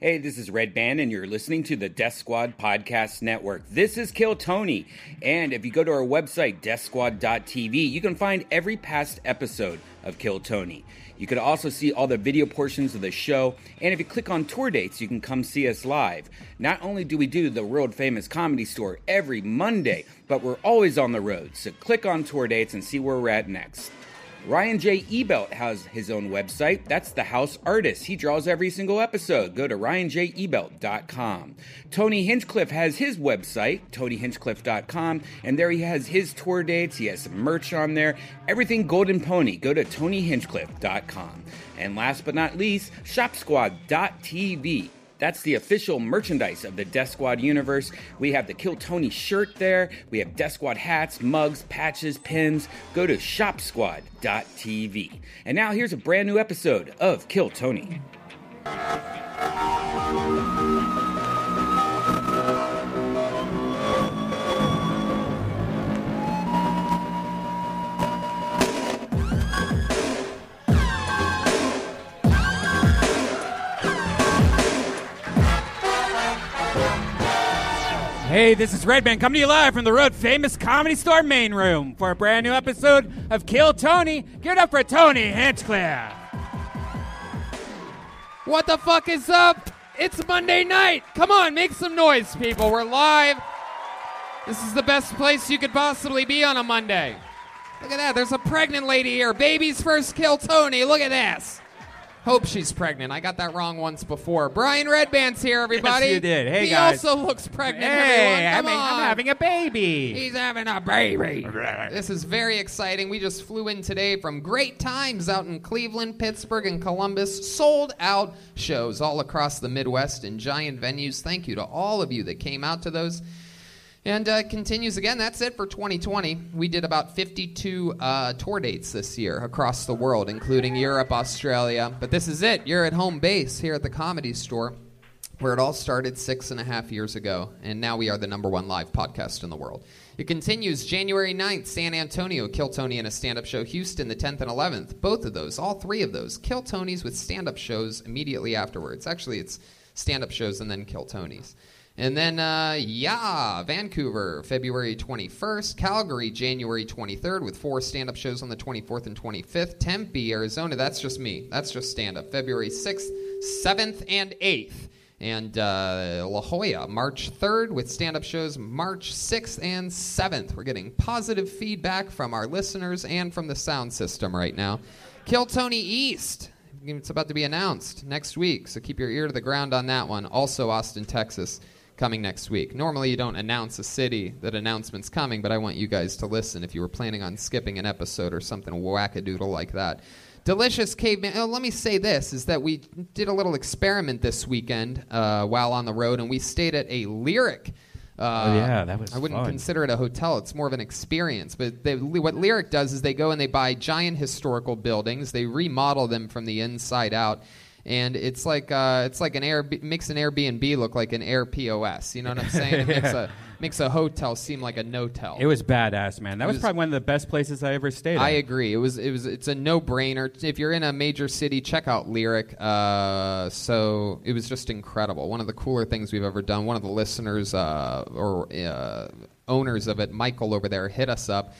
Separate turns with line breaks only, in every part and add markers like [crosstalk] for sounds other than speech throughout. Hey, this is Red Band, and you're listening to the Death Squad Podcast Network. This is Kill Tony. And if you go to our website, deathsquad.tv, you can find every past episode of Kill Tony. You could also see all the video portions of the show. And if you click on tour dates, you can come see us live. Not only do we do the world famous comedy store every Monday, but we're always on the road. So click on tour dates and see where we're at next. Ryan J. Ebelt has his own website. That's the house artist. He draws every single episode. Go to ryanjebelt.com. Tony Hinchcliffe has his website, tonyhinchcliffe.com, and there he has his tour dates. He has some merch on there. Everything Golden Pony. Go to tonyhinchcliffe.com. And last but not least, shopsquad.tv. That's the official merchandise of the Death Squad universe. We have the Kill Tony shirt there. We have Death Squad hats, mugs, patches, pins. Go to shopsquad.tv. And now here's a brand new episode of Kill Tony.
Hey, this is Redman coming to you live from the Road Famous Comedy Store main room for a brand new episode of Kill Tony. Give it up for Tony Hinchcliffe. What the fuck is up? It's Monday night. Come on, make some noise, people. We're live. This is the best place you could possibly be on a Monday. Look at that. There's a pregnant lady here. Baby's first kill Tony. Look at this. Hope she's pregnant. I got that wrong once before. Brian Redband's here, everybody.
you did. Hey,
he
guys.
also looks pregnant.
Hey,
everyone.
I'm,
Come
a- I'm
on.
having a baby.
He's having a [laughs] baby. This is very exciting. We just flew in today from great times out in Cleveland, Pittsburgh, and Columbus. Sold out shows all across the Midwest in giant venues. Thank you to all of you that came out to those. And uh, continues again. That's it for 2020. We did about 52 uh, tour dates this year across the world, including Europe, Australia. But this is it. You're at home base here at the comedy store, where it all started six and a half years ago. And now we are the number one live podcast in the world. It continues January 9th, San Antonio, Kill Tony and a stand up show, Houston, the 10th and 11th. Both of those, all three of those, Kill Tony's with stand up shows immediately afterwards. Actually, it's stand up shows and then Kill Tony's. And then, uh, yeah, Vancouver, February 21st. Calgary, January 23rd, with four stand up shows on the 24th and 25th. Tempe, Arizona, that's just me. That's just stand up. February 6th, 7th, and 8th. And uh, La Jolla, March 3rd, with stand up shows March 6th and 7th. We're getting positive feedback from our listeners and from the sound system right now. Kill Tony East. It's about to be announced next week, so keep your ear to the ground on that one. Also, Austin, Texas, coming next week. Normally, you don't announce a city that announcement's coming, but I want you guys to listen if you were planning on skipping an episode or something wackadoodle like that. Delicious caveman. Oh, let me say this: is that we did a little experiment this weekend uh, while on the road, and we stayed at a lyric. Uh,
Oh, yeah, that was
I wouldn't
fun.
consider consider it a hotel. It's more of an experience. But they, what Lyric does is they go and they buy giant historical buildings. They remodel them from the inside out, and it's like uh, it's like an Air makes an Airbnb look like an Air POS. You know what I'm saying?
[laughs]
It makes a makes a hotel seem like a no-tel.
It was badass, man. That was,
was-
probably one of the best places I ever stayed.
I
at.
agree. It was it was it's a no brainer. If you're in a major city, check out Lyric. Uh, so it was just incredible. One of the cooler things we've ever done. One of the listeners uh, or uh, owners of it, Michael over there, hit us up.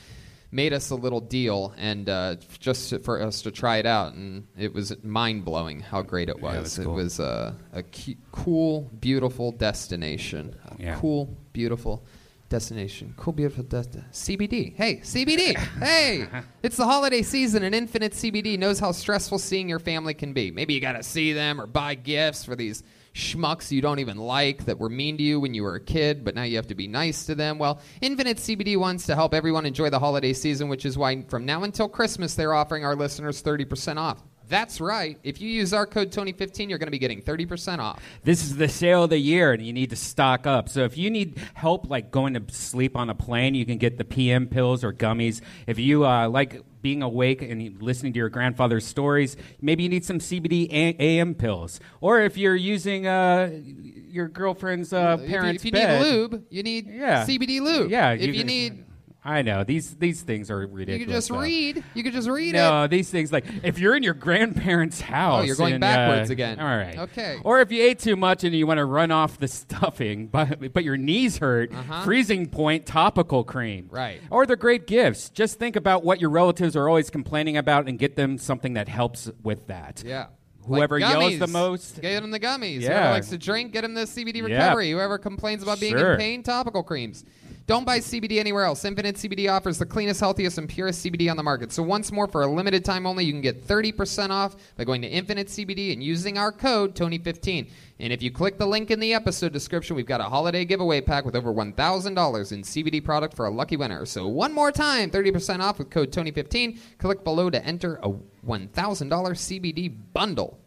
Made us a little deal, and uh, just for us to try it out, and it was mind blowing how great it was.
that's cool.
It was a, a cu- cool, beautiful destination. A
Yeah.
Cool, beautiful destination. Cool, beautiful destination. CBD. Hey, CBD.
[laughs]
hey,
Uh-huh.
it's the holiday season, and Infinite CBD knows how stressful seeing your family can be. Maybe you got to see them or buy gifts for these schmucks you don't even like that were mean to you when you were a kid, but now you have to be nice to them. Well, Infinite CBD wants to help everyone enjoy the holiday season, which is why from now until Christmas, they're offering our listeners 30% off. That's right. If you use our code Tony15, you're going to be getting 30% off.
This is the sale of the year, and you need to stock up. So if you need help, like going to sleep on a plane, you can get the PM pills or gummies. If you uh, like being awake and you- listening to your grandfather's stories, maybe you need some CBD A- AM pills. Or if you're using uh, your girlfriend's uh,
If you-
parents'
If you
bed-
need lube, you need
Yeah.
CBD lube.
Yeah,
If
you
you,
can-
need
I know these these things are ridiculous.
You could just
though.
read. You could just read
No, these things like if you're in your grandparents' house.
Oh, you're going
and, uh,
backwards again.
All right.
Okay.
Or if you ate too much and you want to run off the [laughs] stuffing, but but your knees hurt,
Uh-huh.
freezing point topical cream.
Right.
Or the great gifts. Just think about what your relatives are always complaining about and get them something that helps with that.
it. Yeah.
Whoever
like
yells the
[laughs]
gummies.
most- [laughs]
Get him the gummies. Whoever
Yeah.
likes to drink, get him the CBD recovery. Whoever complains about being in
Sure.
pain, topical creams. Don't buy CBD anywhere else. Infinite CBD offers the cleanest, healthiest, and purest CBD on the market. So once more, for a limited time only, you can get 30% off by going to Infinite CBD and using our code TONY15. And if you click the link in the episode description, we've got a holiday giveaway pack with over $1,000 in CBD product for a lucky winner. So one more time, 30% off with code TONY15. Click below to enter a $1,000 CBD bundle.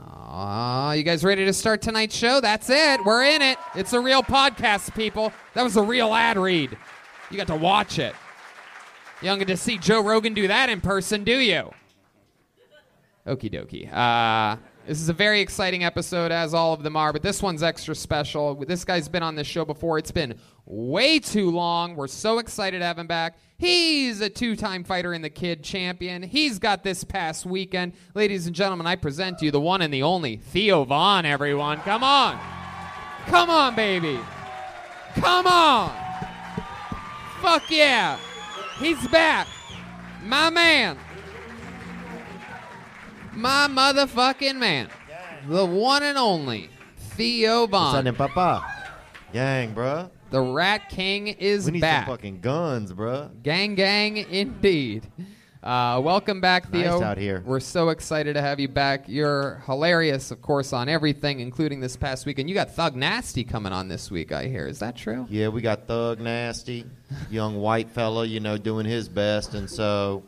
Aw, you guys ready to start tonight's show? That's it. We're in it. It's a real podcast, people. That was a real ad read. You got to watch it. You don't get to see Joe Rogan do that in person, do you? Okie dokie. Uh, this is a very exciting episode, as all of them are, but this one's extra special. This guy's been on this show before. It's been way too long. We're so excited to have him back. He's a two time fighter in the kid champion. He's got this past weekend. Ladies and gentlemen, I present to you the one and the only Theo Vaughn, everyone. Come on. Come on, baby. Come on. Fuck yeah. He's back. My man. My motherfucking man. The one and only Theo
What's
Vaughn.
happening, Papa? Gang, bruh.
The Rat King is
We need
back.
some fucking guns, bruh.
Gang, gang, indeed. Uh, welcome back,
Nice
Theo.
out here.
We're so excited to have you back. You're hilarious, of course, on everything, including this past week. And you got Thug Nasty coming on this week, I hear. Is that true?
Yeah, we got Thug Nasty, young white fella, you know, doing his best, and so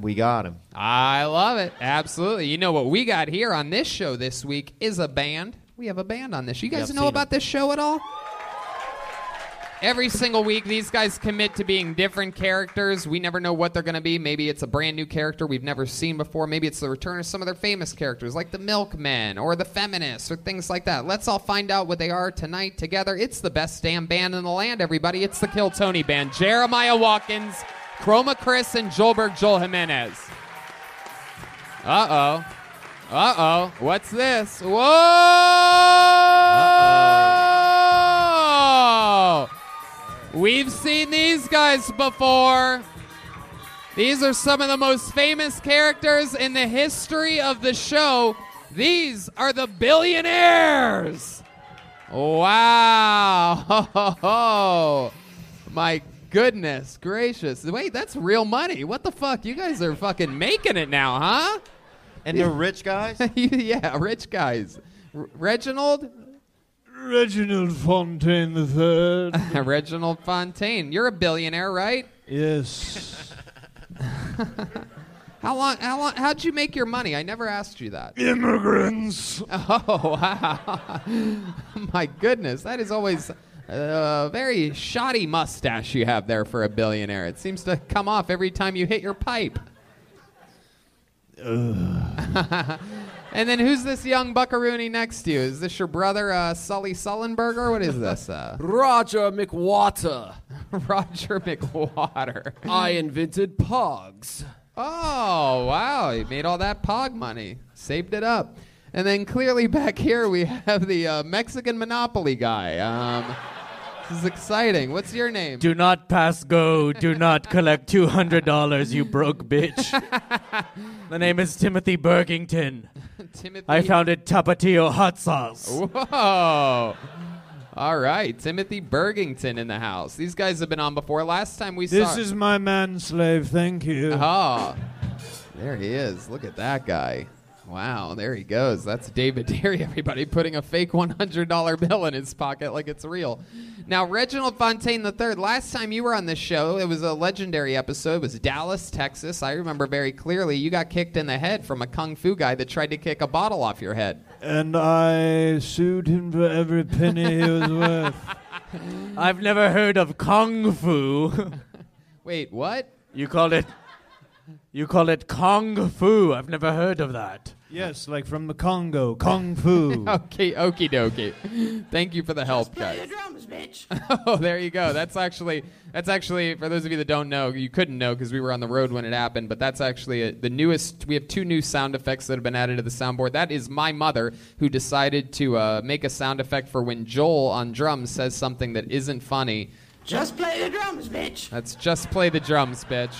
we got him.
I love it. Absolutely. You know what we got here on this show this week is a band. We have a band on this. You
Yeah,
guys
I've
know
seen
about this show at all? Every single week, these guys commit to being different characters. We never know what they're going to be. Maybe it's a brand new character we've never seen before. Maybe it's the return of some of their famous characters, like the Milkmen or the Feminists or things like that. Let's all find out what they are tonight together. It's the best damn band in the land, everybody. It's the Kill Tony Band. Jeremiah Watkins, Chroma Chris, and Joelberg Joel Jimenez. Uh oh. Uh oh. What's this? Whoa! We've seen these guys before. These are some of the most famous characters in the history of the show. These are the billionaires. Wow. [laughs] My goodness gracious. Wait, that's real money. What the fuck? You guys are fucking making it now, huh?
And the rich guys?
[laughs] yeah, rich guys. R- Reginald?
Reginald Fontaine III.
[laughs] Reginald Fontaine. You're a billionaire, right?
yes.
How long how long how'd you make your money? I never asked [laughs] you that.
Immigrants.
Oh, wow. My goodness. That is always a very shoddy mustache you have there for a billionaire. It seems to come off every time you hit your pipe. [laughs] and then who's this young buckaroony next to you? Is this your brother, uh, Sully Sullenberger? What is this? Uh,
Roger McWater.
[laughs] Roger McWater.
I invented pogs.
Oh, wow. He made all that POG money, saved it up. And then clearly back here we have the uh, Mexican Monopoly guy. Um, this is exciting. What's your name?
Do not pass go. Do not collect $200, you broke
[laughs]
bitch. the name is Timothy Burkington.
Timothy.
I founded Tapatio Hot Sauce.
Whoa. All right. Timothy Burgington in the house. These guys have been on before. Last time we saw.
This is my man slave, thank you.
Oh, there he is. Look at that guy. Wow, there he goes. That's David Derry, [laughs] everybody, putting a fake $100 bill in his pocket like it's real. Now, Reginald Fontaine III, last time you were on this show, it was a legendary episode. It was Dallas, Texas. I remember very clearly you got kicked in the head from a kung fu guy that tried to kick a bottle off your head.
And I sued him for every penny
[laughs]
he was worth. I've never heard of Kung Fu.
[laughs] Wait, what?
You called it. You call it Kung Fu. I've never heard of that.
Yes, like from the Congo, Kung Fu.
[laughs] Okay, okie dokie. Thank you for the help, guys. [laughs] Oh, there you go. That's actually that's actually for those of you that don't know, you couldn't know because we were on the road when it happened. But that's actually a, the newest. We have two new sound effects that have been added to the soundboard. That is my mother who decided to uh, make a sound effect for when Joel on drums says something that isn't funny.
Just play the drums, bitch.
That's just play the drums, bitch.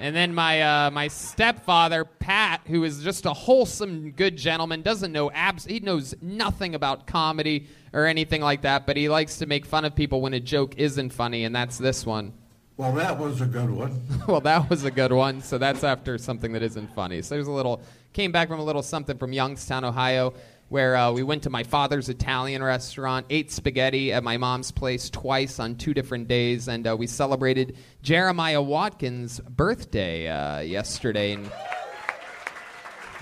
And then my uh, my stepfather Pat, who is just a wholesome good gentleman, doesn't know abs. He knows nothing about comedy or anything like that, but he likes to make fun of people when a joke isn't funny, and that's this one.
Well, that was a good one.
[laughs] well, that was a good one. So that's after something that isn't funny. So there's a little came back from a little something from Youngstown, Ohio, where uh, we went to my father's Italian restaurant, ate spaghetti at my mom's place twice on two different days, and uh, we celebrated Jeremiah Watkins' birthday uh, yesterday and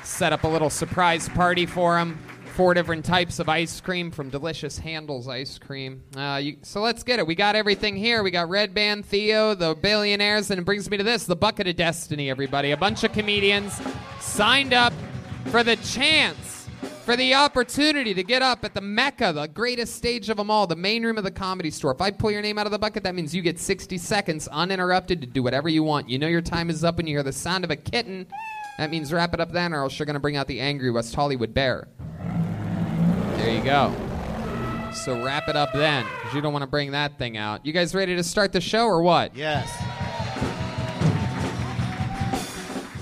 set up a little surprise party for him. Four different types of ice cream from Delicious Handles Ice Cream. Uh, you, so let's get it. We got everything here. We got Red Band, Theo, the billionaires, and it brings me to this the Bucket of Destiny, everybody. A bunch of comedians signed up for the chance, for the opportunity to get up at the Mecca, the greatest stage of them all, the main room of the comedy store. If I pull your name out of the bucket, that means you get 60 seconds uninterrupted to do whatever you want. You know your time is up when you hear the sound of a kitten. That means wrap it up then, or else you're going to bring out the angry West Hollywood bear. There you go. So wrap it up then, 'cause you don't want to bring that thing out. You guys ready to start the show or what?
Yes.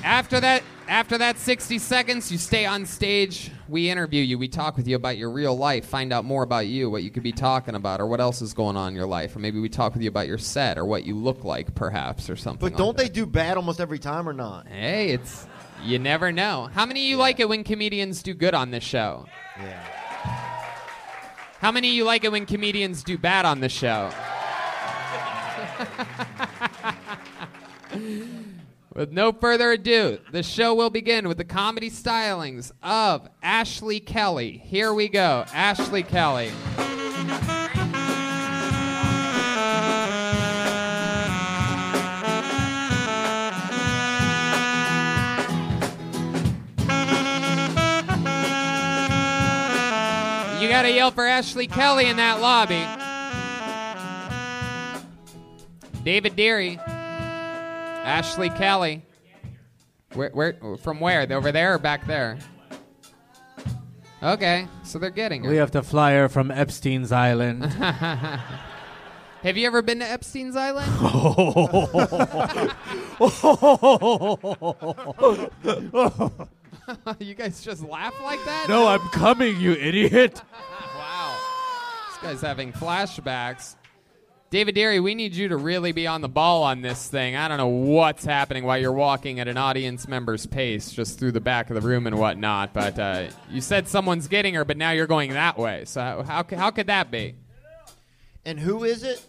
After that, after that 60 seconds, you stay on stage. We interview you. We talk with you about your real life, find out more about you, what you could be talking about, or what else is going on in your life. Or maybe we talk with you about your set or what you look like, perhaps, or something.
But don't they do bad almost every time or not?
Hey, it's you never know. How many of you like it when comedians do good on this show?
Yeah.
How many of you like it when comedians do bad on the show? [laughs] With no further ado, the show will begin with the comedy stylings of Ashley Kelly. Here we go, Ashley Kelly. You gotta yell for Ashley Kelly in that lobby. David Deary. Ashley Kelly. Where, where, from where? Over there or back there? Okay, so they're getting
We
her.
have to fly her from Epstein's Island.
[laughs]
[laughs]
Have you ever been to Epstein's Island?
[laughs]
[laughs]
Oh,
you guys just laugh like that?
no, I'm coming, you idiot.
Wow. This guy's having flashbacks. David Derry, we need you to really be on the ball on this thing. I don't know what's happening while you're walking at an audience member's pace just through the back of the room and whatnot, but uh, you said someone's getting her, but now you're going that way. So how, how, c- how could that be?
And who is it?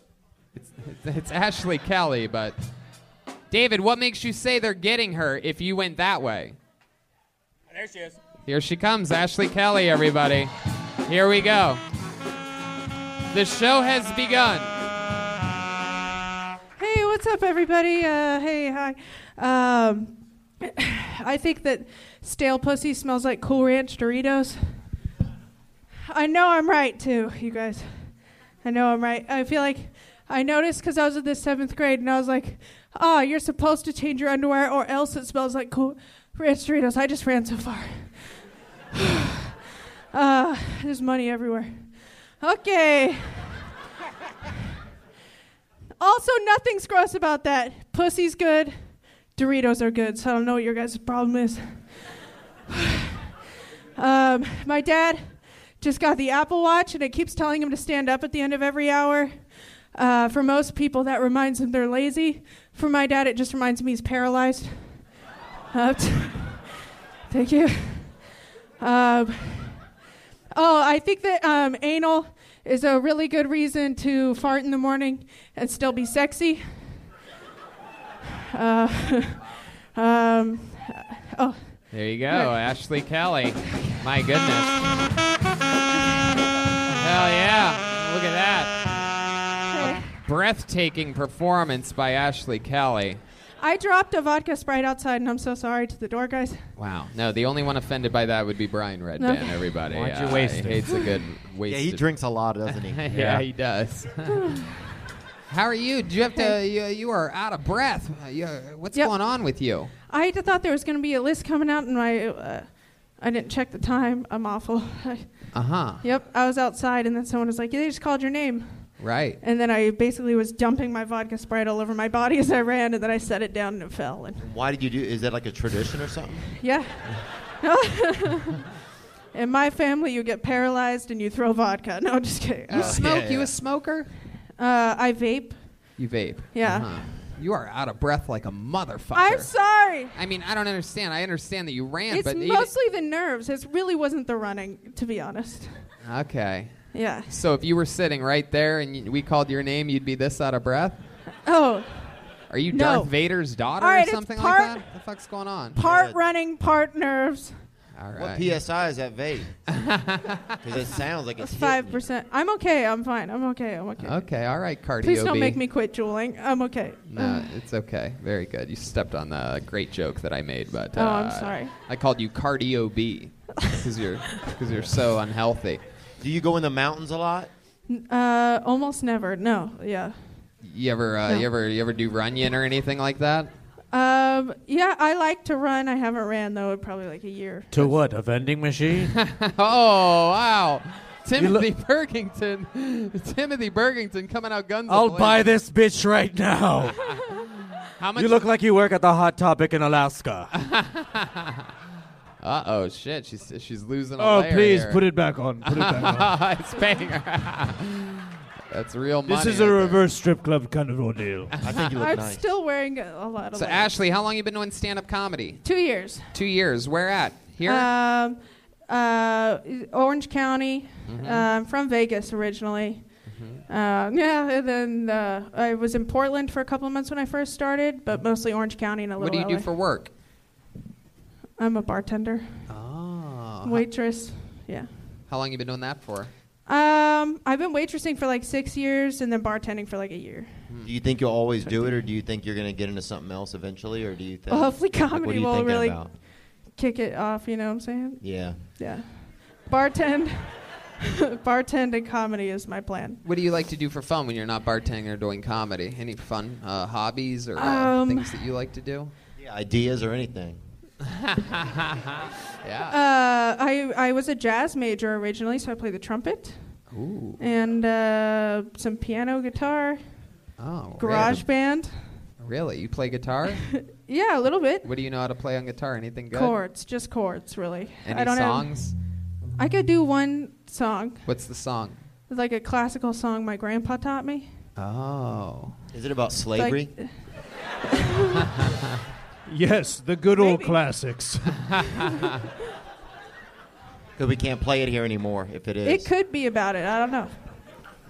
It's Ashley Kelly, but. David, what makes you say they're getting her if you went that way?
Oh, There she is.
Here she comes, Ashley Kelly, everybody. Here we go. The show has begun.
Hey, what's up, everybody? Uh, hey, hi. Um, I think that stale pussy smells like Cool Ranch Doritos. I know I'm right, too, you guys. I know I'm right. I feel like I noticed because I was in the seventh grade and I was like, oh, you're supposed to change your underwear or else it smells like Cool Ranch Doritos. I just ran so far. [sighs] uh, there's money everywhere. Okay. Also, nothing's gross about that. Pussy's good. Doritos are good, so I don't know what your guys' problem is. [sighs] um, my dad just got the Apple Watch, and it keeps telling him to stand up at the end of every hour. Uh, for most people, that reminds them they're lazy. For my dad, it just reminds me he's paralyzed. [laughs] Uh, [laughs] thank you. Um, Oh, I think that um, anal is a really good reason to fart in the morning and still be sexy. Uh, [laughs] um, oh,
There you go,
Right.
Ashley Kelly. My goodness. Hell yeah. Look at that.
hey.
Breathtaking performance by Ashley Kelly.
I dropped a vodka sprite outside, and I'm so sorry to the door guys.
Wow. No, the only one offended by that would be Brian Redband,
Okay.
everybody.
Watch your
Uh,
waist.
He hates a good
[laughs]
waste.
Yeah, he drinks a lot, doesn't he?
[laughs] yeah,
Yeah.
he does. How are you? Do you have to? Uh, You, you are out of breath. Uh, you- what's
Yep.
going on with you?
I had thought there was going to be a list coming out, and my uh, I didn't check the time. I'm awful. [laughs]
Uh huh.
yep, I was outside, and then someone was like, "They just called your name,"
Right.
and then I basically was dumping my vodka sprite all over my body as I ran, and then I set it down and it fell. And
Why did you do? Is that like a tradition or something?
yeah, [laughs] in my family, you get paralyzed and you throw vodka. No, I'm just kidding.
You
Uh,
smoke?
Oh, yeah,
You
yeah.
a smoker?
uh, I vape.
You vape?
Yeah.
Uh-huh. You are out of breath like a motherfucker.
I'm sorry.
I mean, I don't understand. I understand that you ran,
It's
but you-
mostly the nerves. It really wasn't the running, to be honest.
okay. [laughs]
Yeah.
So if you were sitting right there and you, we called your name, you'd be this out of breath.
Oh,
Are you
No.
Darth Vader's daughter
All right,
or
it's
something like
part-
that? What the fuck's going on?
part
Yeah.
running, part nerves.
All
What
right.
psi is that
[laughs]
vape? Because it sounds like
That's
it's hitting
five
you.
percent. I'm okay. I'm fine. I'm okay. I'm okay.
Okay. All right, cardio.
Please don't
B.
make me quit juuling. I'm okay.
No, it's okay. Very good. You stepped on the great joke that I made, but
Oh, I'm
uh,
sorry.
I called you cardio
[laughs]
B because you're because you're so unhealthy.
Do you go in the mountains a lot?
Uh, almost never. No. Yeah.
You ever uh,
No.
you ever you ever do runyon or anything like that?
Um, yeah, I like to run. I haven't ran though in probably like a year.
To what? A vending machine?
[laughs] Oh wow.
lo-
Timothy Burkington, [laughs] Timothy Burkington coming out guns.
I'll
ablazing.
buy this bitch right [laughs] now.
[laughs] How much?
you look like you work at the Hot Topic in [laughs] Alaska.
[laughs] Uh oh, shit! She's she's losing. A
Oh,
layer
please
here.
put it back on. Put it back on.
[laughs] it's paying her. That's real money.
This is
right
a
there.
reverse strip club kind of ordeal.
I think you look
I'm
nice.
still wearing a a lot of.
So
layers.
Ashley, how long you been doing stand up comedy?
two years.
Two years. Where at? Here.
Um, uh, Orange County.
Mm-hmm.
Um, from Vegas originally. Uh, yeah, and then uh, I was in Portland for a couple of months when I first started, but mostly Orange County and a little.
Mm-hmm. what do you do
LA.
for work?
I'm a bartender,
Oh.
waitress. Yeah.
How long you been doing that for?
Um, I've been waitressing for like six years and then bartending for like a year.
Do you think you'll always do it, or do you think you're going to get into something else eventually, or do you think?
Well, hopefully
like, what are
comedy
you
will
thinking
really-
about?
Kick it off, you know what I'm saying?
Yeah.
Yeah. Bartend. [laughs] Bartend and comedy is my plan.
What do you like to do for fun when you're not bartending or doing comedy? Any fun uh, hobbies or uh,
Um,
things that you like to do?
Yeah, ideas or anything.
Yeah.
Uh, I, I was a jazz major originally, so I played the trumpet
Ooh.
and uh, some piano, guitar,
Oh.
garage band.
Really? Really? You play guitar?
Yeah, [laughs] a little bit.
what do you know how to play on guitar? Anything good?
Chords, just chords, really.
Any
I don't
songs?
Have, I could do one song,
What's the song?
It's like a classical song my grandpa taught me.
Oh.
Is it about
Like-
slavery?
[laughs]
Yes, the good old
Maybe.
classics.
Because we can't play it here anymore. If it is,
It could be about it. I don't know.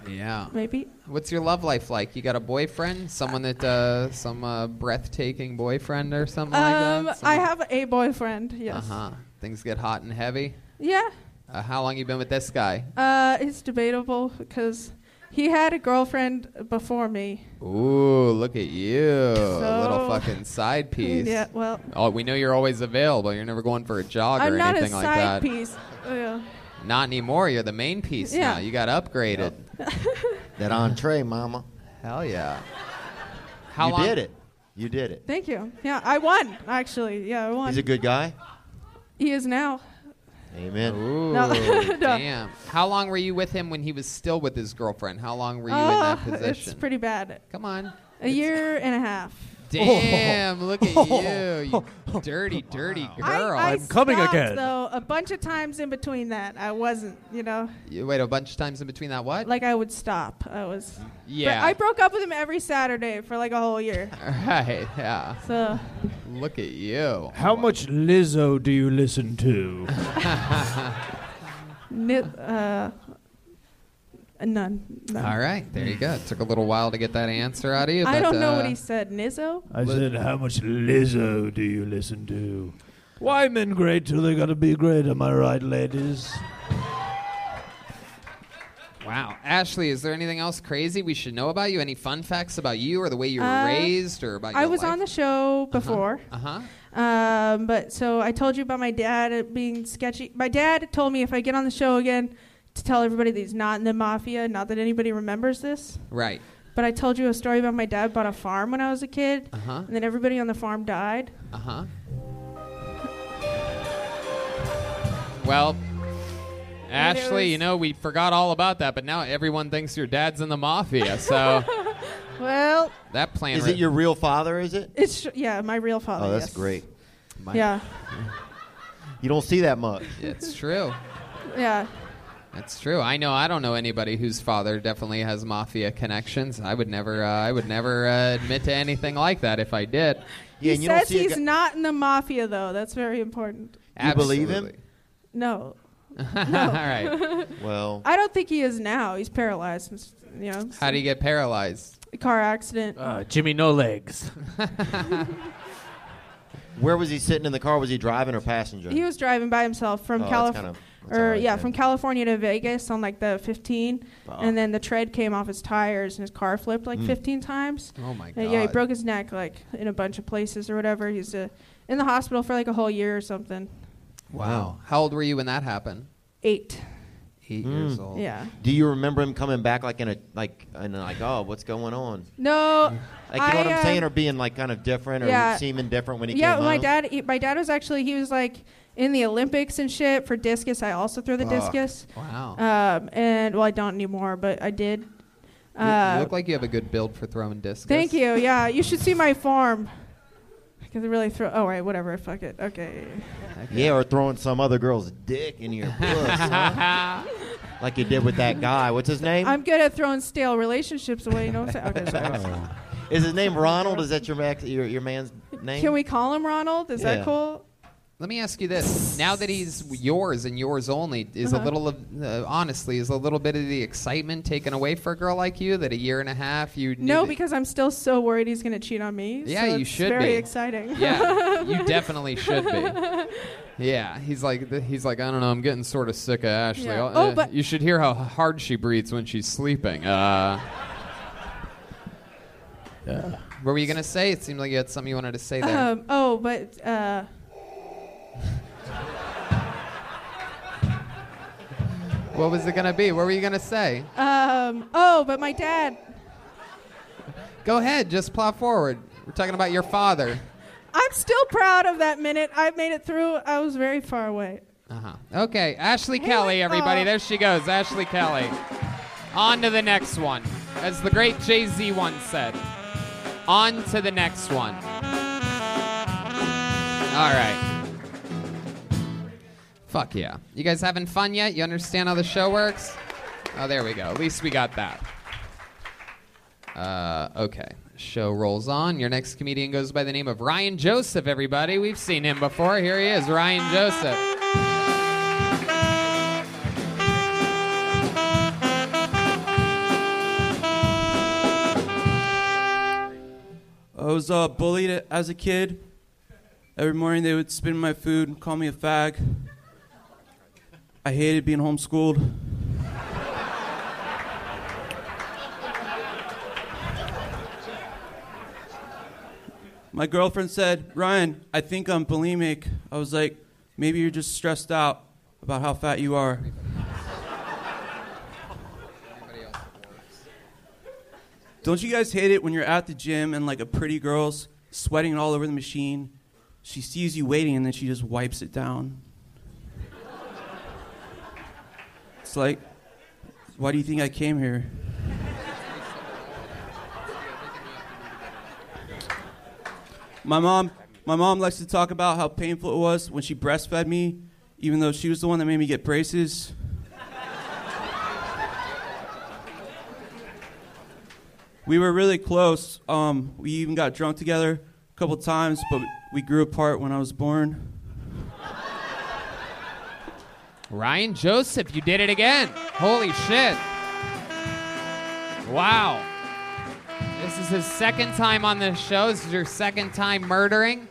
Yeah.
Maybe.
What's your love life like? You got a boyfriend? Someone that, uh, some uh, breathtaking boyfriend or something like
Um,
that?
I have a boyfriend.
Uh
Yes.
huh. Things get hot and heavy.
Yeah.
Uh, how long you been with this guy?
Uh, it's debatable because he had a girlfriend before me.
Ooh, look at you,
So-
little fucking side
[laughs]
piece.
Yeah. Well,
Oh, we know you're always available. You're never going for a jog
I'm
or
not a
anything
side
like that.
piece. Oh, Yeah.
Not anymore. You're the main piece
Yeah.
now. You got upgraded.
[laughs]
that entree, Mama.
Hell yeah. How
you
long?
did it. You did it.
Thank you. Yeah, I won actually. Yeah, I won.
He's a good guy.
he is now.
Amen.
Ooh,
No. [laughs] No.
damn. How long were you with him when he was still with his girlfriend? How long were you in
Oh, [laughs]
that
it's
position?
pretty bad.
Come on.
A year and a half.
Damn,
Oh.
look
[laughs]
at
[laughs]
you, you dirty, dirty girl.
I, I
coming
stopped,
again.
Though a bunch of times in between that, I wasn't. You know,
you wait a bunch of times in between that what?
like I would stop. I was.
yeah.
I broke up with him every Saturday for like a whole year.
All [laughs] right, yeah.
So.
Look at you.
How much Lizzo do you listen to?
[laughs]
Ni- uh, none. No.
All right, there you go. Took a little while to get that answer out of you.
I
but,
don't know
uh,
what he said. Nizzo?
I said, how much Lizzo do you listen to? Why men great till they gotta be great, am I right, ladies?
Wow. Ashley, is there anything else crazy we should know about you? Any fun facts about you or the way you were
Uh,
raised or about your
I was on the show before.
Uh huh.
Um, but so I told you about my dad uh, being sketchy. My dad told me if I get on the show again to tell everybody that he's not in the mafia. Not that anybody remembers this,
Right.
but I told you a story about my dad bought a farm when I was a kid,
Uh-huh.
and then everybody on the farm died.
Uh huh. Well,
And it
Ashley,
was-
you know, we forgot all about that, but now everyone thinks your dad's in the mafia,
[laughs]
so
Well,
that plan.
Is it your real father? Is it?
it's tr- yeah, my real father.
Oh, that's
yes.
great.
Yeah,
You don't see that much.
It's true.
yeah.
That's true. I know. I don't know anybody whose father definitely has mafia connections. I would never. Uh, I would never uh, admit to anything like that if I did.
he says he's not in the mafia though. That's very important.
You believe him?
No.
[laughs] All right.
Well,
I don't think he is now. He's paralyzed. and s- You know,
how do you get paralyzed?
car accident.
Uh, Jimmy No Legs.
[laughs] Where was he sitting in the car? Was he driving or passenger?
He was driving by himself from
Oh, that's kind
California,
of- that's
or
alright
yeah,
then.
from California to Vegas on like the 15,
Wow.
and then the tread came off his tires and his car flipped like
Mm.
15 times.
Oh my god.
And, yeah, he broke his neck like in a bunch of places or whatever. He's uh, in the hospital for like a whole year or something.
Wow. How old were you when that happened?
Eight.
Eight
Mm.
years old.
Yeah.
Do you remember him coming back like in a like and like oh what's going on?
No.
Like you know what
I,
I'm
uh,
saying, or being like kind of different, or
yeah.
seeming different when he
yeah,
came
my
home?
dad. He, my dad was actually he was like in the Olympics and shit for discus. I also threw the
Fuck.
discus.
Wow.
Um, and well, I don't anymore, but I did.
You- you, look like you have a good build for throwing discs.
Uh, Thank you. Yeah, you should see my farm. I can really throw. Oh, right, whatever. Fuck it. Okay.
Yeah, or throwing some other girl's dick in your puss, huh? like you did with that guy. What's his name?
I'm good at throwing stale relationships away. You know what I'm saying? Okay,
[laughs]
sorry.
Is his name Ronald? Is that your max, your, your man's name?
Can we call him Ronald? Is
Yeah.
that cool?
Let me ask you this: Now that he's yours and yours only, is a
Uh-huh.
little of uh, honestly is a little bit of the excitement taken away for a girl like you that a year and a half you knew
No,
that-
because I'm still so worried he's gonna cheat on me. so
Yeah, you
it's
should
Very
be.
exciting. [laughs]
yeah you definitely should be. Yeah, he's like he's like I don't know. I'm getting sort of sick of Ashley.
Yeah.
I'll-
Oh,
uh,
but-
you should hear how hard she breathes when she's sleeping. Uh, What were you gonna say? It seemed like you had something you wanted to say there.
Um, oh, but uh, Uh-huh.
what was it gonna be? What were you gonna say?
um, oh, but my dad.
Go ahead, just plow forward. We're talking about your father.
I'm still proud of that minute. I made it through. I was very far away.
Uh-huh. Okay, Ashley Kelly, everybody. There she goes, Ashley Kelly. On to the next one. As the great Jay Z once said, on to the next one. All right. Fuck yeah. You guys having fun yet? You understand how the show works? Oh, there we go. At least we got that. Uh, okay. Show rolls on. Your next comedian goes by the name of Ryan Joseph, everybody. We've seen him before. Here he is, Ryan Joseph.
I was uh, bullied a- as a kid. Every morning they would spit in my food, and call me a fag. I hated being homeschooled. My girlfriend said, Ryan, I think I'm bulimic. I was like, maybe you're just stressed out about how fat you are. Don't you guys hate it when you're at the gym and like a pretty girl's sweating all over the machine? She sees you waiting and then she just wipes it down. It's like, why do you think I came here? My mom, my mom likes to talk about how painful it was when she breastfed me, even though she was the one that made me get braces. we were really close. Um, we even got drunk together a couple times, but we grew apart when I was born.
Ryan Joseph, you did it again. Holy shit. Wow. This is his second time on this show. This is your second time murdering.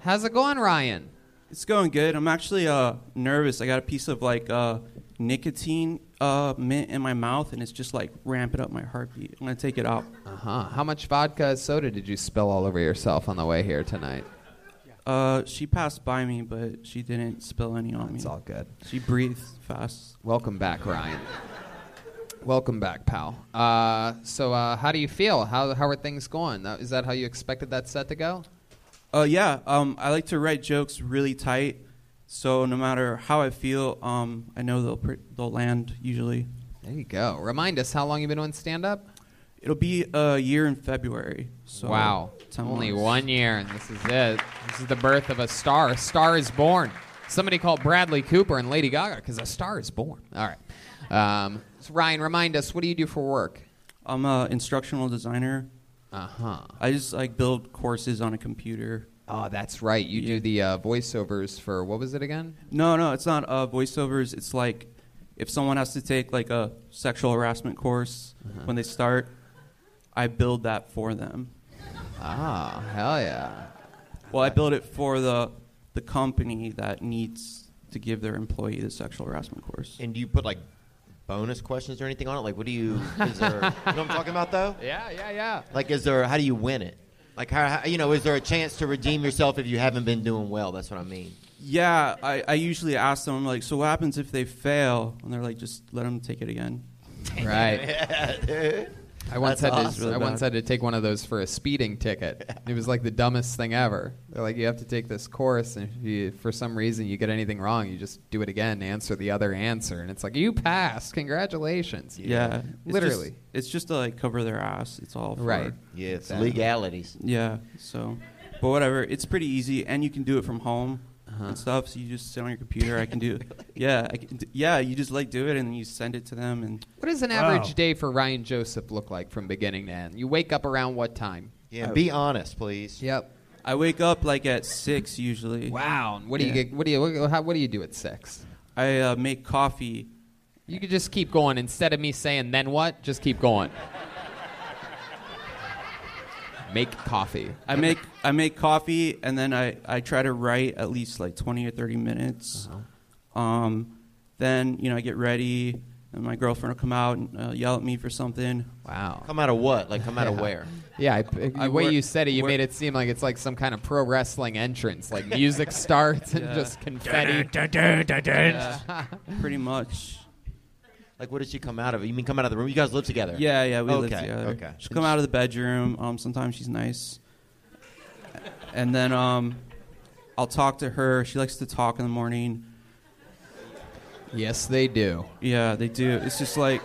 How's it going, Ryan?
It's going good. I'm actually uh, nervous. I got a piece of like uh, nicotine uh, mint in my mouth, and it's just like ramping up my heartbeat. I'm gonna take it out.
Uh huh. How much vodka soda did you spill all over yourself on the way here tonight?
Uh, she passed by me, but she didn't spill any on me. It's
all good.
She breathed fast.
Welcome back, Ryan. Welcome back, pal. Uh, so, uh, how do you feel? How how are things going? Uh, Is that how you expected that set to go?
Uh, yeah, um, I like to write jokes really tight, so no matter how I feel, um, I know they'll pr- they'll land usually.
There you go. Remind us how long you've been doing stand up.
It'll be a year in February. So
wow,
ten
only
months.
one year, and this is it. This is the birth of a star. A star is born. Somebody called Bradley Cooper and Lady Gaga because a star is born. All right. Um, so Ryan, remind us what do you do for work?
I'm an instructional designer.
Uh huh.
I just like build courses on a computer.
Oh, that's right. You do the uh, voiceovers for what was it again?
No, no, it's not uh, voiceovers. It's like if someone has to take like a sexual harassment course
Uh-huh.
when they start, I build that for them.
Ah, hell yeah.
Well, I build it for the the company that needs to give their employee the sexual harassment course.
And do you put like bonus questions or anything on it? Like, what do you? Is there, you know what I'm talking about though?
Yeah, yeah, yeah.
Like, is there? How do you win it? Like, how, how you know? Is there a chance to redeem yourself if you haven't been doing well? That's what I mean.
Yeah, I, I usually ask them like, so what happens if they fail? And they're like, just let them take it again.
[laughs]
[laughs]
[laughs]
Right. I once
That's
had to,
awesome. Really
I once
bad.
had to take one of those for a speeding ticket. It was like the dumbest thing ever. They're like, you have to take this course, and if you, for some reason you get anything wrong, you just do it again, answer the other answer, and it's like you passed, congratulations.
Yeah, it's
literally.
just- it's just to like cover their ass. It's all for,
Right.
Yeah, it's
that.
legalities.
Yeah. So, but whatever. It's pretty easy, and you can do it from home
Uh-huh.
and stuff. So you just sit on your computer. I can
[laughs]
do. Yeah. I can, d- yeah. You just like do it, and you send it to them, and
What does an average day for Ryan Joseph look like from beginning to end? You wake up around what time?
Yeah, be honest, please.
Yep.
I wake up like at six usually.
Wow. And what do you get? What do you? What, how, what do you do at six?
I uh, make coffee.
You could just keep going instead of me saying then what. Just keep going. Make coffee.
I make I make coffee and then I, I try to write at least like twenty or thirty minutes.
Uh-huh.
Um, then you know I get ready and my girlfriend will come out and uh, yell at me for something.
Wow.
Come out of what? Like, come out of
Yeah.
where?
Yeah, I, the
I
way
work-
you said it, you
work-
made it seem like it's like some kind of pro wrestling entrance. Like music starts and
Yeah. [laughs]
just confetti. [laughs]
Yeah, [laughs] pretty much.
Like, what did she come out of? You mean come out of the room? You guys live together?
Yeah, yeah, we
okay,
live together.
Okay.
She'll come out of the bedroom. Um, sometimes she's nice, and then um, I'll talk to her. She likes to talk in the morning.
yes, they do.
Yeah, they do. It's just like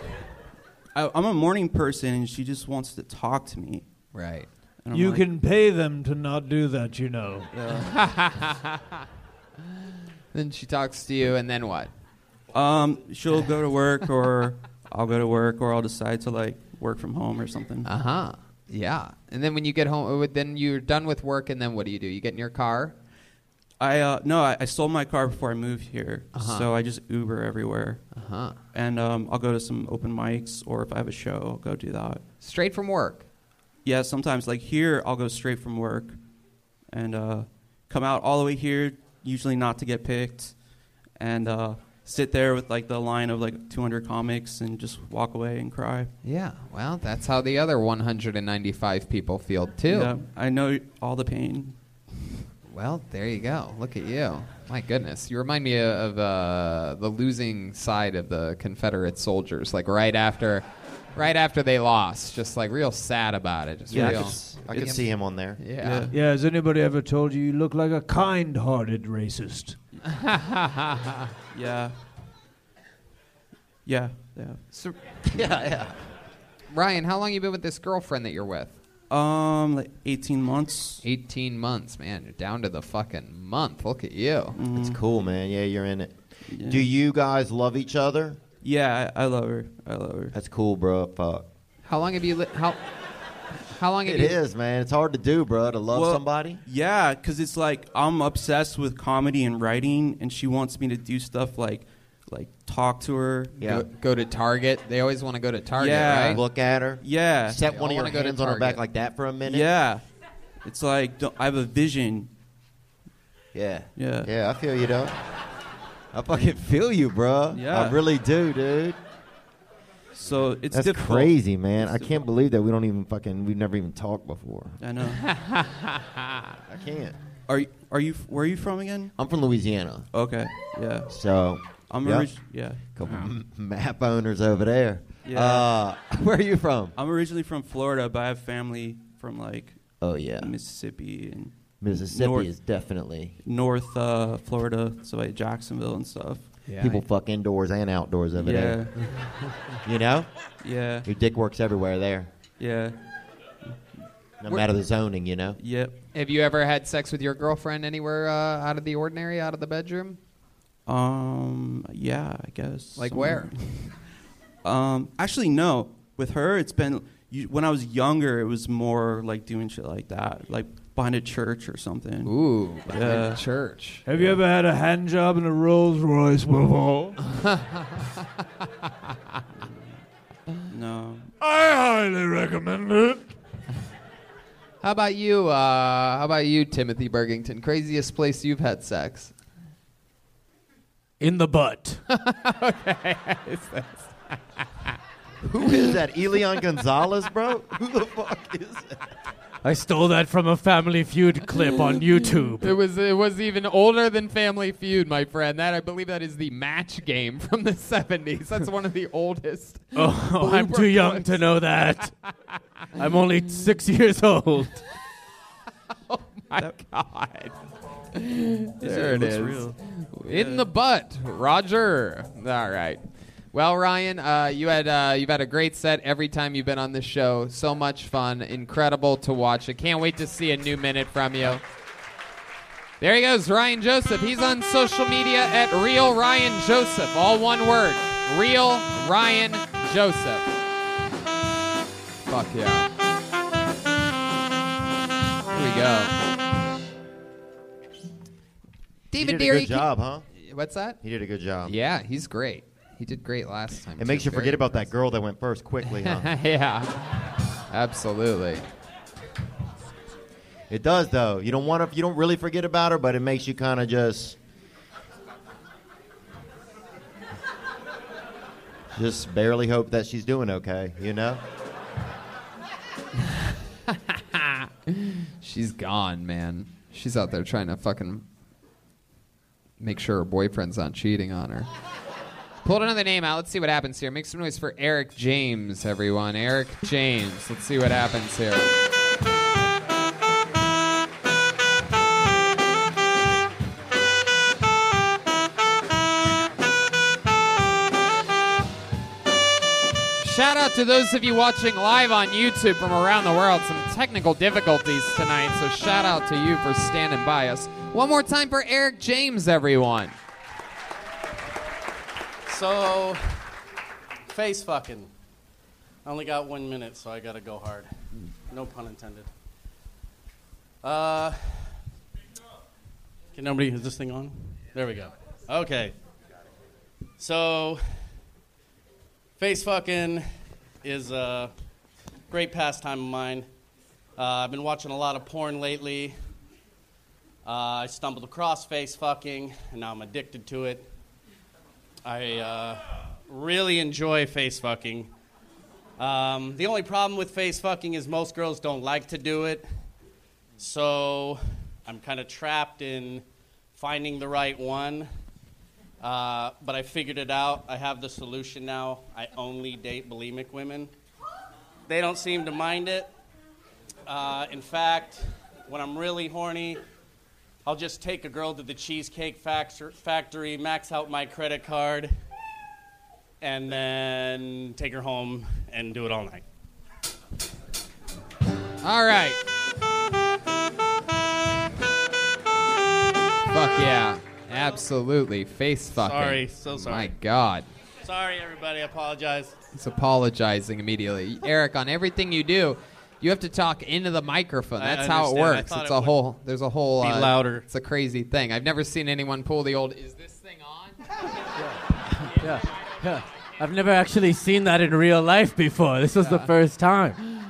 I, I'm a morning person, and she just wants to talk to me.
Right.
And I'm
[laughs] You
like,
can pay them to not do that, you know.
Then she talks to you, and then what?
Um, she'll go to work,
[laughs]
or I'll go to work, or I'll decide to like work from home or something.
Uh huh. Yeah. And then when you get home, uh, then you're done with work, and then what do you do? You get in your car.
I uh, no, I, I sold my car before I moved here,
Uh-huh.
so I just Uber everywhere.
Uh-huh.
And um, I'll go to some open mics, or if I have a show, I'll go do that.
Straight from work.
Yeah, sometimes like here, I'll go straight from work, and uh, come out all the way here, usually not to get picked, and uh, sit there with like the line of like 200 comics and just walk away and
[laughs]
cry.
Yeah. Well, that's how the other 195 people feel too.
Yeah, I know all the pain.
Well, there you go. Look at you. My goodness, you remind me of uh, the losing side of the Confederate soldiers. Like right after, right after they lost, just like real sad about it. Just
Yeah, I
real.
could s- I could see him on there.
Yeah.
yeah. Has anybody ever told you you look like a kind-hearted racist?
Yeah. Yeah. Yeah.
[laughs]
yeah,
Ryan, how long you been with this girlfriend that you're with?
Um, like 18 months.
18 months, man. You're down to the fucking month. Look at you.
Mm-hmm.
It's cool, man. Yeah, you're in it. Do you guys love each other?
Yeah, I, I love her. I love her.
That's cool, bro. Fuck.
How long have you li- how [laughs] How long have
It
you
is, man. It's hard to do, bro, to love
Well,
somebody.
Yeah, because it's like I'm obsessed with comedy and writing, and she wants me to do stuff like, like talk to her.
Go, go to Target. They always want to go to Target,
Yeah.
right?
Look at her.
Yeah.
Set
They
one of
all
your
wanna go to
hands on her back
Target.
like that for a minute.
Yeah. It's like don't, I have a vision.
Yeah.
Yeah.
Yeah, I feel you, though. I fucking feel you, bro.
Yeah.
I really do, dude.
So it's
That's
difficult.
crazy, man. I can't believe that we don't even fucking we've never even talked before.
I know. I
can't.
Are you, are you? f- Where are you from again?
I'm from Louisiana.
Okay. Yeah.
So
I'm
yep.
orig- yeah.
Couple
Wow.
m- map owners over there.
Yeah.
Uh, [laughs] where are you from?
I'm originally from Florida, but I have family from like
oh yeah
Mississippi and
Mississippi
North-
is definitely
North uh, Florida, so like Jacksonville and stuff.
people fuck indoors and outdoors over there. [laughs] you know?
Yeah.
Your dick works everywhere there.
Yeah.
No
Where-
matter the zoning,
[laughs]
you know.
Yep.
Have you ever had sex with your girlfriend anywhere uh, out of the ordinary, out of the bedroom?
Um. Yeah, I guess.
Like where?
[laughs] um. Actually, no. With her, it's been you, when I was younger. It was more like doing shit like that, like behind a church or something.
Ooh,
behind a
church.
Have you ever had a hand job in a Rolls Royce before?
[laughs] No.
I highly recommend it.
How about you? Uh, how about you, Timothy Burgington? Craziest place you've had sex?
In the
[laughs]
[laughs]
butt.
okay.
[laughs] Who is that? Elion Gonzalez, bro? Who the fuck is
I stole that from a Family Feud clip on YouTube. [laughs]
It was it was even older than Family Feud, my friend. That I believe that is the match game from the seventies. That's one of the oldest.
Oh, I'm
blooper
too young
clips.
to know that. I'm only six years old.
Oh my god. There
it
it
looks
is.
real.
In
Yeah.
the butt, Roger. All right. Well, Ryan, uh, you had uh, you've had a great set every time you've been on this show. So much fun, incredible to watch. I can't wait to see a new minute from you. There he goes, Ryan Joseph. He's on social media at Real Ryan Joseph, all one word. Real Ryan Joseph. Fuck yeah. Here we go.
He did
David
a
Derry.
good job, huh?
What's that?
He did a good job.
Yeah, he's great. He did great last time.
It makes you forget about that girl that went first quickly, [laughs] huh?
[laughs] yeah. Absolutely.
It does though. You don't want to. You don't really forget about her, but it makes you kind of just, just barely hope that she's doing okay. You [laughs] know.
She's gone, man. She's out there trying to fucking make sure her boyfriend's not cheating on her. Pulled another name out. Let's see what happens here. Make some noise for Eric James, everyone. Eric James. Let's see what happens here. Shout out to those of you watching live on YouTube from around the world. Some technical difficulties tonight, so shout out to you for standing by us. One more time for Eric James, everyone.
So, face fucking. I only got one minute, so I gotta go hard. No pun intended. Uh, can nobody? Is this thing on? There we go. Okay. So, face fucking is a great pastime of mine. Uh, I've been watching a lot of porn lately. Uh, I stumbled across face fucking, and now I'm addicted to it. I uh, really enjoy face fucking. Um, the only problem with face fucking is most girls don't like to do it. So I'm kind of trapped in finding the right one. Uh, but I figured it out. I have the solution now. I only date bulimic women. They don't seem to mind it. Uh, in fact, when I'm really horny, I'll just take a girl to the Cheesecake Factor- Factory, max out my credit card, and then take her home and do it all night.
All right. Fuck yeah. Absolutely. Face fucking.
Sorry, so sorry.
My God.
Sorry, everybody. I apologize.
He's apologizing immediately. Eric, on everything you do, you have to talk into the microphone.
I
That's how it
understand. I
works.
thought
It's
it
a
would
whole. There's a whole.
be
uh,
louder.
It's a crazy thing. I've never seen anyone pull the old. Is this thing on?
[laughs] yeah. [laughs] yeah. I've never actually seen that in real life before. This was the first time.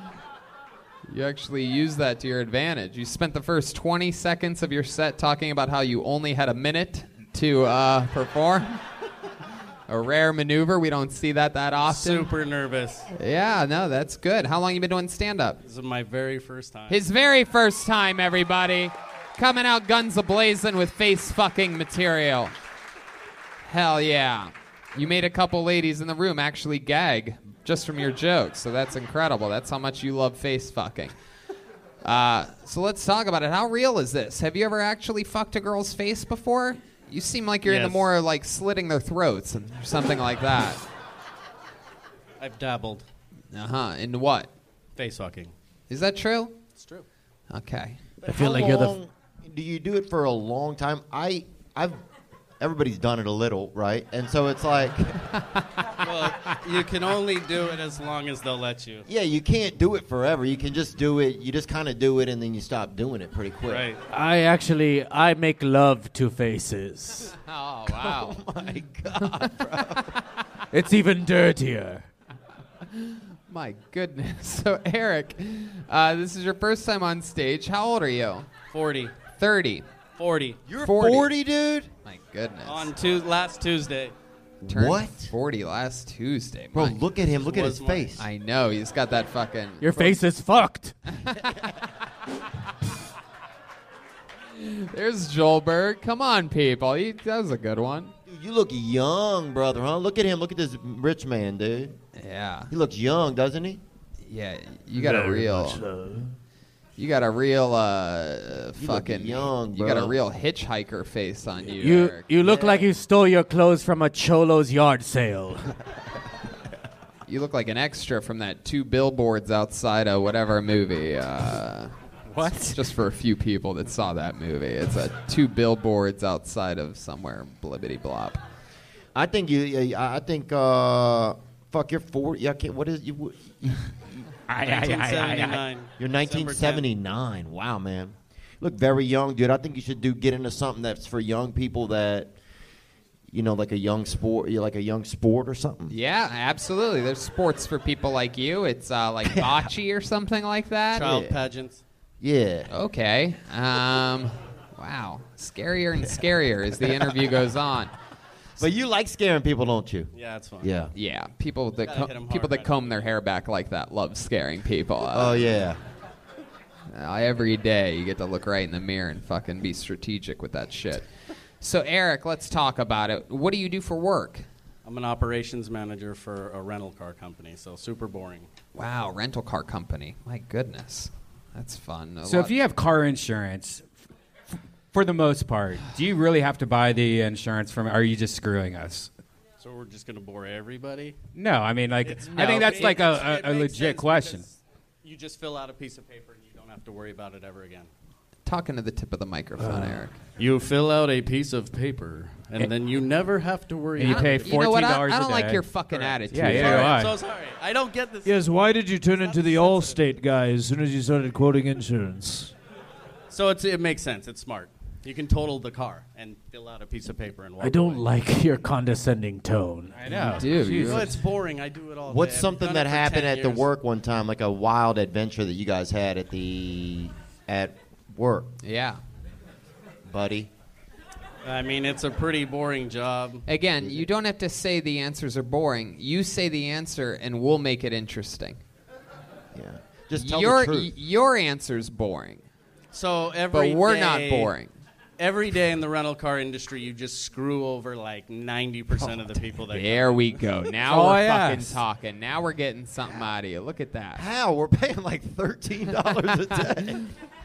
You actually use that to your advantage. You spent the first 20 seconds of your set talking about how you only had a minute to uh, perform. [laughs] A rare maneuver. We don't see that that often.
Super nervous.
Yeah, no, that's good. How long you been doing stand up?
This is my very first time.
His very first time, everybody. Coming out guns ablazing with face fucking material. Hell yeah. You made a couple ladies in the room actually gag just from your jokes, so that's incredible. That's how much you love face fucking. Uh, so let's talk about it. How real is this? Have you ever actually fucked a girl's face before? You seem like you're in the
Yes.
more like slitting their throats and something like that.
I've dabbled.
Uh huh. In what?
Face
[laughs]
fucking.
Is that true?
It's true.
Okay.
I feel like you're the. do you do it for a long time? I, I've, everybody's done it a little, right? And so it's
[laughs]
like,
well, you can only do it as long as they'll let you.
yeah, you can't do it forever. You can just do it. You just kind of do it, and then you stop doing it pretty quick.
Right.
I actually I make love to faces.
[laughs] Oh wow.
oh [laughs] my god, bro.
It's even dirtier.
My goodness. [laughs] So, Eric, uh, this is your first time on stage. How old are you?
40.
30.
40.
You're
40,
dude?
My goodness.
On tu- last Tuesday.
Turned
What?
40 last Tuesday.
Bro,
My
look at him. Look at his
goodness.
face.
I know. He's got that fucking.
Your face is [laughs] fucked.
[laughs] There's Joel Berg. Come on, people. He, that was a good one.
Dude, you look young, brother, huh? Look at him. Look at this rich man, dude.
Yeah.
He looks young, doesn't he?
Yeah, you got a
Very
real.
much so.
You got a real uh, fucking
young,
You got a
bro.
real hitchhiker face on you.
You
Eric.
you look like you stole your clothes from a cholo's yard sale.
You look like an extra from that two billboards outside of whatever movie. Uh,
what?
Just for a few people that saw that movie, it's a two billboards outside of somewhere blibbity blop.
I think you. yeah, I I think. uh Fuck, you're four. Yeah, I can't, what is you? [laughs] you-
aye, aye, aye, aye. 1979.
You're
December
1979. Wow, man. Look very young, dude. I think you should do get into something that's for young people that, you know, like a young sport, you're like a young sport or something.
Yeah, absolutely. There's sports for people like you. It's uh,
[laughs]
like bocce or something like that.
Child pageants.
Yeah.
Okay. Um, wow. Scarier and scarier as the interview goes on.
But you like scaring people, don't you?
Yeah, it's fun.
Yeah.
Yeah. People that
Gotta
co-
hit 'em
people
hard
that comb their hair back like that love scaring people.
Oh, yeah.
Uh, every day you get to look right in the mirror and fucking be strategic with that shit. So Eric, let's talk about it. What do you do for work?
I'm an operations manager for a rental car company, so super boring.
Wow, rental car company. My goodness. That's fun. A
So
lot-
if you have car insurance, f- for the most part, do you really have to buy the insurance from? Are you just screwing us?
So we're just going to bore everybody?
No, I mean like
It's-
I think
No,
that's
it-
like a,
it's-
a, a
it makes
legit
sense
question.
because You just fill out a piece of paper and you don't have to worry about it ever again.
Talking to the tip of the microphone,
Uh,
Eric.
You fill out a piece of paper, and then you never have to worry.
And you
about
pay
it.
You know what? I- $14
I don't like your fucking attitude.
Yeah, yeah,
Sorry,
yeah.
I'm so sorry. I don't get this.
Yes, why did you turn into the Allstate guy as soon as you started quoting insurance?
So it's, it makes sense. It's smart. You can total the car and fill out a piece of paper and walk
I don't
away.
like [laughs] your condescending tone.
I
know.
Dude,
Dude, you-
well, it's boring. I do it all.
What's
day. I've
something
done
that
it for
happened
10
at the
years.
work one time, like a wild adventure that you guys had at the at work?
Yeah.
buddy.
I mean, it's a pretty boring job.
Mm-hmm.
Again, you don't have to say the answers are boring. You say the answer, and we'll make it interesting.
Yeah, just tell the
your
truth.
y- your answer's boring.
So every
but we're not
day-
boring.
Every day in the rental car industry, you just screw over like ninety percent of the people that. Oh,
There we go. Now
all
we're
I
fucking
ask.
talking. Now we're getting something out of you. Look at that.
How we're paying like thirteen dollars a [laughs] day.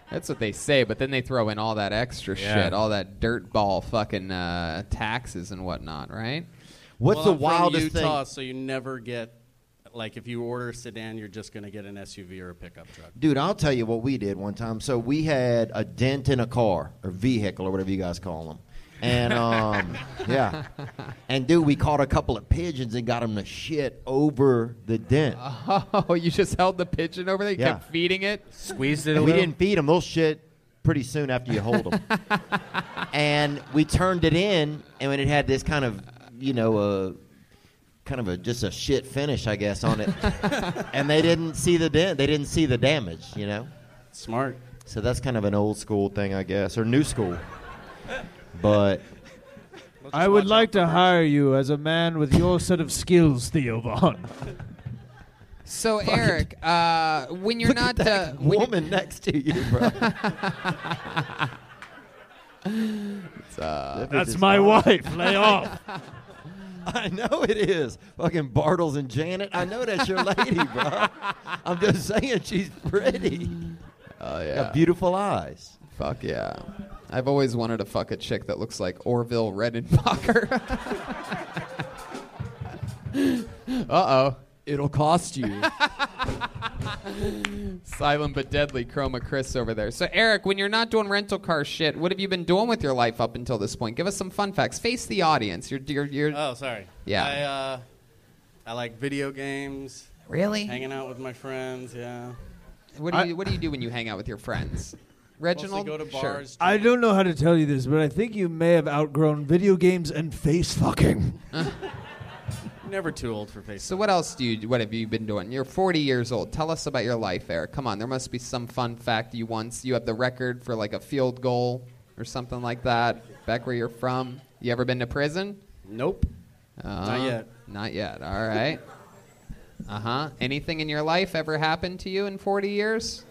That's what they say, but then they throw in all that extra
Yeah.
shit, all that dirt ball fucking uh, taxes and whatnot, right?
Well, I'm from Utah, So you never get like if you order a sedan, you're just going to get an SUV or a pickup truck.
Dude, I'll tell you what we did one time. So we had a dent in a car or vehicle or whatever you guys call them. And um, yeah. And dude, we caught a couple of pigeons and got them to shit over the dent.
[laughs] Oh, you just held the pigeon over there, you
Yeah.
kept feeding it,
squeezed
And we didn't feed them. They'll shit pretty soon after you hold them. and we turned it in, and when it had this kind of, you know, uh, kind of a just a shit finish, I guess, on it. and they didn't see the dent. They didn't see the damage. You know.
Smart.
So that's kind of an old school thing, I guess, or new school. But
I would like to hire you as a man with your set of skills, Theo Vaughn.
So Eric, uh, when you're not uh, when
woman next to you, bro.
[laughs]
uh,
[laughs]
Uh, That's my wife.
[laughs]
Lay off.
I know it is. Fucking Bartles and Janet. I know that's your lady, bro. I'm just saying she's pretty.
Oh yeah.
Got beautiful eyes.
Fuck yeah. I've always wanted to fuck a chick that looks like Orville Redenbacher. [laughs] uh oh. It'll cost you. [laughs] Silent but deadly Chroma Chris over there. So, Eric, when you're not doing rental car shit, what have you been doing with your life up until this point? Give us some fun facts. Face the audience. You're, you're, you're
Oh, sorry.
Yeah.
I, uh, I like video games.
Really?
Hanging out with my friends. Yeah.
What do you What do you do when you hang out with your friends? Reginald,
go to
sure.
bars.
I don't know how to tell you this, but I think you may have outgrown video games and face fucking.
Never too old for Facebook.
So what else do you? What have you been doing? You're 40 years old. Tell us about your life, Eric. Come on, there must be some fun fact you once. You have the record for like a field goal or something like that. Back where you're from. You ever been to prison?
Nope.
Uh,
Not yet.
Not yet. All right. uh huh. Anything in your life ever happened to you in 40 years?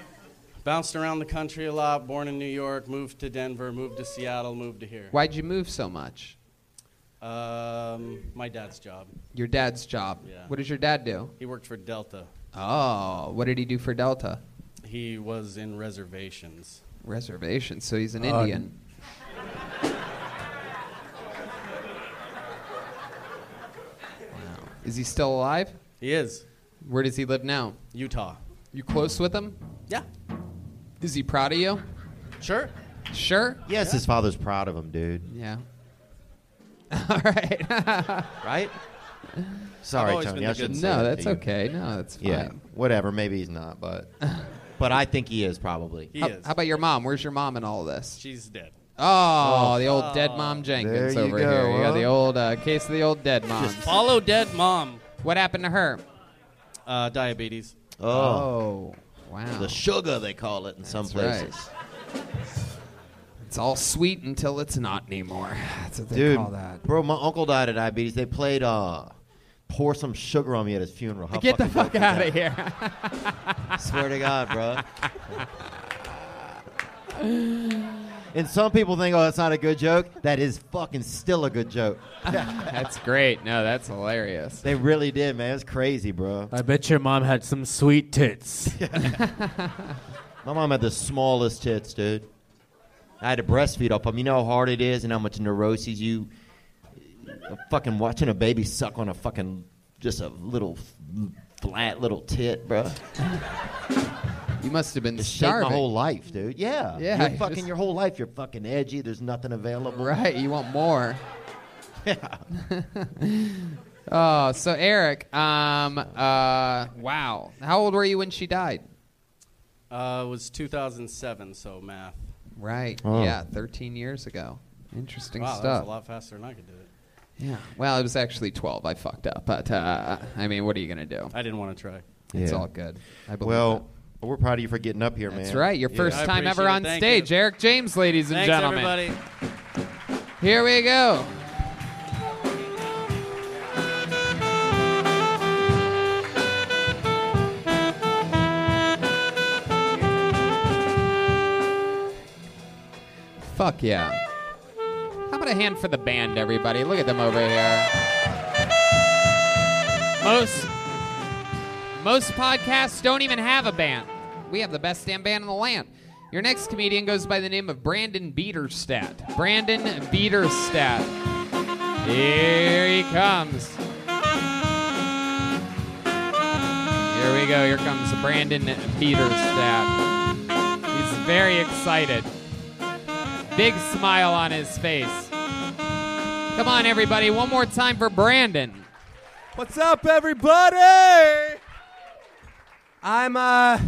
[laughs] Bounced around the country a lot. Born in New York, moved to Denver, moved to Seattle, moved to here.
Why'd you move so much?
Um, my dad's job.
Your dad's job.
Yeah.
What does your dad do?
He worked for Delta.
Oh, what did he do for Delta?
He was in reservations.
Reservation. So he's an
Uh,
Indian. wow. Is he still alive?
He is.
Where does he live now?
Utah.
You close with him?
Yeah.
Is he proud of you?
Sure.
Sure.
Yes, his father's proud of him, dude.
Yeah. All right.
right? Sorry,
always
Tony.
been
I
the
shouldn't
good
say
No,
that
that's
to you.
okay. No, that's
Yeah,
fine.
whatever. Maybe he's not,
[laughs]
but but I think he is probably.
He
how,
is.
how about your mom? Where's your mom in all of this?
She's dead.
Oh,
Oh.
the old dead
Oh.
mom Jenkins
There you
over
go,
here. You got
huh?
the old uh, case of the old dead mom.
Follow dead mom.
What happened to her?
Uh, diabetes.
Oh. wow.
The sugar they call it in some
That's
places.
It's all sweet until it's not anymore. That's what they
Dude,
call that.
bro, my uncle died of diabetes. They played uh, "Pour Some Sugar on Me" at his funeral. How
Get the
fucking
fuck
dope is
out
that?
of here.
Swear to God, bro. [laughs] and some people think, "Oh, that's not a good joke." That is fucking still a good joke.
that's great. No, that's hilarious.
They really did, man. It's crazy, bro.
I bet your mom had some sweet tits.
My mom had the smallest tits, dude. I had to breastfeed off them. You know how hard it is and how much neuroses you. uh, Fucking watching a baby suck on a fucking just a little f- flat little tit, bro. [laughs]
You must have been
just shaped
starving.
my whole life, dude. Yeah,
Yeah,
You're
you
fucking
just-
your whole life. You're fucking edgy. There's nothing available.
Right, you want more. [laughs] Oh, so Eric, um, uh, wow. How old were you when she died?
Uh, it was 2007, so math.
Right.
Oh.
Yeah, 13 years ago. Oh, Interesting
wow, that was
stuff.
a lot faster than I could do it.
Yeah. Well, it was actually 12. I fucked up. But, uh, I mean, what are you going to do?
I didn't want to try.
It's
Yeah.
all good. I believe that.
Well, we're proud of you for getting up here, man.
That's right. Your
Yeah.
first
I
time ever
appreciate it.
on
Thank
stage, Eric James, ladies and
Thanks,
gentlemen.
everybody.
Here we go. Fuck yeah. How about a hand for the band, everybody? Look at them over here. Most most podcasts don't even have a band. We have the best damn band in the land. Your next comedian goes by the name of Brandon Bieterstadt. Brandon Bieterstadt. Here he comes. Here we go. Here comes Brandon Bieterstadt. He's very excited. Big smile on his face. Come on, everybody. One more time for Brandon.
What's up, everybody? I'm uh,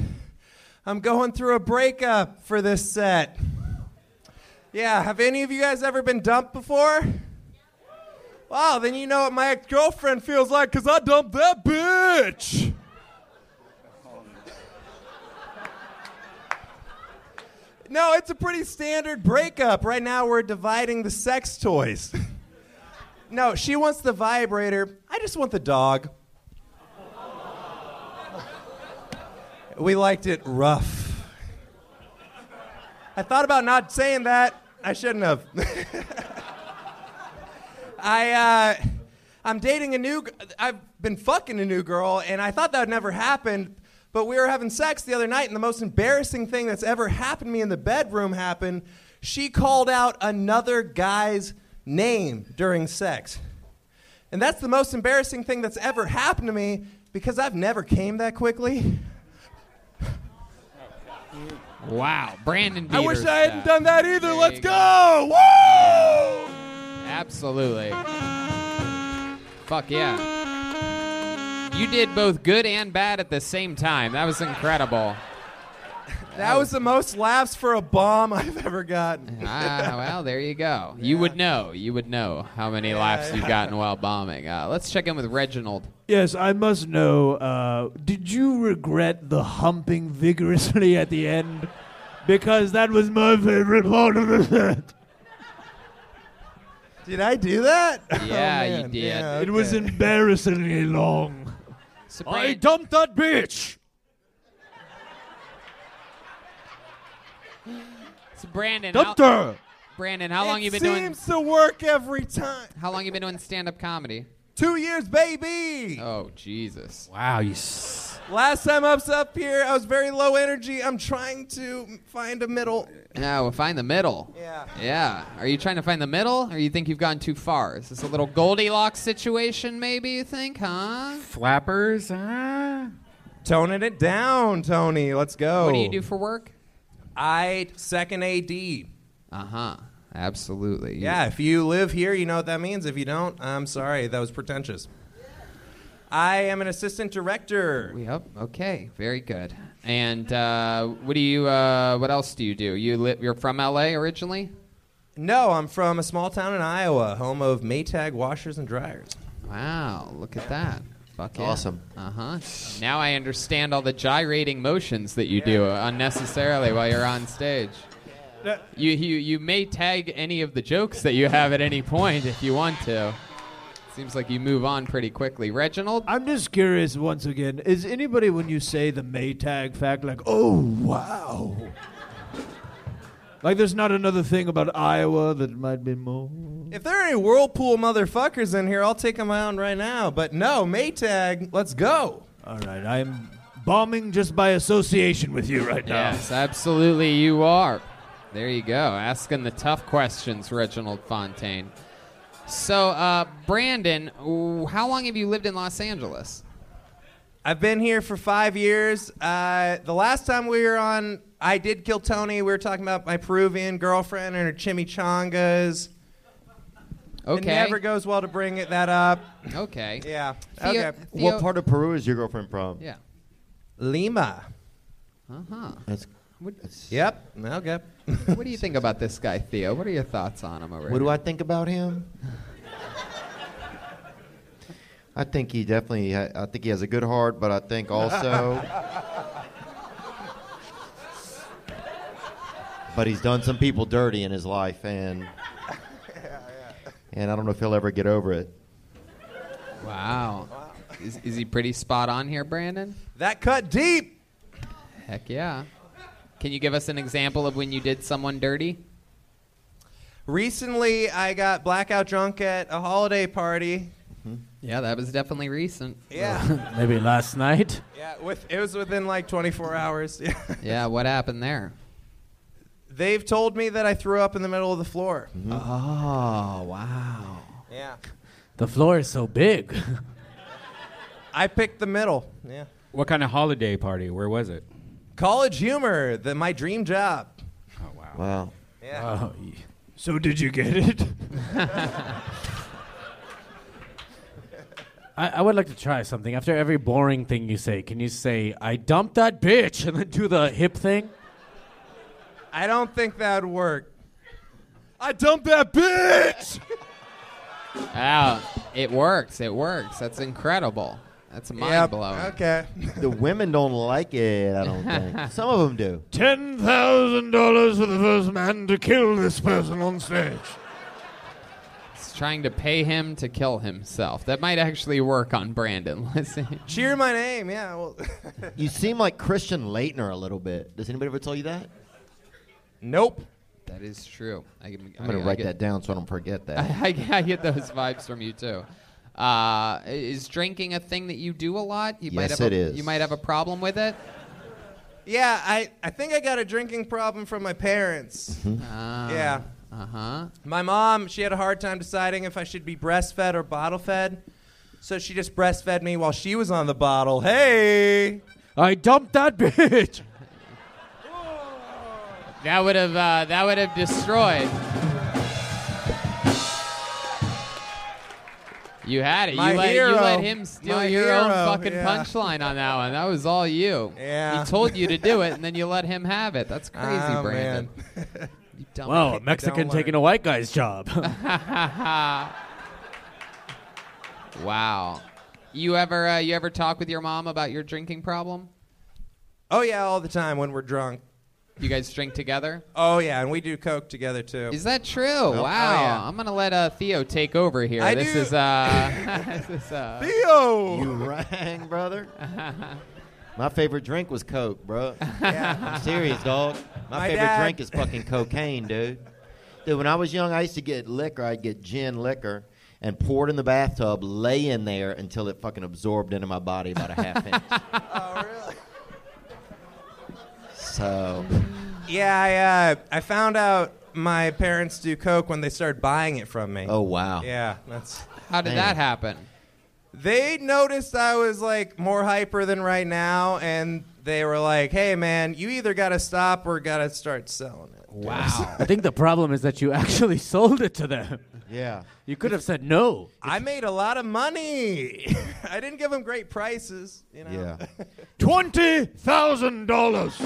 I'm going through a breakup for this set. Yeah, have any of you guys ever been dumped before? Wow, then you know what my ex-girlfriend feels like, cause I dumped that bitch. No, it's a pretty standard breakup. Right now, we're dividing the sex toys. [laughs] no, she wants the vibrator. I just want the dog. we liked it rough. I thought about not saying that. I shouldn't have. [laughs] I, uh, I'm dating a new. g- I've been fucking a new girl, and I thought that would never happen. But we were having sex the other night, and the most embarrassing thing that's ever happened to me in the bedroom happened. She called out another guy's name during sex, and that's the most embarrassing thing that's ever happened to me because I've never came that quickly.
Wow, Brandon.
I wish
Beater's
I hadn't
back.
done that either.
There
Let's
you
go. Woo!
Absolutely. Fuck yeah. You did both good and bad at the same time. That was incredible.
That was the most laughs for a bomb I've ever gotten.
Ah, well, there you go. You would know. You would know how many laughs you've
yeah.
gotten while bombing. Uh, let's check in with Reginald.
Yes, I must know. Uh, did you regret the humping vigorously at the end? Because that was my favorite part of the set.
Did I do that? [laughs] Oh,
Yeah, you
man.
did.
Yeah,
It was
okay.
embarrassingly long.
Surprise-
dumped that bitch.
So Brandon. How,
Doctor!
Brandon, how
It
long you been doing?
seems to work every time.
How long you been doing stand-up comedy?
Two years, baby.
Oh Jesus!
Wow, you.
Last time I was up here, I was very low energy. I'm trying to find a middle.
Yeah, we'll find the middle.
Yeah.
Yeah. Are you trying to find the middle, or you think you've gone too far? Is this a little Goldilocks situation? Maybe you think, huh?
Flappers, huh?
Toning it down, Tony. Let's go.
What do you do for work?
Oh. I second AD.
Uh huh. Absolutely.
Yeah, if you live here, you know what that means. If you don't, I'm sorry. That was pretentious. I am an assistant director.
Yep. Okay. Very good. And uh, what do you? Uh, what else do you do? You li- you're from LA originally?
No, I'm from a small town in Iowa, home of Maytag washers and dryers.
Wow! Look at that. Fuck yeah.
Awesome.
Uh huh. Now I understand all the gyrating motions that you do unnecessarily while you're on stage. You, you you may tag any of the jokes that you have at any point if you want to. Seems like you move on pretty quickly. Reginald?
I'm just curious once again. Is anybody, when you say the Maytag fact, like, oh, wow? like, there's not another thing about Iowa that might be more.
If there are any Whirlpool motherfuckers in here, I'll take them on right now. But no, Maytag, let's go.
All right, I'm bombing just by association with you right now.
Yes, absolutely you are. There you go. Asking the tough questions, Reginald Fontaine. So, uh, Brandon, ooh, how long have you lived in Los Angeles?
I've been here for five years. Uh, the last time we were on, I did kill Tony. We were talking about my Peruvian girlfriend and her chimichangas.
Okay.
It never goes well to bring it, that up.
Okay.
Yeah.
Theo-
okay.
What part of Peru is your girlfriend from?
Yeah.
Lima.
Uh huh.
That's
What,
Yep. Okay.
what do you think about this guy, Theo? What are your thoughts on him over
What
here?
do I think about him? I think he definitely. Ha- I think he has a good heart, but I think also. [laughs] but he's done some people dirty in his life, and and I don't know if he'll ever get over it.
Wow. Is, is he pretty spot on here, Brandon?
That cut deep.
Heck yeah. Can you give us an example of when you did someone dirty?
Recently, I got blackout drunk at a holiday party.
Hmm? Yeah, that was definitely recent. [laughs]
Yeah.
Maybe last night.
yeah. With it was within like 24 hours. [laughs] Yeah.
yeah, what happened there?
They've told me that I threw up in the middle of the floor.
Mm-hmm. Oh, wow.
Yeah.
The floor is so big.
I picked the middle. Yeah.
What kind of holiday party? Where was it?
College humor, the, my dream job.
Oh,
Wow.
Yeah.
So did you get it?
I, I would like to try something. After every boring thing you say, can you say, I dumped that bitch, [laughs] and then do the hip thing?
I don't think that would work.
I dumped that bitch.
Wow. It works. It works. That's incredible. That's mind blowing.
[laughs]
Okay.
[laughs]
The women don't like it. I don't think. Some of them do.
Ten
$1,000 for the first man to kill this person on stage.
He's trying to pay him to kill himself. That might actually work on Brandon. [laughs] Listen.
[laughs] Cheer my name, yeah. Well,
[laughs] You seem like Christian Leitner a little bit. Does anybody ever tell you that?
[laughs] Nope.
That is true. I, am
I'm going to write that down so I don't forget that.
[laughs] I, I get those vibes from you too. Uh, is drinking a thing that you do a lot? You might
Yes,
have a,
it is.
You might have a problem with it.
Yeah, I, I think I got a drinking problem from my parents. yeah.
Uh huh.
My mom, she had a hard time deciding if I should be breastfed or bottle fed. So she just breastfed me while she was on the bottle. Hey! I dumped that bitch!
That would have uh, that would have destroyed. You had it.
My
you, let, you
hero.
let him steal
My
your own
hero,
fucking
yeah.
punchline on that one. That was all you.
Yeah.
He told you to do it, and
[laughs]
then you let him have it. That's crazy,
Oh,
Brandon.
[laughs] man.
You dumb
Wow, a
kid.
Mexican
Don't learn.
taking a white guy's job. [laughs]
wow. [laughs] You ever uh, you ever talk with your mom about your drinking problem?
Oh, yeah, all the time when we're drunk.
You guys drink together?
Oh, yeah, and we do Coke together, too.
Is that true?
Oh,
wow.
yeah.
I'm gonna let uh, Theo take over here.
I
this
do-
is
[laughs]
uh, this is uh,
Theo!
You rang, brother. My favorite drink was Coke, bro. I'm serious, dog. My,
My
favorite
dad-
drink is fucking cocaine, dude. Dude, when I was young, I used to get liquor. I'd get gin liquor and pour it in the bathtub, lay in there until it fucking absorbed into my body about a half inch. oh, really?
[laughs]
So,
Yeah, I, uh, I found out my parents do Coke when they started buying it from me.
oh, wow.
Yeah, that's.
How did that happen?
They noticed I was like more hyper than right now, and they were like, "Hey, man, you either gotta stop or gotta start selling it."
wow. I think the problem is that you actually [laughs] sold it to them.
Yeah.
You could have said no.
I made a lot of money. [laughs] I didn't give them great prices, you know.
Yeah.
Twenty thousand dollars.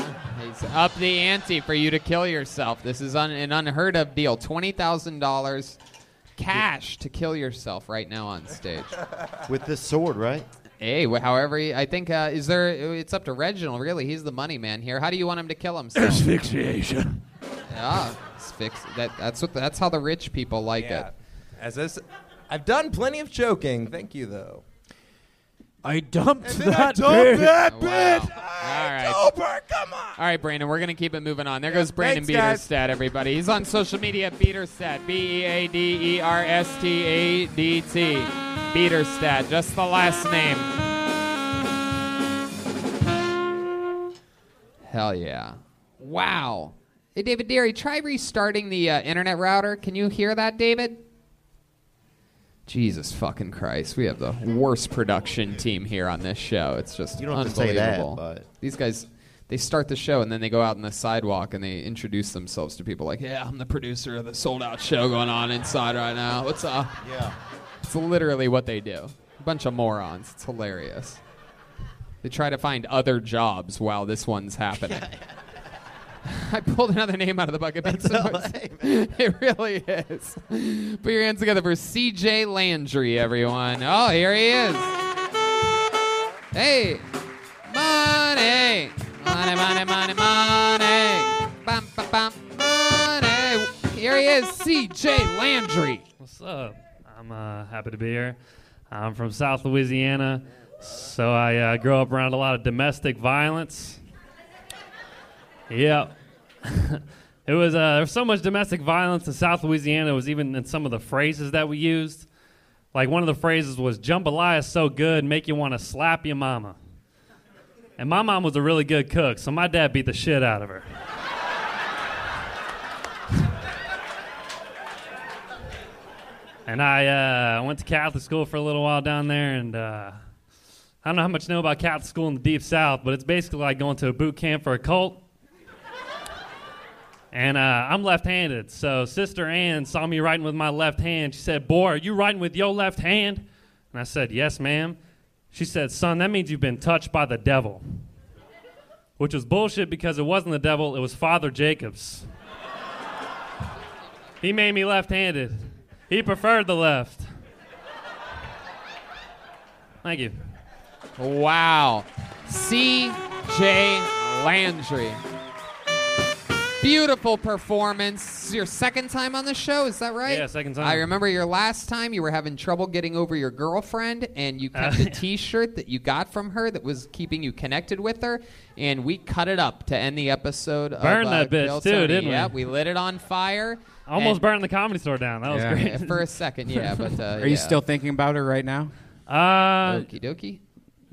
He's up the ante for you to kill yourself. This is un- an unheard of deal. Twenty thousand dollars cash to kill yourself right now on stage.
With this sword, right?
Hey, wh- however, he- I think uh, is there. It's up to Reginald. Really, he's the money man here. How do you want him to kill himself?
Asphyxiation.
Yeah, asphyx- that, that's what. That's how the rich people like
Yeah.
it.
As this, I've done plenty of choking. Thank you, though.
I dumped
And then I
that
dumped
bitch.
that
Oh, Wow.
bitch. Ah,
All right. All right, Brandon, we're going to keep it moving on. There goes Brandon
thanks,
Beaterstad, everybody. He's on social media, Beaterstad. B E A D E R S T A D T. Beaterstad, just the last name. Hell yeah. Wow. Hey, David Deary, try restarting the uh, internet router. Can you hear that,
[laughs]
David? Jesus fucking Christ. We have the worst production team here on this show. It's just
You don't have to say that,
unbelievable. These guys, they start the show and then they go out on the sidewalk and they introduce themselves to people like, yeah, I'm the producer of the sold out show going on inside right now. What's up?
Yeah.
It's literally what they do. A bunch of morons. It's hilarious. They try to find other jobs while this
[laughs]
one's happening. [laughs] I pulled another name out of the bucket. but it's the [laughs] most- it really is. Put your hands together for CJ Landry, everyone. Oh, here he is. Hey, money, money, money, money, money, bum, bum, bum, money. Here he is, CJ Landry.
What's up? I'm uh, happy to be here. I'm from South Louisiana, so I uh, grew up around a lot of domestic violence. Yeah. [laughs] it was uh, there was so much domestic violence in South Louisiana. It was even in some of the phrases that we used. Like one of the phrases was "jambalaya is so good, make you want to slap your mama." And my mom was a really good cook, so my dad beat the shit out of her. And I uh, went to Catholic school for a little while down there, and uh, I don't know how much you know about Catholic school in the Deep South, but it's basically like going to a boot camp for a cult. And uh, I'm left-handed, so Sister Ann saw me writing with my left hand. She said, "Boy, are you writing with your left hand?" And I said, "Yes, ma'am." She said, "Son, that means you've been touched by the devil," which was bullshit because it wasn't the devil; it was Father Jacobs. He made me left handed. He preferred the left. Thank you.
Wow. C.J. Landry. Beautiful performance. This is your second time on the show, is that right?
Yeah, second time.
I remember your last time you were having trouble getting over your girlfriend, and you
Uh, [laughs]
kept a t shirt that you got from her that was keeping you connected with her, and we cut it up to end the episode
Burned that
of.
bitch,
Bill
too,
Tony.
didn't we?
Yeah, we lit it on fire.
Almost
and-
burned the comedy store down. That was
Yeah.
great.
[laughs] For a second,
[laughs]
yeah, but, uh,
Are you still thinking about her right now?
Uh,
Okie dokie.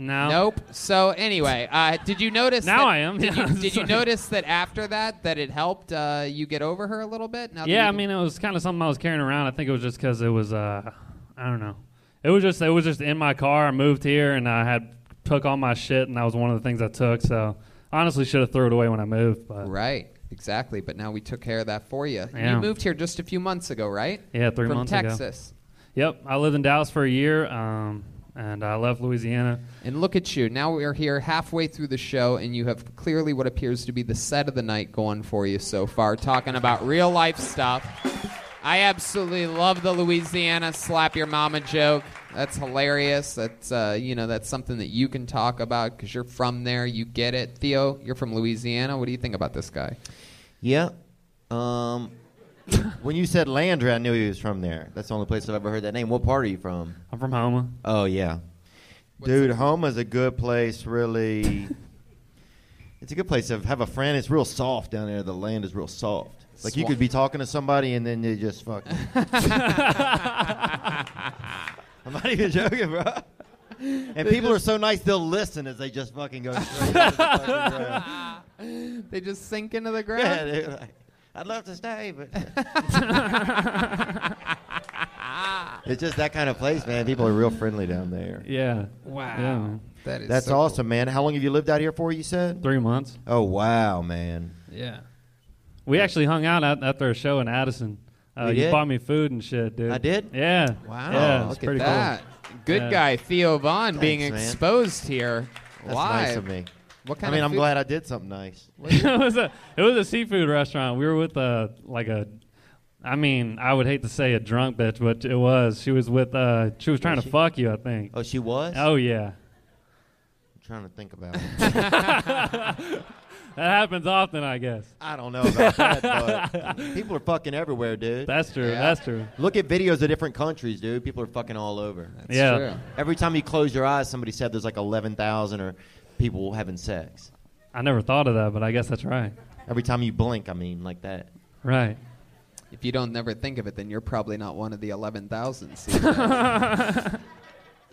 No.
Nope. So anyway, uh, did you notice?
Now
that-
I am. [laughs]
Did,
Yeah,
you, did you
sorry.
notice that after that that it helped uh, you get over her a little bit? Now that
yeah,
you
I mean, it was kind of something I was carrying around. I think it was just because it was, uh, I don't know. It was just, it was just in my car. I moved here and I had took all my shit, and that was one of the things I took. So honestly, should have threw it away when I moved. But
right, exactly. But now we took care of that for you.
Yeah.
You moved here just a few months ago, right?
Yeah, three
From
months ago.
Texas.
Yep, I lived in Dallas for a year, um, and I left Louisiana.
And look at you. Now we are here halfway through the show, and you have clearly what appears to be the set of the night going for you so far, talking about real life stuff. I absolutely love the Louisiana slap your mama joke. That's hilarious. That's uh, you know that's something that you can talk about because you're from there. You get it, Theo. You're from Louisiana. What do you think about
[laughs]
this guy?
Yeah. Um, [laughs] when you said Landry, I knew he was from there. That's the only place I've ever heard that name. What part are you from?
I'm from Homa.
Oh yeah, dude, Homa's a good place. Really, [laughs] it's a good place to have a friend. It's real soft down there. The land is real soft. Like you
Swa-
could be talking to somebody and then they
[laughs]
just fucking. I'm not even joking, bro. And
They
people are so nice they'll listen as they just fucking go.
[laughs]
Straight into the fucking uh, ground.
They just sink into the ground.
Yeah, they're like, I'd love to stay,
[laughs]
but [laughs] it's just that kind of place, man. People are real friendly down there.
Yeah.
Wow.
Yeah.
That is
That's
so
awesome, man. How long have you lived out here for? You said
three months.
Oh wow, man.
Yeah. We actually hung out at, after a show in Addison. Uh,
You
you
did?
bought me food and shit, dude. I did. Yeah.
Wow.
Yeah, it's
look at
pretty cool.
that. Good
Yeah.
guy, Theo Vaughn, being
Thanks, man.
exposed here
That's
live.
nice of me.
What
I
kind
mean,
of
I'm
food-
glad I did something
[laughs]
nice.
[laughs] it [laughs] was a it was a seafood restaurant. We were with uh like a, I mean, I would hate to say a drunk bitch, but it was. She was with uh she was trying to fuck you, I think.
Oh, she was.
Oh yeah,
I'm trying to think about. it.
[laughs]
that happens often, I guess.
I don't know about that,
[laughs]
but people are fucking everywhere, dude.
That's true. Yeah. That's true.
Look at videos of different countries, dude. People are fucking all over.
That's Yeah. true.
Every time you close your eyes, somebody said there's like 11,000 or people having sex.
I never thought of that, but I guess that's right.
Every time you blink, I mean, like that.
Right.
If you don't never think of it, then you're probably not one of the 11,000. CJ.
[laughs]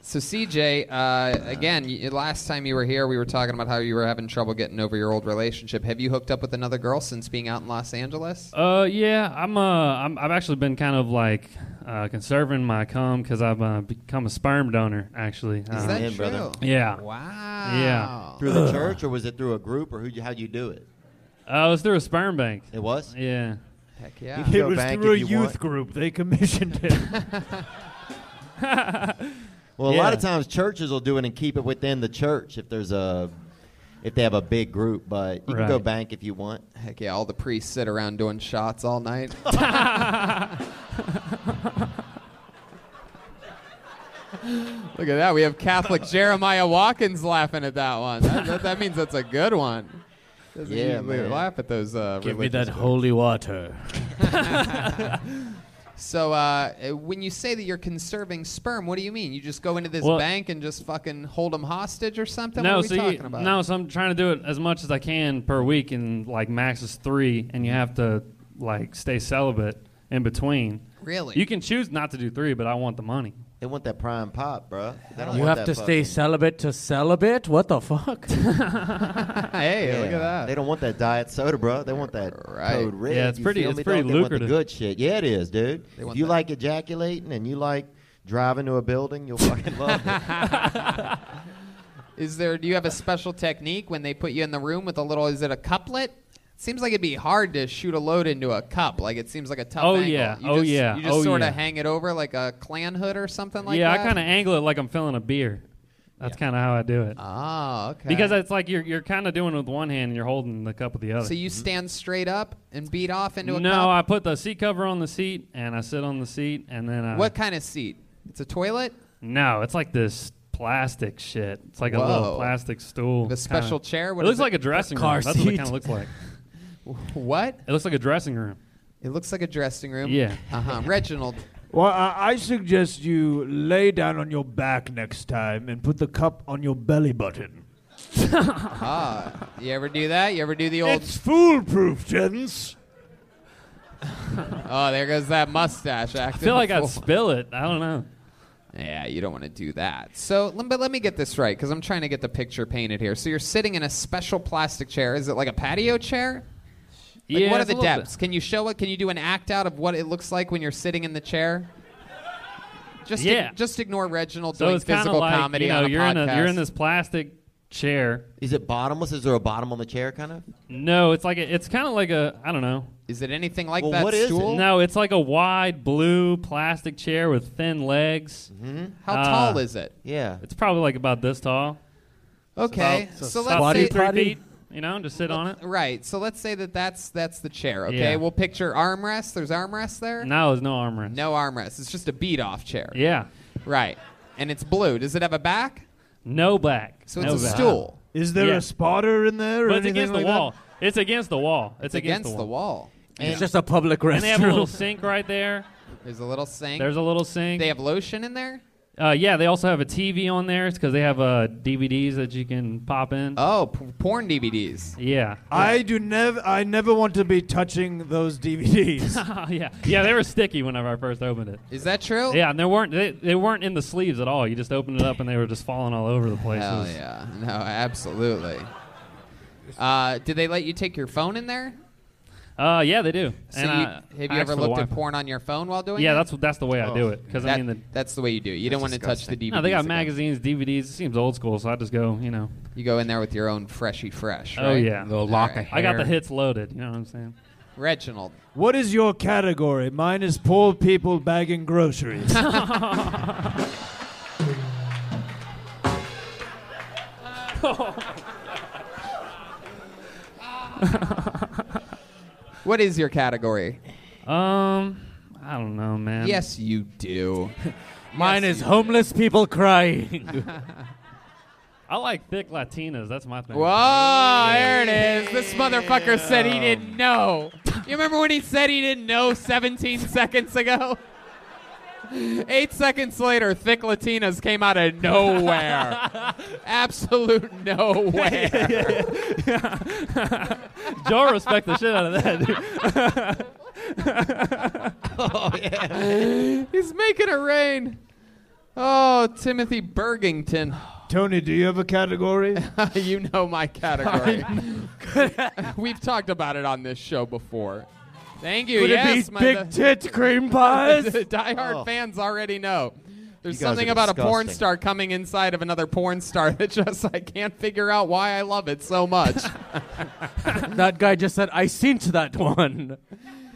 so, CJ, uh, again, y last time you were here, we were talking about how you were having trouble getting over your old relationship. Have you hooked up with another girl since being out in Los Angeles?
Uh, yeah, I'm. Uh, I'm, I've actually been kind of like uh, conserving my cum because I've uh, become a sperm donor. Actually, is
that Yeah, brother. true?
Yeah.
Wow.
Yeah.
Through the church, or was it through a group, or who? How'd you do it?
Uh, it was through a sperm bank.
It was.
Yeah.
Heck
You can It go was bank through if a you youth want. group. They commissioned it.
[laughs]
[laughs]
Well, a lot of
Yeah.
times churches will do it and keep it within the church if there's a if they have a big group, but you can go
Right.
bank if you want.
Heck yeah, all the priests sit around doing shots
[laughs]
all night. [laughs] Look at that. We have Catholic Jeremiah Watkins laughing at that one. That, that, that means that's a good one. Doesn't
Yeah,
usually
man.
laugh at those. Uh,
Give me
religious
that holy water. [laughs]
So uh, uh, when you say that you're conserving sperm, what do you mean? You just go into this
Well-
bank and just fucking hold them hostage or something?
no,
what are
so
we
you-
talking about?
no, so I'm trying to do it as much as I can per week, and like max is three, and you have to like stay celibate in between.
Really?
You can choose not to do three, but I want the money.
They want that prime pop, bro.
You have to stay celibate to celibate? What the [laughs] fuck?
hey,
Ah, look at that.
They don't want that diet soda, bro. They want that Code Red.
Yeah, it's
You
pretty-
feel
it's
me,
pretty
dog? They want the
lucrative.
good shit. Yeah, it is, dude. If you like ejaculating and you like driving to a building, you'll fucking love it.
[laughs] Is there? Do you have a special technique when they put you in the room with a little? Is it a couplet? Seems like it'd be hard to shoot a load into a cup. Like it seems like a tough.
Oh,
angle.
yeah.
You
Oh,
just,
yeah.
You just
Oh,
sort
yeah.
of hang it over like a clan hood or something like
yeah,
that.
I kind of angle it like I'm filling a beer. That's kind of how I do it.
Ah, okay.
Because it's like you're you're kind of doing it with one hand and you're holding the cup with the other.
So you stand straight up and beat off into a
Mm-hmm. no,
cup.
I put the seat cover on the seat and I sit on the seat and then I
What kind of seat? It's a toilet.
No, it's like this plastic shit. It's like a
Whoa.
little plastic stool.
The special chair? What
it
is
looks
it?
like a dressing
Car
room. That's what it
seat.
kind of looks like.
[laughs] What?
It looks like a dressing room.
It looks like a dressing room.
Yeah.
Uh huh. Reginald.
[laughs]
Well, I, I suggest you lay down on your back next time and put the cup on your belly button.
Ah, you ever do that? You ever do the old?
It's foolproof, gents.
[laughs] Oh, there goes that mustache acting.
I feel like
the
I'd
fool.
spill it. I don't know.
Yeah, you don't want to do that. So, lem- but let me get this right because I'm trying to get the picture painted here. So you're sitting in a special plastic chair. Is it like a patio chair? Like,
Yeah,
What are
it's
the
a little
depths? Can you show it? Can you do an act out of what it looks like when you're sitting in the chair? Just ig-
Yeah.
just ignore Reginald
So
doing
it's kinda
physical
like,
comedy
you know,
on a
you're
podcast.
in a- you're in this plastic chair.
Is it bottomless? Is there a bottom on the chair, kind of?
No, it's like a, it's kind of like a I don't know.
Is it anything like
Well, that what is stool? it?
No, it's like a wide blue plastic chair with thin legs. Uh,
Mm-hmm. How tall is it?
Yeah,
it's probably like about this tall.
Okay,
It's
so,
about-
let's say
three feet. You know, just sit on it.
Right. So let's say that that's that's the chair. Okay.
Yeah.
We'll picture armrest. There's armrest there.
No, there's no armrest.
No armrest. It's just a beat off chair.
Yeah.
Right. And it's blue. Does it have a back?
No back.
So it's
No
a
back.
stool.
Is there
Yeah.
a spotter in there? or
But it's
anything
against the
like
wall. It's against the wall. It's,
It's against the wall.
And-
It's just a
public
And they have a little
restroom.
sink right there.
There's a little sink.
There's a little sink.
They have lotion in there.
Uh, yeah, they also have a TV on there because they have uh, DVDs that you can pop in.
Oh, p- porn DVDs.
Yeah.
I do never. I never want to be touching those
[laughs]
DVDs.
yeah, yeah, they were sticky whenever I first opened it.
Is that true?
Yeah, and they weren't they, they weren't in the sleeves at all. You just opened it up and they were just falling all over the place.
Hell yeah. No, absolutely. Uh, did they let you take your phone in there?
Uh, yeah, they do.
So
and
you,
I-
have you
I asked
ever
for the
looked at
Wi-Fi.
porn on your phone while doing
Yeah,
it?
that's what- that's the way I do it, 'cause I
That-
mean the-
that's the way you do it. You don't want to touch the DVD.
No, they got magazines, DVDs. It seems old school, so I just go, you know.
You go in there with your own freshy fresh.
Oh
right?
yeah,
All right.
I got the hits loaded. You know what I'm saying?
Reginald.
What is your category? Mine is poor people bagging
[laughs]
groceries. [laughs]
[laughs] What is your category?
Um, I don't know, man.
Yes, you
[laughs]
do.
Mine is homeless people crying. [laughs]
I like thick Latinas. That's my thing.
Whoa, there it is. This motherfucker said he didn't know. You remember when he said he didn't know 17 [laughs] seconds ago? Eight seconds later, thick Latinas came out
[laughs]
of nowhere. Absolute nowhere.
[laughs]
[laughs]
Joe respect the shit out of that.
[laughs]
Dude.
oh, yeah. [laughs] He's making it rain. Oh,
[laughs]
Timothy Burgington.
Tony, do you have a category?
[laughs] you know my
[laughs]
category. [laughs] We've talked about it on this show before. Thank you.
Could it
yes,
be
my-
big tit
[laughs]
cream pies?
Die-hard
Oh.
fans already know. There's
You guys
something
are
about a porn
disgusting.
star coming inside of another porn star [laughs] that just I can't figure out why I love it
[laughs]
so much.
that guy just said, "I seen to that one." [laughs]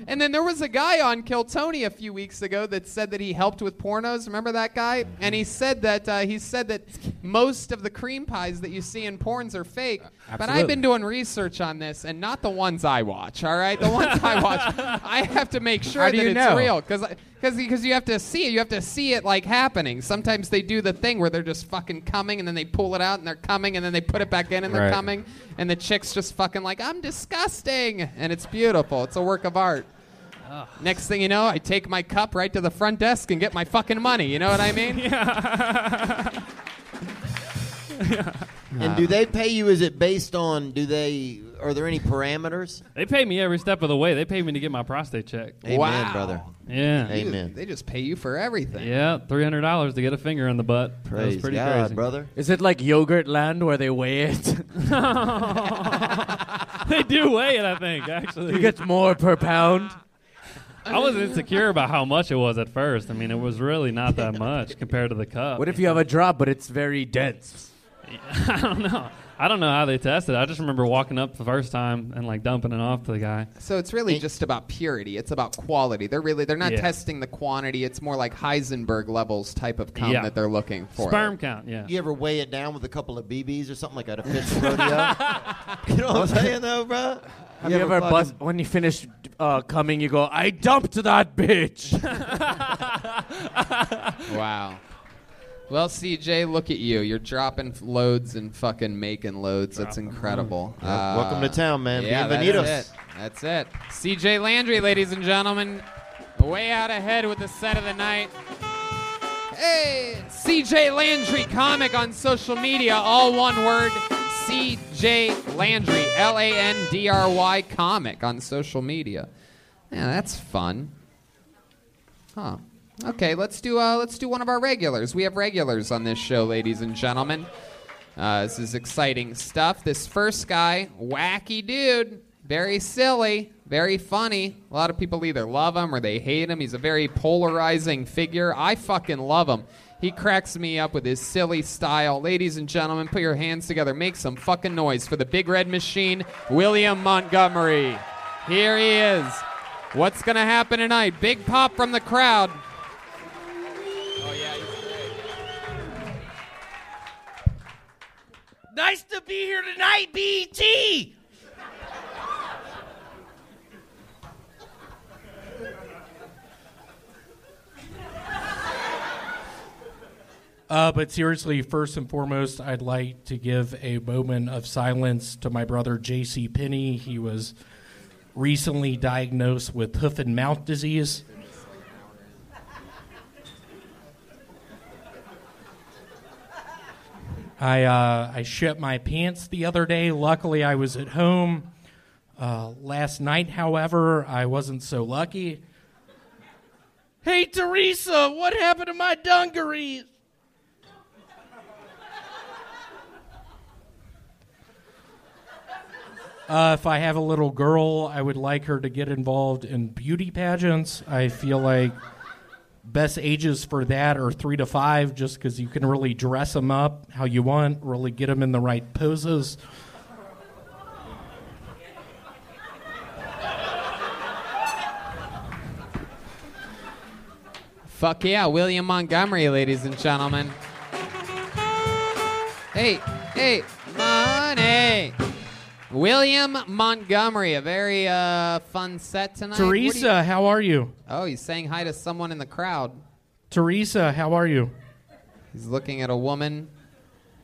and then there was a guy on Kill Tony a few weeks ago that said that he helped with pornos. Remember that guy? And he said that uh, he said that most of the cream pies that you see in porns are fake. But I've
absolutely.
been doing research on this, and not the ones I watch. All right, the ones I watch,
[laughs]
I have to make sure
How
that
do you
it's
know?
real because because you have to see it. You have to see it like happening. Sometimes they do the thing where they're just fucking coming, and then they pull it out, and they're coming, and then they put it back in, and they're
Right.
coming, and the chick's just fucking like, I'm disgusting, and it's beautiful. It's a work of art.
Ugh.
Next thing you know, I take my cup right to the front desk and get my fucking money. You know what I
[laughs]
mean? yeah.
And do they pay you? Is it based on? Do they? Are there any parameters?
[laughs] They pay me every step of the way. They pay me to get my prostate check.
Amen, brother.
Yeah.
Amen.
They just pay you for
[laughs]
everything. [laughs]
Yeah, three hundred dollars to get a finger in the butt. That was
Praise
pretty
God,
crazy.
brother.
Is it like yogurt land where they weigh it?
[laughs] they do weigh it, I think. Actually,
you get more per pound.
I was insecure about how much it was at first. I mean, it was really not that much compared to the cup.
What if you have a drop, but it's very dense?
[laughs] I don't know. I don't know how they tested. it. I just remember walking up the first time and like dumping it off to the guy.
So it's really just about purity. It's about quality. They're really they're not
Yeah.
testing the quantity. It's more like Heisenberg levels type of cum
Yeah.
that they're looking for.
count,
[laughs]
yeah.
You ever weigh it down with a couple of BBs or something like at a fish
[laughs]
rodeo? you know what I'm saying, though, bro?
Have you, ever, bust when you finish uh, coming? You go, I [laughs] dumped that bitch.
Wow. Well, CJ, look at you. You're dropping f- loads and fucking making loads. That's incredible.
Mm.
Uh,
Yep. Welcome to town, man.
Yeah,
Bienvenidos.
That's it. That's it. CJ Landry, ladies and gentlemen, way out ahead with the set of the night. Hey, CJ Landry, comic on social media, all one word. CJ Landry, L A N D R Y, comic on social media. Yeah, that's fun. Huh. Okay, let's do uh, let's do one of our regulars. We have regulars on this show, ladies and gentlemen. Uh, this is exciting stuff. This first guy, wacky dude, very silly, very funny. A lot of people either love him or they hate him. He's a very polarizing figure. I fucking love him. He cracks me up with his silly style. Ladies and gentlemen, put your hands together, make some fucking noise for the big red machine, William Montgomery. Here he is. What's gonna happen tonight? Big pop from the crowd.
Nice to be here tonight, E BT.
Uh, but seriously, first and foremost, I'd like to give a moment of silence to my brother J.C. Penny. He was recently diagnosed with hoof and mouth disease. I uh, I shit my pants the other day. Luckily, I was at home. Uh, last night, however, I wasn't so lucky.
Hey, Teresa, what happened to my dungarees?
Uh, if I have a little girl, I would like her to get involved in beauty pageants. I feel like best ages for that are three to five, just because you can really dress them up how you want, really get them in the right poses.
Fuck yeah, William Montgomery, ladies and gentlemen. Hey, hey, money. William Montgomery, a very uh, fun set tonight. What do you-
Teresa, how are you?
oh, he's saying hi to someone in the crowd.
Teresa, how are you?
He's looking at a woman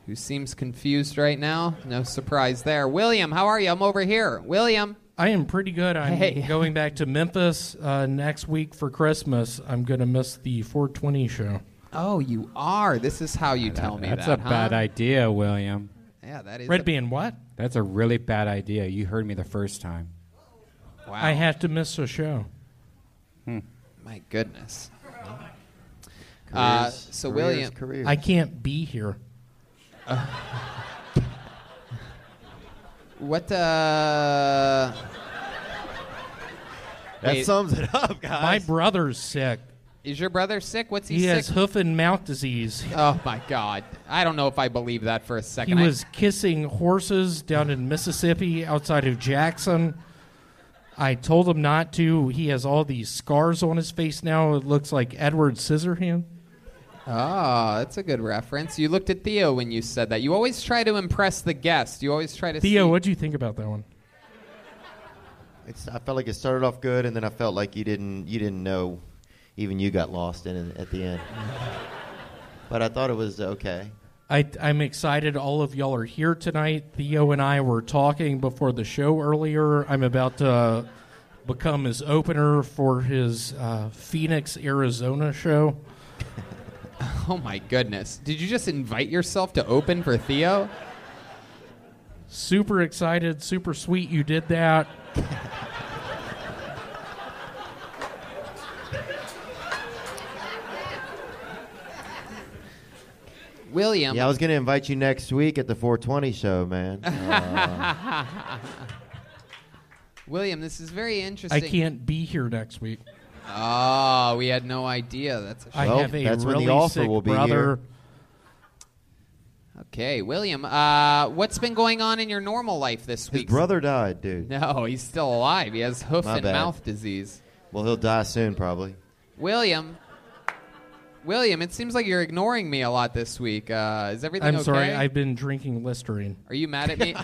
who seems confused right now. No surprise there. William, how are you? I'm over here. William.
I am pretty good. I'm
Hey. [laughs]
going back to Memphis uh, next week for Christmas. I'm going to miss the 420 show.
Oh, you are. This is how you tell me
That's
that.
a
huh?
bad idea, William.
Yeah, that is.
Red
a-
bean what?
That's a really bad idea. You heard me the first time.
Wow.
I have to miss a show.
Hmm.
My goodness. Uh, so William,
I can't be here.
Uh, What? Uh,
[laughs] That sums it up, guys. My brother's sick.
Is your brother sick? What's he,
He
sick?
has hoof and mouth disease.
[laughs] Oh my God! I don't know if I believe that for a
He
second. I-
was kissing horses down in Mississippi outside of Jackson. I told him not to. He has all these scars on his face now. It looks like Edward Scissorhand.
Ah, that's a good reference. You looked at Theo when you said that. You always try to impress the guest. You always try to.
Theo,
see-
what do you think about that one?
It's, I felt like it started off good, and then I felt like you didn't you didn't know, even you got lost in it at the
[laughs]
end. but I thought it was okay.
I, I'm excited all of y'all are here tonight. Theo and I were talking before the show earlier. I'm about to become his opener for his uh, Phoenix, Arizona show.
[laughs] Oh my goodness! Did you just invite yourself to open for Theo?
Super excited, super sweet you did that.
William.
Yeah, I was going to invite you next week at the 420 show,
[laughs]
man. Uh,
[laughs] William, this is very
I
interesting.
can't be here next week.
Oh, we had no idea. That's a
I
shame.
have a really sick brother.
Okay, William. Uh, what's been going on in your normal life this
his
week? [laughs]
brother died, dude.
No, he's still alive. He has hoof
My
and
bad.
mouth disease.
Well, he'll die soon, probably.
William. William, it seems like you're ignoring me a lot this week. Uh, is everything
I'm
okay?
sorry, I've [laughs] been drinking Listerine.
Are you mad at me?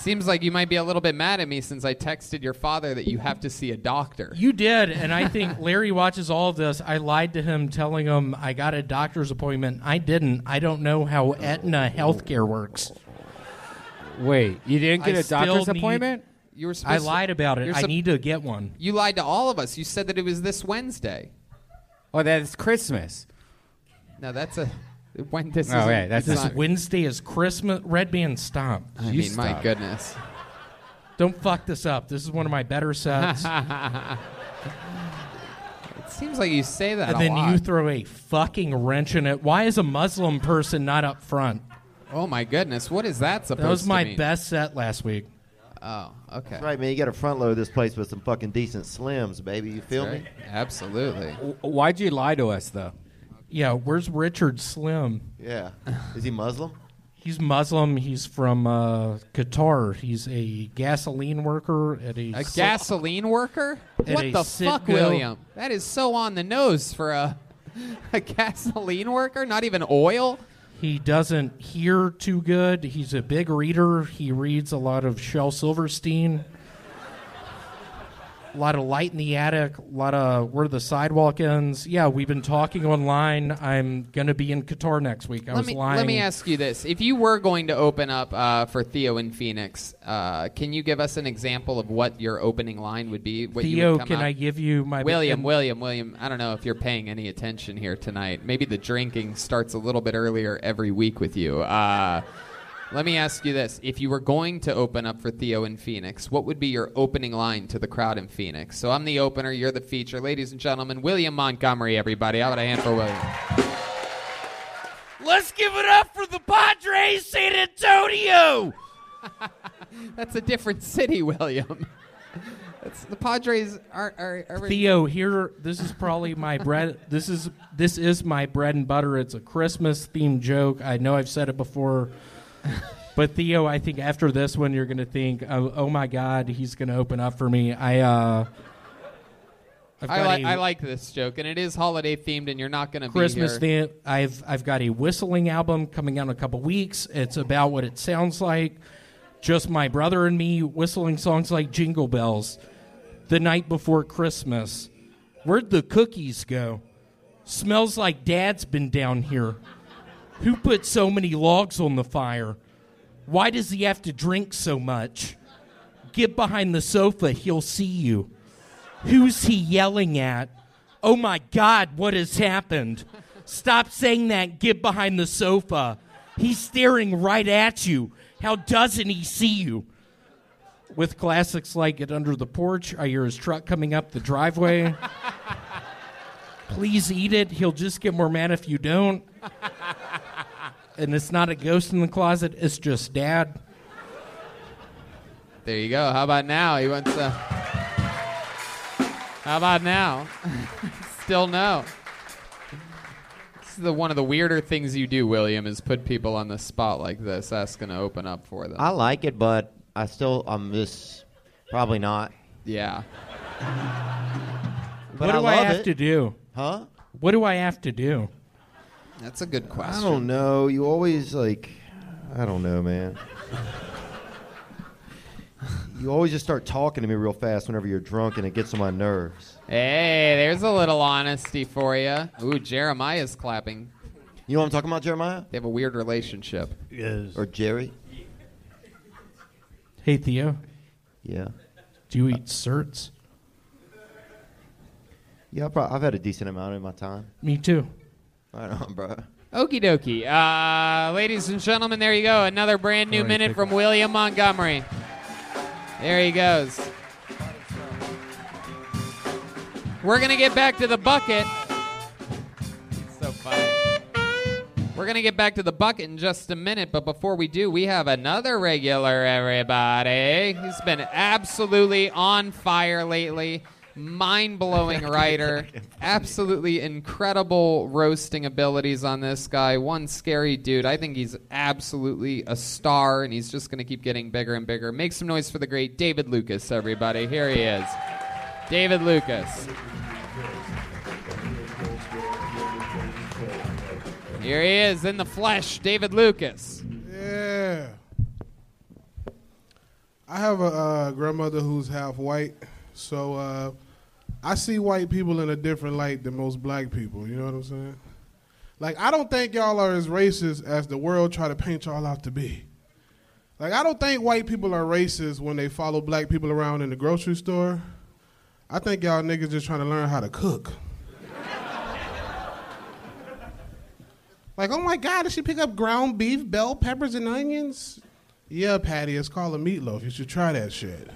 Seems like you might be a little bit mad at me since I texted your father that you have to see a doctor.
You did, and I
[laughs]
think Larry watches all of this. I lied to him, telling him I got a doctor's appointment. I didn't. I don't know how Aetna healthcare works.
Wait, you didn't
I
get a
still
doctor's
need-
appointment?
You were supposed
I
to-
lied about it.
you're
I
sup-
need to get one.
You lied to all of us. You said that it was this Wednesday.
Oh, that's Christmas.
No, that's a when this
Oh,
is
yeah, that's
this
not-
Wednesday is Christmas. Red Band Stomp.
I mean, my goodness.
Don't fuck this up. This is one of my better
[laughs]
sets.
It seems like you say that
and
a
then
lot.
you throw a fucking wrench in it. Why is a Muslim person not up front?
Oh my goodness, what is that supposed
That was my
to mean?
best set last week.
Oh, okay.
That's right, man. You got to front load this place with some fucking decent slims, baby. You feel me?
Absolutely. [laughs]
Why'd you lie to us, though?
Yeah, where's Richard Slim?
Yeah. Is he Muslim?
He's Muslim. He's from uh, Qatar. He's a gasoline worker at a,
A
sit-
gasoline worker?
At
What
a
the
sit
fuck,
go.
William? That is so on the nose for a [laughs] a gasoline worker. Not even oil.
He doesn't hear too good. He's a big reader. He reads a lot of Shel Silverstein. A lot of light in the attic. A lot of where the sidewalk ends. Yeah, we've been talking online. I'm gonna be in Qatar next week. I
let
was
me
lying.
let me ask you this: If you were going to open up uh, for Theo in Phoenix, uh, can you give us an example of what your opening line would be? What you
Theo,
would come
can
out-
I give you my-
William? William, William. I don't know if you're paying any attention here tonight. Maybe the drinking starts a little bit earlier every week with you. Uh, let me ask you this: If you were going to open up for Theo in Phoenix, what would be your opening line to the crowd in Phoenix? So I'm the opener, you're the feature, ladies and gentlemen. William Montgomery, everybody. How about a hand for William?
Let's give it up for the Padres San Antonio.
That's a different [laughs] city, William. That's, the Padres are. are, are
Theo, here. This is probably my bread. This is this is my bread and butter. It's a Christmas themed joke. I know I've said it before, but Theo, I think after this one, you're gonna think, oh, oh my God, he's gonna open up for me. I uh, I've
I,
got
like
a
I like this joke, and it is holiday themed, and you're not going to be
Christmas
here.
theme. I've I've got a whistling album coming out in a couple weeks. It's about what it sounds like. Just my brother and me whistling songs like Jingle Bells, The Night Before Christmas. Where'd the cookies go? Smells like Dad's been down here. Who put so many logs on the fire? Why does he have to drink so much? Get behind the sofa, he'll see you. Who's he yelling at? Oh my God, what has happened? Stop saying that, get behind the sofa. He's staring right at you. How doesn't he see you? With classics like Get Under the Porch, I hear his truck coming up the driveway. Please eat it. He'll just get more mad if you don't. And it's not a ghost in the closet, it's just dad.
There you go. How about now? He wants. Uh, how about now? [laughs] Still no. This is the one of the weirder things you do, William, is put people on the spot like this, asking to open up for them.
I like it, but I still, I'm just probably not.
Yeah.
But
what do I,
love
have
it.
to do?
Huh?
What do I have to do?
That's a good
I don't know. You always like, I don't know, man. you always just start talking to me real fast whenever you're drunk, and it gets on my nerves.
Hey, there's a little honesty for you. Ooh, Jeremiah's clapping.
You know what I'm talking about, Jeremiah?
They have a weird relationship.
Yes. Or Jerry?
Hey, Theo,
Yeah.
do you eat certs?
Yeah, I prob- I've had a decent amount in my time.
Me too.
Right on, bro.
Okie dokie. Uh, ladies and gentlemen, there you go. Another brand new
Alright,
minute
take
from William Montgomery. There he goes. We're going to get back to the bucket. So funny. We're going to get back to the bucket in just a minute, but before we do, we have another regular, everybody. He's been absolutely on fire lately. Mind
[laughs]
blowing writer. Absolutely incredible roasting abilities on this guy. One scary dude. I think he's absolutely a star, and he's just going to keep getting bigger and bigger. Make some noise for the great David Lucas, everybody. Here he is. David Lucas. Here he is in the flesh, David Lucas.
Yeah. I have a uh, grandmother who's half white, so uh, I see white people in a different light than most black people. You know what I'm saying? Like I don't think y'all are as racist as the world try to paint y'all out to be. Like I don't think white people are racist when they follow black people around in the grocery store. I think y'all niggas just trying to learn how to cook. like, oh my God, did she pick up ground beef, bell peppers, and onions? Yeah, Patty, it's called a meatloaf. You should try that shit.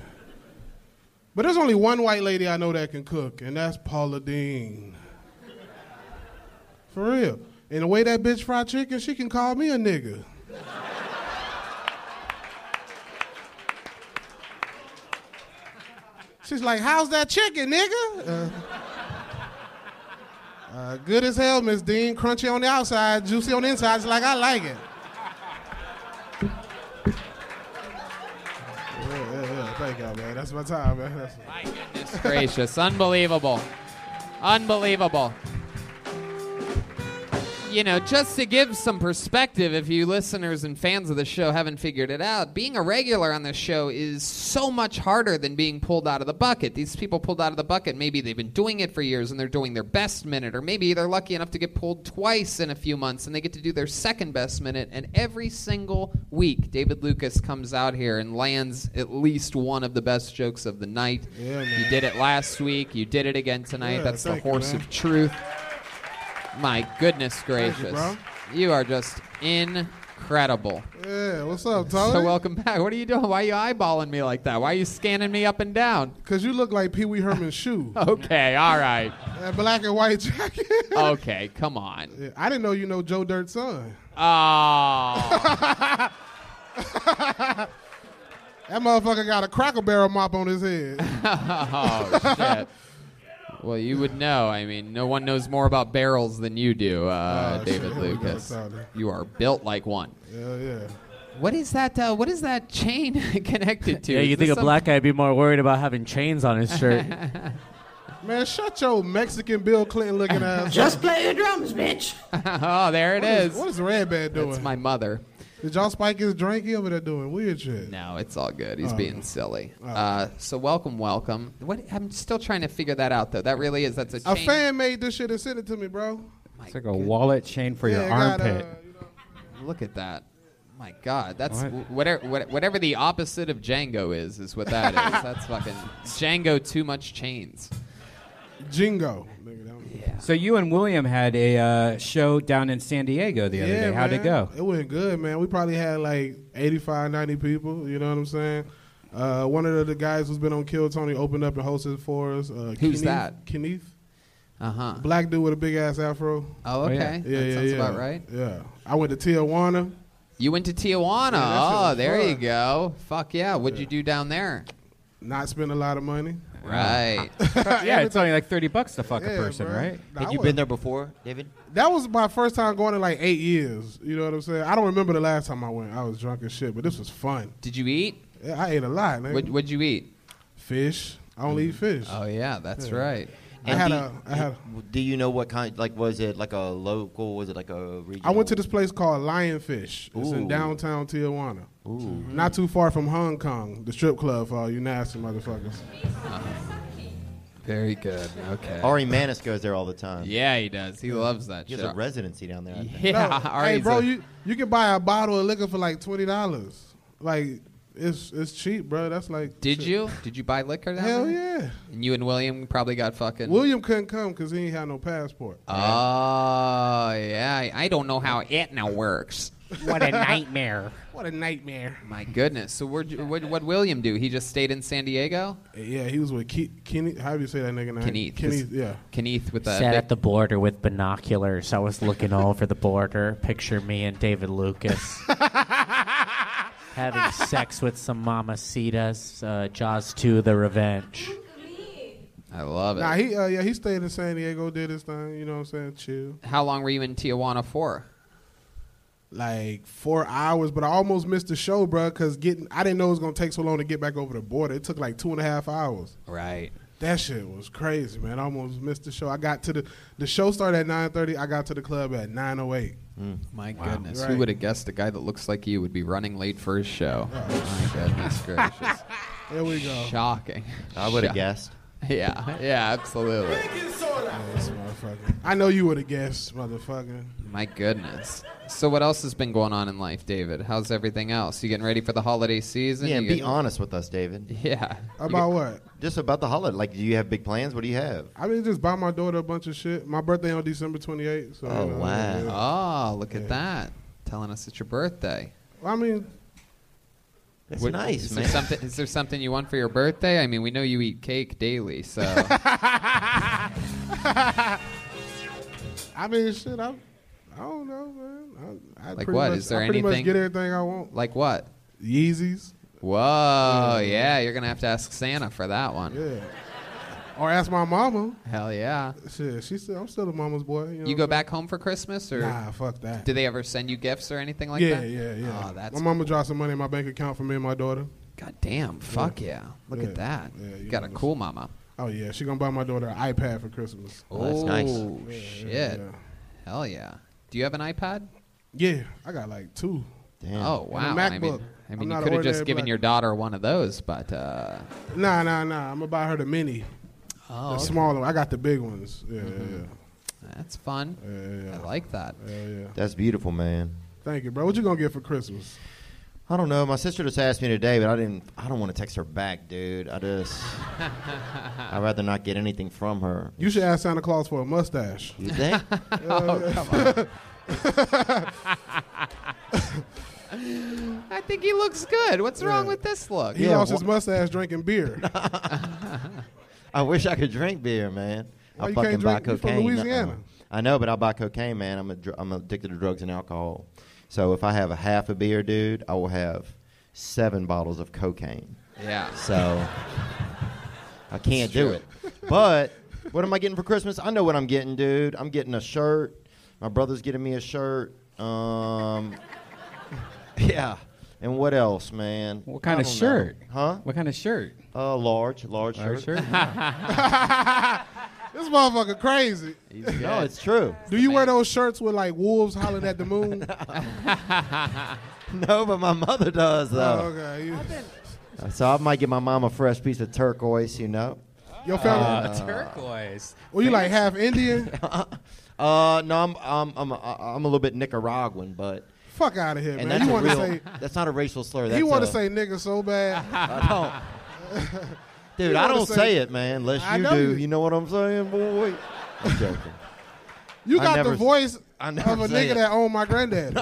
But there's only one white lady I know that can cook, and that's Paula Dean. For real. And the way that bitch fried chicken, she can call me a nigga. She's like, "How's that chicken, nigga?" Uh, uh, good as hell, Miss Dean. Crunchy on the outside, juicy on the inside. She's like, "I like it." Yeah, yeah, yeah. Thank y'all, man. That's my time, man. That's my goodness
Gracious. [laughs] Unbelievable. Unbelievable. You know, just to give some perspective, if you listeners and fans of the show haven't figured it out, being a regular on this show is so much harder than being pulled out of the bucket. These people pulled out of the bucket, maybe they've been doing it for years and they're doing their best minute, or maybe they're lucky enough to get pulled twice in a few months and they get to do their second best minute. And every single week, David Lucas comes out here and lands at least one of the best jokes of the night.
Yeah, man.
You did it last week, you did it again tonight.
Yeah,
That's the
thank you,
horse
man.
of truth. My goodness
Thank
gracious.
you, bro.
You are just incredible.
Yeah, what's up, Tony?
So welcome back. What are you doing? Why are you eyeballing me like that? Why are you scanning me up and down?
Cause you look like Pee Wee Herman's shoe.
[laughs] Okay, all right.
That black and white jacket. [laughs]
Okay, come on.
Yeah, I didn't know you know Joe Dirt's son.
Oh.
That motherfucker got a Cracker Barrel mop on his head.
[laughs] oh shit. Well, you would know. I mean, no one knows more about barrels than you do, uh,
Oh, shit.
David
Here we go,
Lucas.
Tyler.
You are built like one.
Yeah, yeah.
What is that? Uh, what is that chain [laughs] connected to?
yeah,
Is
you
this
think a
some-
black guy'd be more worried about having chains on his [laughs] shirt?
[laughs]
[laughs]
Man, shut your Mexican Bill Clinton looking ass.
Just
play the drums, [laughs] bitch.
oh, there it
What is-
is.
what is the red band doing?
It's my mother.
Did y'all spike his drink? He over there doing weird shit.
No, it's all good. He's
Oh.
being silly. Uh, so welcome, welcome. What? I'm still trying to figure that out, though. That really is. That's a
A
chain.
fan made this shit and sent it to me, bro.
it's like a wallet chain for your
Yeah, I got,
armpit.
Look at that. My God, that's
What?
wh- whatever what, whatever the opposite of Django is is what
[laughs]
that is. That's fucking Django. Too much chains.
Jingo.
So you and William had a uh, show down in San Diego the other day. How'd
man.
it go?
It went good, man. We probably had like 85, 90 people. You know what I'm saying? Uh, one of the, the guys who's been on Kill Tony opened up and hosted for us. Uh,
Who's
Kenneth-
that?
Kenneth.
Uh huh.
Black dude with a big ass afro.
Oh, okay.
Yeah,
that
yeah,
sounds
yeah.
about right.
Yeah. I went to Tijuana.
You went to
Yeah, that
Tijuana.
shit
oh,
was
there you
fun.
go. Fuck yeah. What'd you do down there?
Not spend a lot of money. [laughs]
Right.
yeah, it's only like thirty bucks to fuck
Yeah,
a person,
bro.
right?
Nah, Had I you been wasn't- there
before, David?
That was my first time going in like eight years. You know what I'm saying? I don't remember the last time I went. I was drunk as shit, but this was fun.
Did you eat?
Yeah, I ate a lot, man.
What, what'd you eat?
Fish. I only eat fish.
Oh yeah, that's
Yeah.
right.
I had a- I had
Do you know what kind? Like, was it like a local? Was it like a regional?
I went to this place called Lionfish. It's in
Ooh.
downtown Tijuana.
Ooh.
Not too far from Hong Kong, the strip club for all you nasty motherfuckers.
Uh, Very good. Okay.
Ari Manis goes there all the time.
Yeah, he does. He loves that
He has
shit.
a residency down there. I think.
Yeah, [laughs]
No, hey,
Ari's
bro,
a-
you you can buy a bottle of liquor for like twenty dollars. Like it's it's cheap, bro. That's like
Did
shit.
you? Did you buy liquor down
Hell
there?
yeah.
And you and William probably got fucking.
William couldn't come because he ain't had no passport.
Oh yeah, I- I don't know how it now works.
What a
nightmare!
What a nightmare.
[laughs] My goodness. So where'd you- what what William do? He just stayed in San Diego.
Yeah, he was with Ke- Kenny. How do you say that nigga name?
Kenneth.
Kenneth, yeah.
Kenneth with
Sat
the
at the border with binoculars. I was looking over the border. Picture me and David Lucas having sex with some mamacitas. Uh, Jaws 2, The Revenge.
I love it.
Nah, he uh, yeah he stayed in San Diego, did his thing. You know what I'm saying? Chill.
How long were you in Tijuana for?
Like four hours, but I almost missed the show, bro, because getting I didn't know it was gonna take so long to get back over the border. It took like two and a half hours.
Right.
That shit was crazy, man. I almost missed the show. I got to the the show started at nine thirty. I got to the club at nine oh eight.
My goodness, who would have guessed a guy that looks like you would be running late for his show? [laughs] Oh, My [laughs] goodness gracious.
There we go.
Shocking.
I would have
Shock-
guessed.
[laughs] Yeah, yeah, absolutely.
I know you would have guessed, motherfucker.
My goodness. So what else has been going on in life, David? How's everything else? You getting ready for the holiday season?
Yeah,
You
and be
getting-
honest with us, David.
Yeah.
About what?
Just about the holiday. Like, do you have big plans? What do you have?
I mean, just buy my daughter a bunch of shit. My birthday on December twenty eighth. So,
Oh,
you know, Oh, yeah.
Oh, look at that. Telling us it's your birthday.
I mean,
That's
What-
nice,
is
man.
There something, is there something you want for your birthday? I mean, we know you eat cake
[laughs]
daily, so
[laughs] I mean, shit. I, I don't know, man. I, I
like
pretty
what?
much-
Is there
I
anything?
Pretty much get everything I want.
Like what?
Yeezys.
Whoa, yeah. You're gonna have to ask Santa for that one.
Yeah. Or ask my mama.
Hell yeah.
Shit, she said I'm still a mama's boy. You, know
You
what
go
I'm
back home for Christmas, or
Nah, fuck that.
Do they ever send you gifts or anything like
yeah,
that?
Yeah, yeah,
Oh, that's
my mama dropped some money in my bank account for me and my daughter.
God damn, fuck yeah. Look at that.
you
Got a
know,
cool mama.
Oh yeah, she gonna buy my daughter an iPad for Christmas.
Oh, Oh,
Yeah, yeah,
shit.
yeah.
Hell yeah. Do you have an iPad?
Yeah, I got like two.
Oh, wow.
And a
I mean,
MacBook.
I
I'm
mean
not an
you could have just
ordinary
given
black-
your daughter one of those, but. Uh,
Nah, nah, nah. I'm gonna buy her the mini.
Oh,
the
okay. Mm-hmm.
smaller. one. I got the big ones. Yeah, yeah, yeah. [laughs]
That's [laughs] fun. I like that.
That's beautiful, man.
Thank you, bro. What you gonna get for Christmas?
I don't know. My sister just asked me today, but I didn't. I don't want to text her back, dude. I just. [laughs] I'd rather not get anything from her.
You should ask Santa Claus for a mustache.
You
[laughs]
think?
oh,
[laughs] I think he looks good. What's wrong with this look?
[laughs] He lost his mustache drinking
[laughs]
beer.
I wish I could drink beer, man.
Why
I
you
fucking
can't
buy
drink? You from
cocaine. Nuh-uh.
Louisiana.
I know, but I buy cocaine, man. I'm a dr- I'm addicted to drugs and alcohol. So if I have a half a beer, dude, I will have seven bottles of cocaine.
Yeah.
So I can't
That's
do
true.
it. But what am I getting for Christmas? I know what I'm getting, dude. I'm getting a shirt. My brother's getting me a shirt. Um, [laughs] yeah. And what else, man?
What kind
I
of
don't know.
shirt?
Huh?
What kind of shirt?
Uh, large, large,
Large shirt,
shirt.
[laughs]
this motherfucker crazy.
[laughs] no, it's true.
Do you wear those shirts with like wolves hollering at the moon?
[laughs] Uh, no, but my mother does
Oh,
though.
okay. You-
So I might get my mom a fresh piece of turquoise, you know.
Your family-
Uh,
turquoise.
Well, you like half
[laughs]
Indian?
Uh, no, I'm I'm I'm a, I'm a little bit Nicaraguan, but
Fuck out of here,
and
man.
that's
You
a
want to
real,
say
that's not a racial slur. That's
you want
a-
to say nigga so bad?
[laughs] I
[laughs] don't.
dude, I don't say, it, man. Unless
I
you
know
do,
you-
you know what I'm
[laughs]
saying, boy? I'm joking.
You
I
got
never-
the voice
I
of
never
a
say
nigga
it.
that owned my
[laughs]
granddad.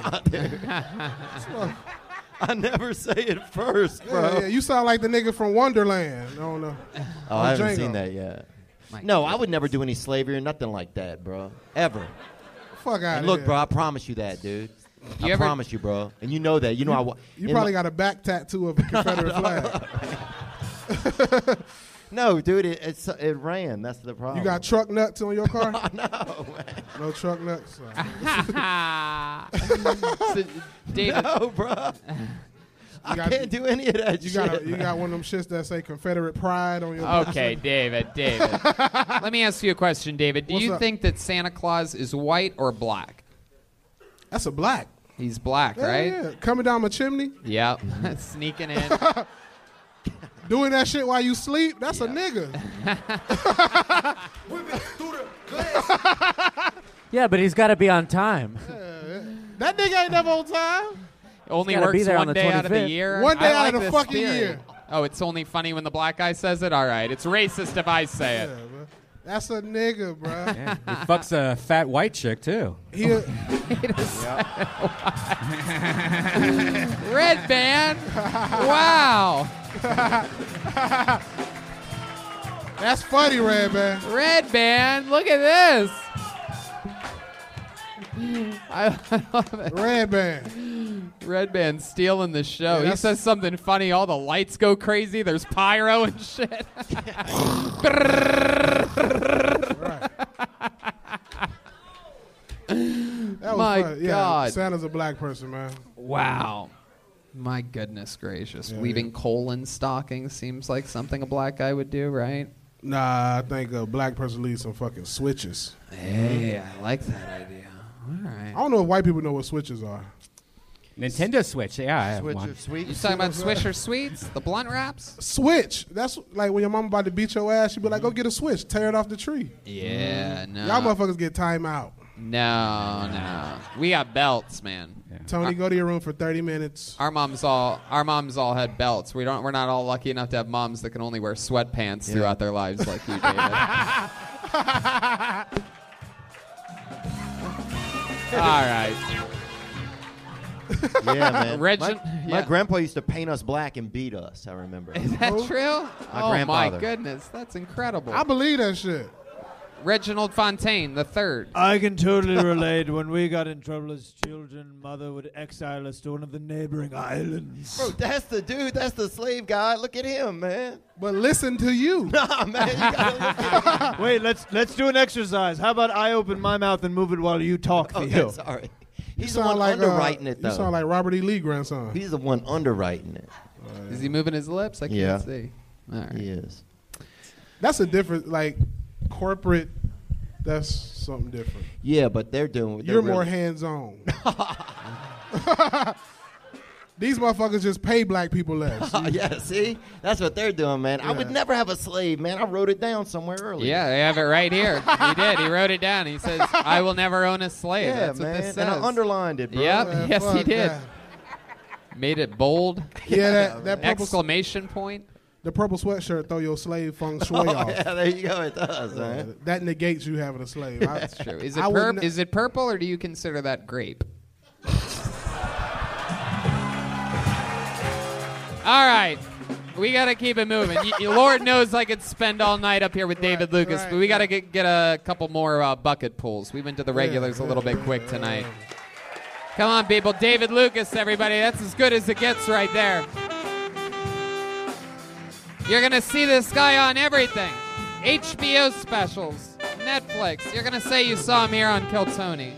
I never say it first, bro.
Yeah, yeah, you sound like the nigga from Wonderland. I don't know.
[laughs] Oh,
On
I haven't
Django.
seen that yet. no, I would never do any slavery or nothing like that, bro. Ever.
Fuck out
And
of
look,
here.
bro, I promise you that, dude. I
You ever-
promise you, bro. And you know that. You know I. Wa-
You
in
probably
my-
got a back tattoo
[laughs]
of a Confederate flag.
No, dude, it, it's, it ran. That's the problem.
You
[laughs]
got [laughs] truck nuts on your car? no, no truck nuts. [laughs]
Ah. [laughs] So, David-
No,
[laughs]
bro. I can't do any of that
You got
shit,
a, you got one of them shits that say Confederate pride on your.
Okay, David, David.
[laughs]
Let me ask you a question, David. Do
What's
you
up?
think that Santa Claus is white or black?
That's a black.
He's black,
Yeah,
right?
yeah. Coming down my chimney,
Yep. [laughs] Sneaking in.
[laughs] doing that shit while you sleep. That's a
[laughs]
nigga.
Yeah, but he's got to be on time.
That nigga ain't never on time.
Only
gotta
works
be there
one
on the
day out of the
25th.
year.
One day
I
out of
like
the
this
fucking
theory.
year.
Oh, it's only funny when the black guy says it? All right. It's racist if I say it.
That's a nigga, bro. [laughs]
He fucks a fat white chick too.
He uh,
[laughs]
a-
[laughs] Red band.
[laughs]
Wow.
That's funny, Red Band.
Red band. Look at this. I love it.
Red band.
Red band stealing the show. he
that's-
says something funny. All the lights go crazy. There's pyro and shit. [laughs]
That was
My
funny. Yeah,
God.
Santa's a black person, man.
Wow. My goodness gracious. Weaving coal in stockings seems like something a black guy would do, right?
Nah, I think a black person needs some fucking switches.
Hey, I like that idea. All right.
I don't know if white people know what switches are.
[laughs] Nintendo Switch, yeah, I have one.
You talking about Swisher Sweets, the blunt wraps?
Switch. That's like when your mom about to beat your ass, she be like, "Go get a switch, tear it off the tree."
Mm-hmm. Yeah, no.
Mm. Y'all motherfuckers get time out.
No, no. We got belts, man.
Tony, go to your room for thirty minutes.
Our moms all our moms all had belts. We don't we're not all lucky enough to have moms that can only wear sweatpants
Yeah.
throughout their lives like
[laughs]
you, David. all right.
yeah, man.
[laughs] Reg-
my, my
yeah.
grandpa used to paint us black and beat us. I remember.
Is that true? oh my
grandfather.
goodness, that's incredible.
I believe that shit.
Reginald Fontaine the third.
I can totally relate. When we got in trouble as children, mother would exile us to one of the neighboring
[laughs]
islands.
Bro, that's the dude. That's the slave guy. Look at him, man.
But listen to you.
[laughs] Nah, man. You gotta listen to
Wait, let's let's do an exercise. How about I open my mouth and move it while you talk,
Oh,
Theo?
that's- sorry. He's
sound
the one
like, uh,
underwriting it, though.
You sound like Robert E. Lee grandson.
He's the one underwriting it.
Is he moving his lips? I can't
Yeah.
see. All right.
He is.
That's a different like corporate. That's something different.
Yeah, but they're doing. they're
You're more
really-
hands
[laughs]
on. [laughs] These motherfuckers just pay black people
[laughs]
less.
yeah, see, that's what they're doing, man. I would never have a slave, man. I wrote it down somewhere earlier.
Yeah, they have it right here. he did. He wrote it down. He says, "I will never own a slave."
Yeah,
That's
man.
what this says.
And I underlined it, bro.
Yep.
Man,
yes, he
fuck
did.
that.
Made it bold.
Yeah, that- that purple-
exclamation point.
The purple sweatshirt throw your slave
[laughs]
feng shui
Oh,
off.
yeah, there you go. It does, man.
Uh, That negates you having a
[laughs]
slave.
That's true. Is it purp- is it purple or do you consider that grape? all right. We got to keep it moving. Y- y- Lord knows I could spend all night up here with David Lucas,
right,
but we got to get, get a couple more uh, bucket pulls. We went to the regulars a little bit quick tonight. Come on, people. David Lucas, everybody. That's as good as it gets right there. You're going to see this guy on everything HBO specials, Netflix. You're going to say you saw him here on Kill Tony.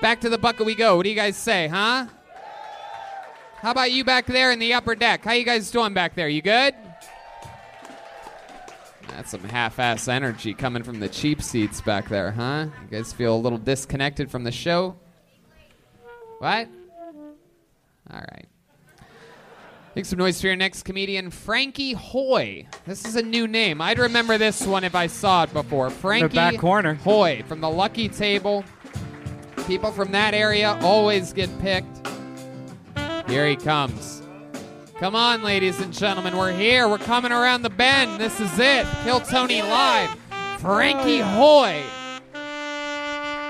Back to the bucket we go. What do you guys say, huh? How about you back there in the upper deck? How you guys doing back there? You good? That's some half-ass energy coming from the cheap seats back there, huh? You guys feel a little disconnected from the show? What? All right. Make some noise for your next comedian, Frankie Hoy. This is a new name. I'd remember this one if I saw it before. Frankie
back corner.
Hoy from the Lucky Table. People from that area always get picked. Here he comes. Come on, ladies and gentlemen, we're here. We're coming around the bend. This is it. Kill Tony live. Frankie Hoy.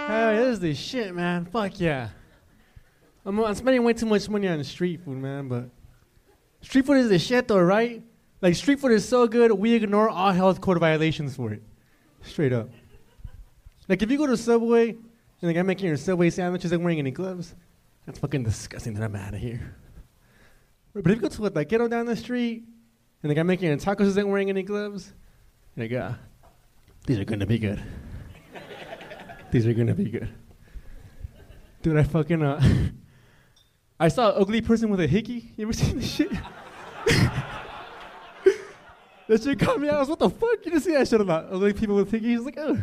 Hey, this is the shit, man. Fuck yeah. I'm, I'm spending way too much money on street food, man, but street food is the shit, though, right? Like, street food is so good, we ignore all health code violations for it. Straight up. Like, if you go to Subway and the guy making your Subway sandwiches and wearing any gloves, that's fucking disgusting that I'm out of here. But if you go to a taquero down the street and the guy making your tacos isn't wearing any gloves, like, uh, these are gonna be good. These are gonna be good. Dude, I fucking uh, [laughs] I saw an ugly person with a hickey. You ever seen this shit? [laughs] that shit caught me out. I was what the fuck? You didn't see that shit about ugly people with hickeys? Like, oh.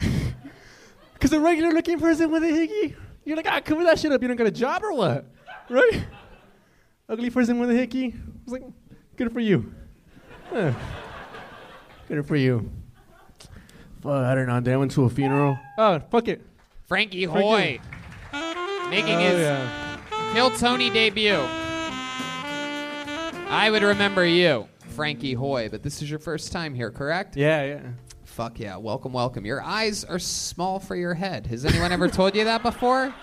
[laughs] Cause a regular looking person with a hickey, you're like, ah, cover that shit up. You don't got a job or what? Right? Ugly person with a hickey. I was like, good for you. Huh. Good for you. Fuck, I don't know. dude. I went to a funeral. Oh, fuck it.
Frankie
Frankie.
Hoy. Making
Oh,
his
yeah.
Kill Tony debut. I would remember you, Frankie Hoy, but this is your first time here, correct?
Yeah, yeah.
Fuck yeah. Welcome, welcome. Your eyes are small for your head. Has anyone ever told you that before?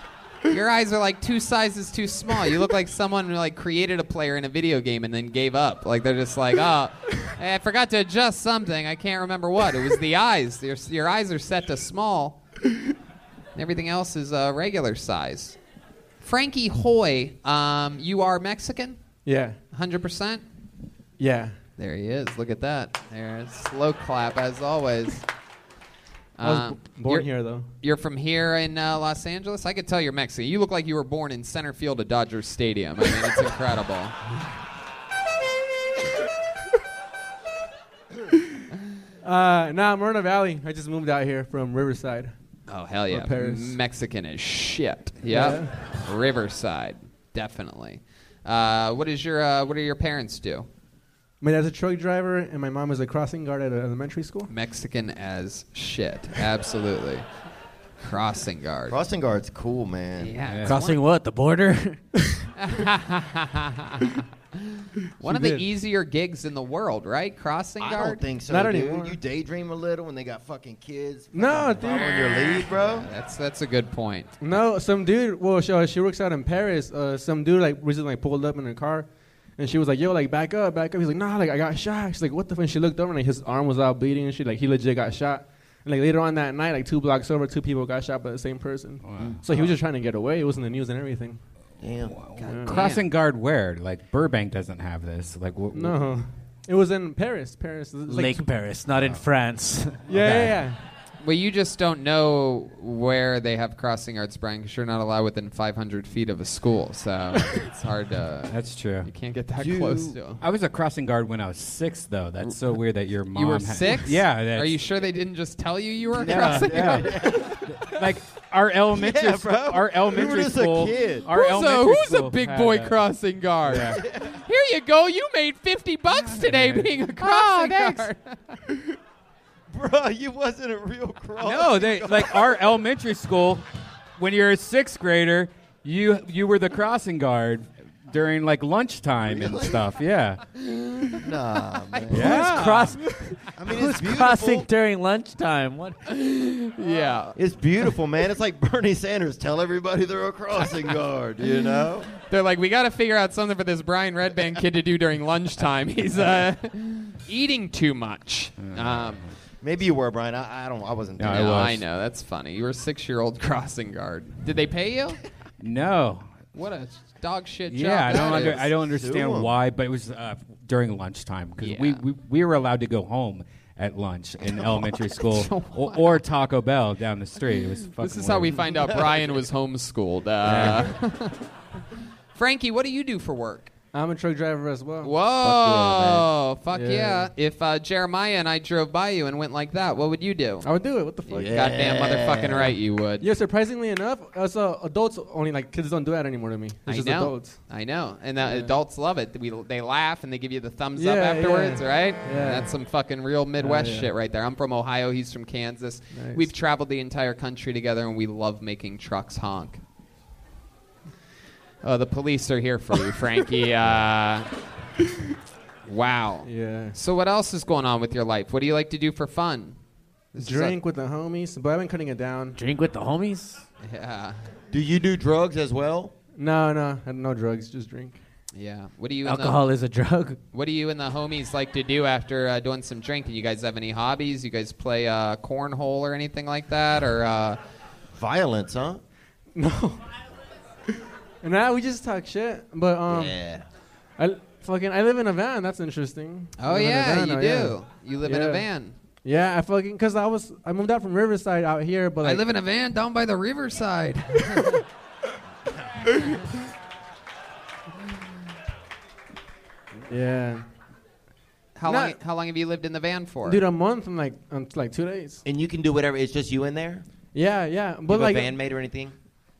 Your eyes are like two sizes too small. You look like someone who like created a player in a video game and then gave up. Like they're just like, oh, I forgot to adjust something. I can't remember what. It was the eyes. Your, your eyes are set to small. And everything else is uh, regular size. Frankie Hoy, um, you are Mexican,
Yeah.
100%.
Yeah.
There he is. Look at that. There's slow clap as always.
I was
Uh,
b- born
you're-
here, though.
You're from here in uh, Los Angeles. I could tell you're Mexican. You look like you were born in center field of Dodgers Stadium. I mean, it's incredible.
Uh, nah, Moreno Valley. I just moved out here from Riverside.
Oh hell
Or
yeah,
Paris.
Mexican as shit. Yep. Riverside, definitely. Uh, what is your uh, What do your parents do?
My dad's a truck driver, and my mom is a crossing guard at an elementary school.
Mexican as shit. Absolutely. Crossing guard.
Crossing guard's cool, man.
Yeah, it's
Crossing
one-
what? The border? [laughs]
One [laughs]
She
of the
did.
easier gigs in the world, right? Crossing
I
guard.
don't think so, dude. You daydream a little when they got fucking kids.
No,
fucking following your lead,
[laughs]
bro.
That's that's a good point.
No, some dude. Well, she, uh, she works out in Paris. Uh, some dude like recently like pulled up in her car, and she was like, "Yo, like back up, back up." He's like, "Nah, like I got shot." She's like, "What the?" F-? And she looked over, and like his arm was out bleeding, and she like he legit got shot. And like later on that night, like two blocks over, two people got shot by the same person. So he was just trying to get away. It was in the news and everything.
Damn.
Yeah.
Crossing guard where? Like Burbank doesn't have this. Like wh- wh-
No, it was in Paris. Paris. It was like
Lake
two-
Paris, not in
[laughs]
France.
Yeah, yeah, yeah.
Well, you just don't know where they have crossing guards, Brian, because you're not allowed within 500 feet of a school.
[laughs]
So it's hard to.
That's true.
You can't get that close to 'em.
I was a crossing guard when I was six, though. That's so weird that your mom.
You were
had-
[laughs]
six?
[laughs] Yeah. That's,
Are you sure they didn't just tell you you were a
Yeah,
crossing
yeah.
guard?
[laughs] like our elementary,
Yeah,
sch-
bro.
our
We were
elementary
just a
school,
kid.
our
Who's a-
elementary
who's a
school
big
had
boy
a-
crossing guard?
Yeah.
Here you go. You made 50 bucks today being a crossing guard.
Bro, you wasn't a real cross.
No, they like our elementary school. When you're a sixth grader, you you were the crossing guard during like lunchtime and stuff. Yeah.
[laughs] Nah,
[laughs]
man.
Yeah. Cross-
I mean,
Who's
it's beautiful.
crossing during lunchtime? [laughs] What?
Yeah.
It's beautiful, man. It's like Bernie Sanders. Tell everybody they're a crossing guard, you know?
They're like, we got to figure out something for this Brian Redband kid to do during lunchtime. [laughs] He's uh, eating too much. Um,
Maybe you were, Brian. I, I don't. I wasn't.
no,
there.
I, know. That's funny. You were a six-year-old [laughs] crossing guard. Did they pay you?
No.
What a dog shit job.
Yeah, I don't
that
under,
is.
I don't
Sue 'em.
understand why, but it was uh, during lunchtime because we, we we were allowed to go home at lunch
[laughs]
in elementary school or, or Taco Bell down the street. It was fucking
This is how we
weird.
find out
[laughs]
Brian was homeschooled. [laughs] Uh, Frankie, what do you do for work?
I'm a truck driver as well.
Whoa, fuck yeah!
Oh. Yeah.
If uh, Jeremiah and I drove by you and went like that, what would you do?
I would do it. What the fuck?
Goddamn motherfucking right, you would.
Yeah, surprisingly enough, as uh, adults only like kids don't do that anymore to me. It's
I
just
know.
adults.
I know. And the adults love it. We, they laugh and they give you the thumbs
Yeah,
up
yeah.
afterwards, right?
Yeah.
And that's some fucking real Midwest
yeah.
shit right there. I'm from Ohio. He's from Kansas.
Nice.
We've traveled the entire country together and we love making trucks honk. Oh, the police are here for you,
[laughs]
Frankie. uh, wow.
Yeah.
So, what else is going on with your life? What do you like to do for fun? This is a-
Drink with the homies, but I've been cutting it down.
Drink with the homies?
Yeah.
Do you do drugs as well?
No, no, I- no drugs, just drink.
Yeah. What do you?
Alcohol
and the,
is a [laughs] drug.
What do you and the homies like to do after uh, doing some drinking? You guys have any hobbies? You guys play uh, cornhole or anything like that, or uh,
violence? Huh? [laughs]
And now we just talk shit, but um,
yeah.
I l- fucking I live in a van. That's interesting.
Oh,
I live in a
yeah,
van
you
now,
do. You live in a van.
Yeah, I fucking cause I was I moved out from Riverside out here, but like,
I live in a van down by the riverside.
[laughs] yeah,
how
No.
long? How long have you lived in the van for?
dude, a month and like um, like two days.
And you can do whatever. It's just you in there.
Yeah, yeah, but
you have
like
a bandmate or anything.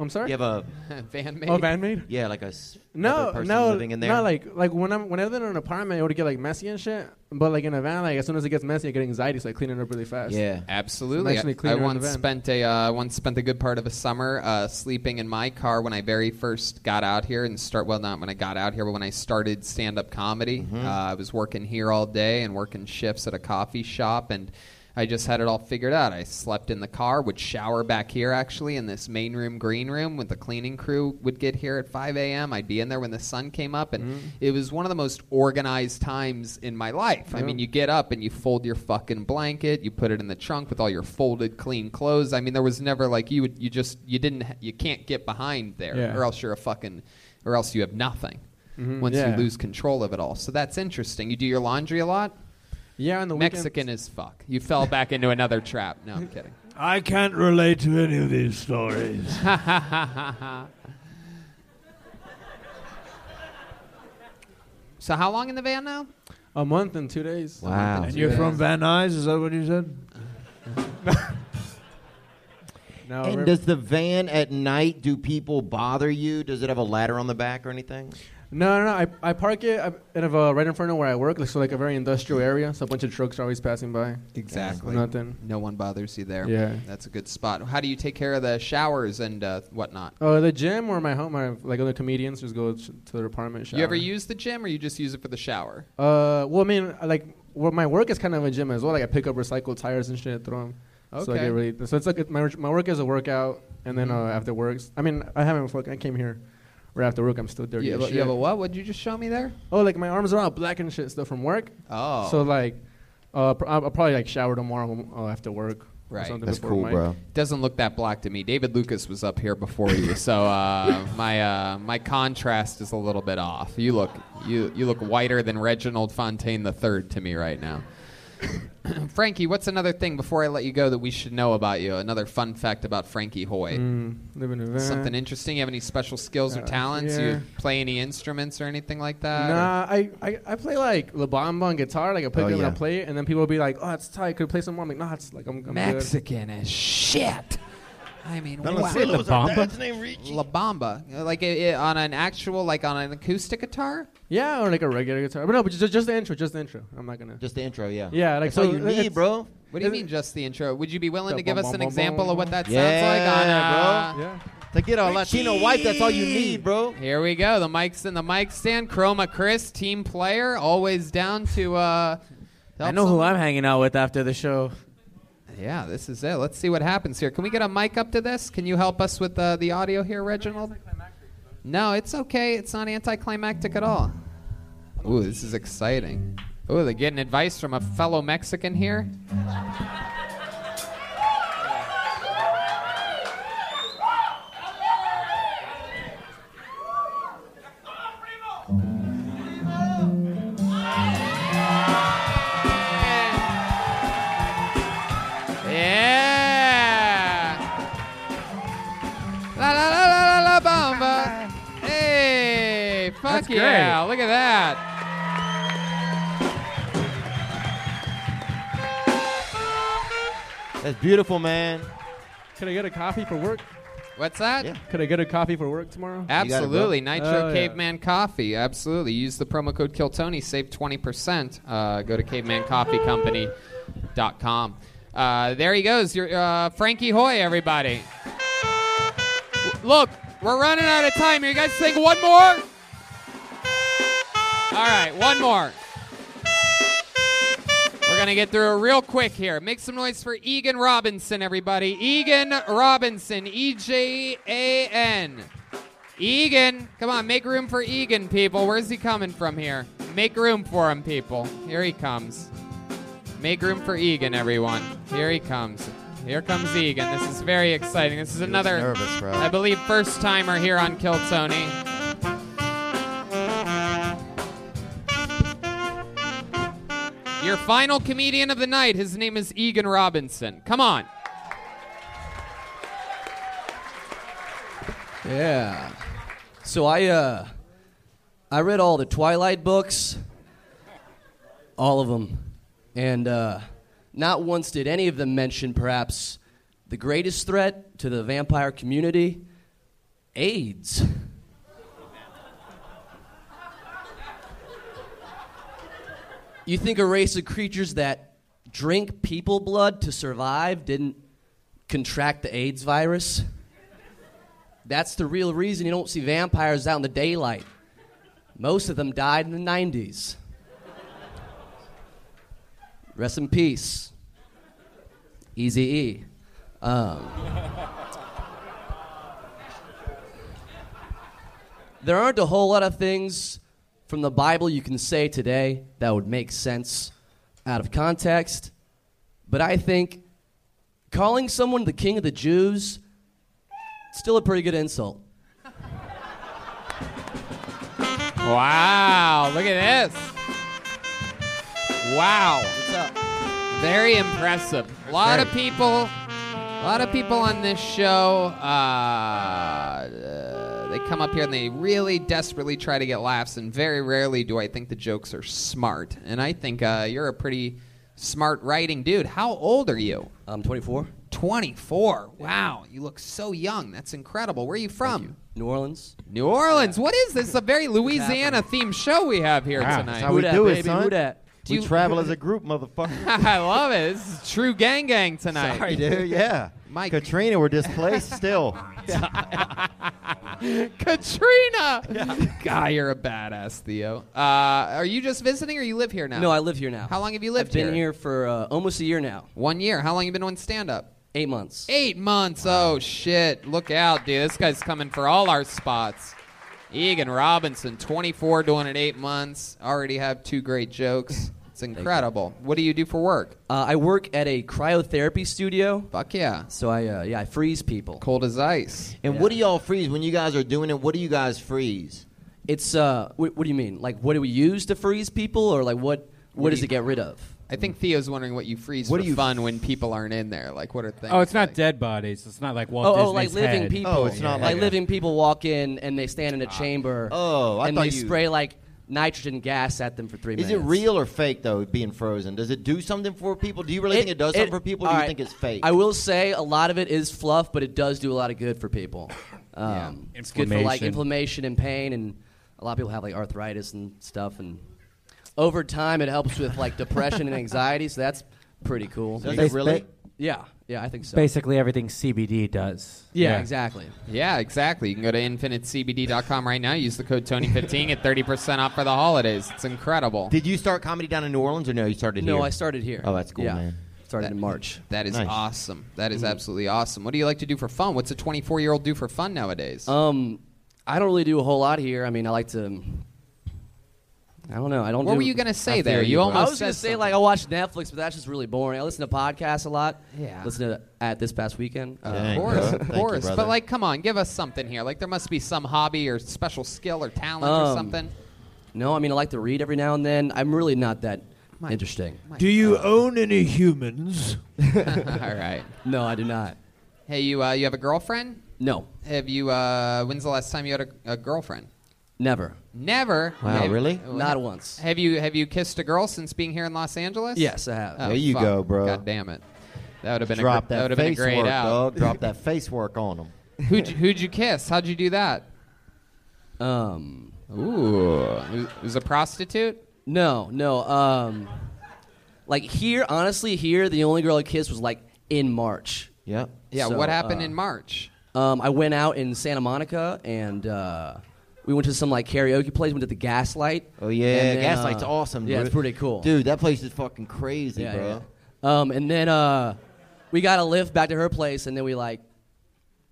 I'm sorry.
You have a
van
Oh, van made.
Yeah, like a s-
No,
other person
no,
living in there.
no. Like, like when I'm when I live in an apartment, it would get like messy and shit. But like in a van, like as soon as it gets messy, I get anxiety, so I clean it up really fast.
absolutely.
I'm actually
I, I
cleaner in the
once
van.
spent a uh, once spent a good part of a summer uh, sleeping in my car when I very first got out here and start. Well, not when I got out here, but when I started stand up comedy. Uh, I was working here all day and working shifts at a coffee shop and. I just had it all figured out. I slept in the car, would shower back here actually in this main room, green room, when the cleaning crew would get here at 5 a.m. I'd be in there when the sun came up, and it was one of the most organized times in my life. I
Yeah.
mean, you get up and you fold your fucking blanket, you put it in the trunk with all your folded, clean clothes. I mean, there was never like you would, you just, you didn't, ha- you can't get behind there,
Yeah.
or else you're a fucking, or else you have nothing.
Mhm.
Once
Yeah.
you lose control of it all, so that's interesting. You do your laundry a lot.
Yeah, on the weekends.
Mexican as fuck. You fell back into another trap.
[laughs]
No, I'm kidding.
I can't relate to any of these stories.
[laughs] so how long in the van now?
A month and two days. A month
Wow.
two
And you're
days.
from
Van Nuys, is that what you
[laughs]
said?
No,
and
we're-
does the van at night? Do people bother you? Does it have a ladder on the back or anything?
No, no, no. I, I park it uh, in of, uh, right in front of where I work, like, so like a very industrial area. So a bunch of trucks are always passing by.
Exactly.
Nothing.
No one bothers you there.
Yeah.
That's a good spot. How do you take care of the showers and uh, whatnot?
Uh, the gym or my home, my, like other comedians, just go sh- to their apartment. Shower.
You ever use the gym or you just use it for the shower?
Uh, well, I mean, I like, well, my work is kind of a gym as well. Like, I pick up recycled tires and shit, and throw them. So I
Okay. Mm-hmm.
get really. So it's like it- my my work is a workout, and then uh, after works, I mean, I haven't fucking. I came here, right after work, I'm still dirty.
You
as
have, a,
shit.
you have a what? What'd you just show me there?
Oh, like my arms are all black and shit stuff from work.
Oh.
So like, uh, pr- I'll I'll probably like shower tomorrow uh, after work. or something before mic.
Doesn't look that black to me. David Lucas was up here before you, so
[laughs]
uh, my uh, my contrast is a little bit off. You look you you look whiter than Reginald Fontaine III to me
[coughs]
right now. Frankie, what's another thing before I let you go that we should know about you? Another fun fact about Frankie Hoy.
Mm, live in a van.
Something interesting? You have any special skills or
Uh,
talents?
yeah.
You play any instruments or anything like that?
Nah, I, I, I play like La Bamba on guitar. Like I pick
Oh,
it up
yeah.
and I play it, and then people will be like, "Oh, it's tight. Could you play some more?" I'm like, "Nah, it's like I'm, I'm
Mexican
good. [laughs]
as shit." I mean,
That
wow.
was it, La What was our Bamba? dad's
La Bamba, like i- i- on an actual, like on an acoustic guitar.
Yeah, or like a regular guitar. But no, but just, just the intro, just the intro. I'm not gonna.
Just the intro, yeah.
Yeah, like
That's all
so
you
it's-
need, bro.
What do you mean, just the intro? Would you be willing to give us an
Bum, bum,
example
bum.
of what that
Yeah,
sounds
bro.
like? On, uh,
Yeah. To get a Latino wife, that's all you need, bro.
Here we go. The mics in the mic stand. Chroma Chris, team player, always down to. Uh, to
I
help
know who
someone.
I'm hanging out with after the show.
Yeah, this is it. Let's see what happens here. Can we get a mic up to this? Can you help us with uh, the audio here, Reginald? No, it's okay. It's not anticlimactic at all. Ooh, this is exciting. Ooh, they're getting advice from a fellow Mexican here. Yeah. La la la la la la bamba. Hey, fuck
That's
yeah!
great.
Look at that.
That's beautiful, man.
Could I get a coffee for work?
What's that?
Could I get a coffee for work tomorrow?
Absolutely, Nitro
Oh, yeah.
Caveman Coffee. Absolutely, use the promo code KillTony, save twenty percent. Uh, go to CavemanCoffeeCompany.com. Uh, there he goes. You're, uh, Frankie Hoy, everybody. W- Look, we're running out of time. You guys think one more? All right, one more. We're going to get through it real quick here. Make some noise for Egan Robinson, everybody. Egan Robinson, E J A N. Egan, come on, make room for Egan, people. Where's he coming from here? Make room for him, people. Here he comes. Make room for Egan, everyone. Here he comes. Here comes Egan. This is very exciting. This is another,
nervous, bro.
I believe, first timer here on Kill Tony. Your final comedian of the night. His name is Egan Robinson. Come on.
Yeah. So I uh I read all the Twilight books. All of them. And uh not once did any of them mention perhaps the greatest threat to the vampire community, AIDS. You think a race of creatures that drink people blood to survive didn't contract the AIDS virus? That's the real reason you don't see vampires out in the daylight. Most of them died in the 90s. Rest in peace. Easy E. Um, there aren't a whole lot of things from the Bible you can say today that would make sense out of context, but I think calling someone the king of the Jews still a pretty good insult.
Wow, look at this. Wow. What's
up?
Very impressive. A lot of people a lot of people on this show uh, uh, they come up here and they really desperately try to get laughs, and very rarely do I think the jokes are smart. And I think uh, you're a pretty smart writing dude. How old are you?
I'm 24.
24. Wow, you look so young. That's incredible. Where are you from?
New Orleans.
New Orleans. What is this? A very Louisiana themed show we have here
Wow,
tonight.
that's how we Who dat, do it, baby? son. Who
dat?
Do
we
you-
travel as a group, motherfucker.
[laughs] I love it. This is true gang gang tonight.
Sorry, dude. Yeah.
Mike.
Katrina, we're displaced still.
[laughs] Katrina. God, you're a badass, Theo. Uh, are you just visiting or you live here now?
No, I live here now.
How long have you lived
I've been
here?
here, for uh, almost a year now.
One year. How long you been doing stand up?
Eight months.
Eight months. Oh shit! Look out, dude. This guy's coming for all our spots. Egan Robinson, 24, doing it eight months. Already have two great jokes. It's incredible. What do you do for work?
Uh, I work at a cryotherapy studio.
Fuck yeah.
So I uh, yeah I freeze people.
Cold as ice.
And what do y'all freeze when you guys are doing it? What do you guys freeze?
It's uh what, what do you mean? Like what do we use to freeze people or like what what,
What do
does
you-
it get rid of?
I think Theo's wondering what you freeze
What
for
do you
fun when people aren't in there. Like, what are things?
Oh, it's not dead bodies. It's not like Walt
oh,
Disney's
oh, like living
head.
people. like, living people walk in and they stand in a chamber.
Ah. Oh, I
and
thought
they
you-
spray like nitrogen gas at them for three
Is
minutes.
it real or fake though? Being frozen, does it do something for people? Do you really think it does something for people? Or do you
alright.
think it's fake?
I will say a lot of it is fluff, but it does do a lot of good for
[coughs]
people. Um, It's good for like inflammation
Inflammation.
and pain, and a lot of people have like arthritis and stuff. And over time, it helps with like depression and anxiety. So that's pretty cool.
Does it really?
Yeah, yeah, I think so.
Basically, everything CBD does.
exactly.
Yeah, exactly. You can go to infinitecbd.com right now. Use the code Tony15 get 30% off for the holidays. It's incredible.
Did you start comedy down in New Orleans or no? You started
No,
here.
I started here.
Oh, that's cool,
Yeah.
man.
Started in March. Mm-hmm.
That is
Nice.
awesome. That is absolutely awesome. What do you like to do for fun? What's a 24 year old do for fun nowadays?
Um, I don't really do a whole lot here. I mean, I like to. I don't know. I don't.
What
do-
were you gonna say
I feel
there? You
bro.
almost
I was gonna
said
say like I watch Netflix, but that's just really boring. I listen to podcasts a lot.
Yeah.
Listen to at this past weekend. Uh,
of course, of course. but like, come on, give us something here. Like, there must be some hobby or special skill or talent or
Um,
something.
No, I mean I like to read every now and then. I'm really not that interesting.
Do you own any humans?
Oh [laughs] All right.
No, I do not.
Hey, you. Uh, you have a girlfriend?
No,
Have you? Uh, when's the last time you had a, a girlfriend?
never.
Never.
Wow,
Have-
really? Not once.
Have you have you kissed a girl since being here in Los Angeles?
Yes, I have.
Oh,
there you
fuck.
go, bro.
God damn it. That would have been
Drop
a, gr- that
that
would have been a
face
great
work,
out.
dog. Drop that face work on them.
[laughs] Who'd you, who'd you kiss? How'd you do that?
Um.
Ooh. It was a prostitute?
No, no. Um. Like here, honestly, here the only girl I kissed was like in March. uh,
Yeah.
Yeah, what happened in March?
Um, I went out in Santa Monica and uh, we went to some like karaoke place. Went to the Gaslight.
Oh yeah, Gaslight's awesome.
uh, Yeah,
dude.
it's pretty cool.
dude. That place is fucking crazy,
Yeah,
bro.
yeah. Um, and then uh, we got a lift back to her place, and then we like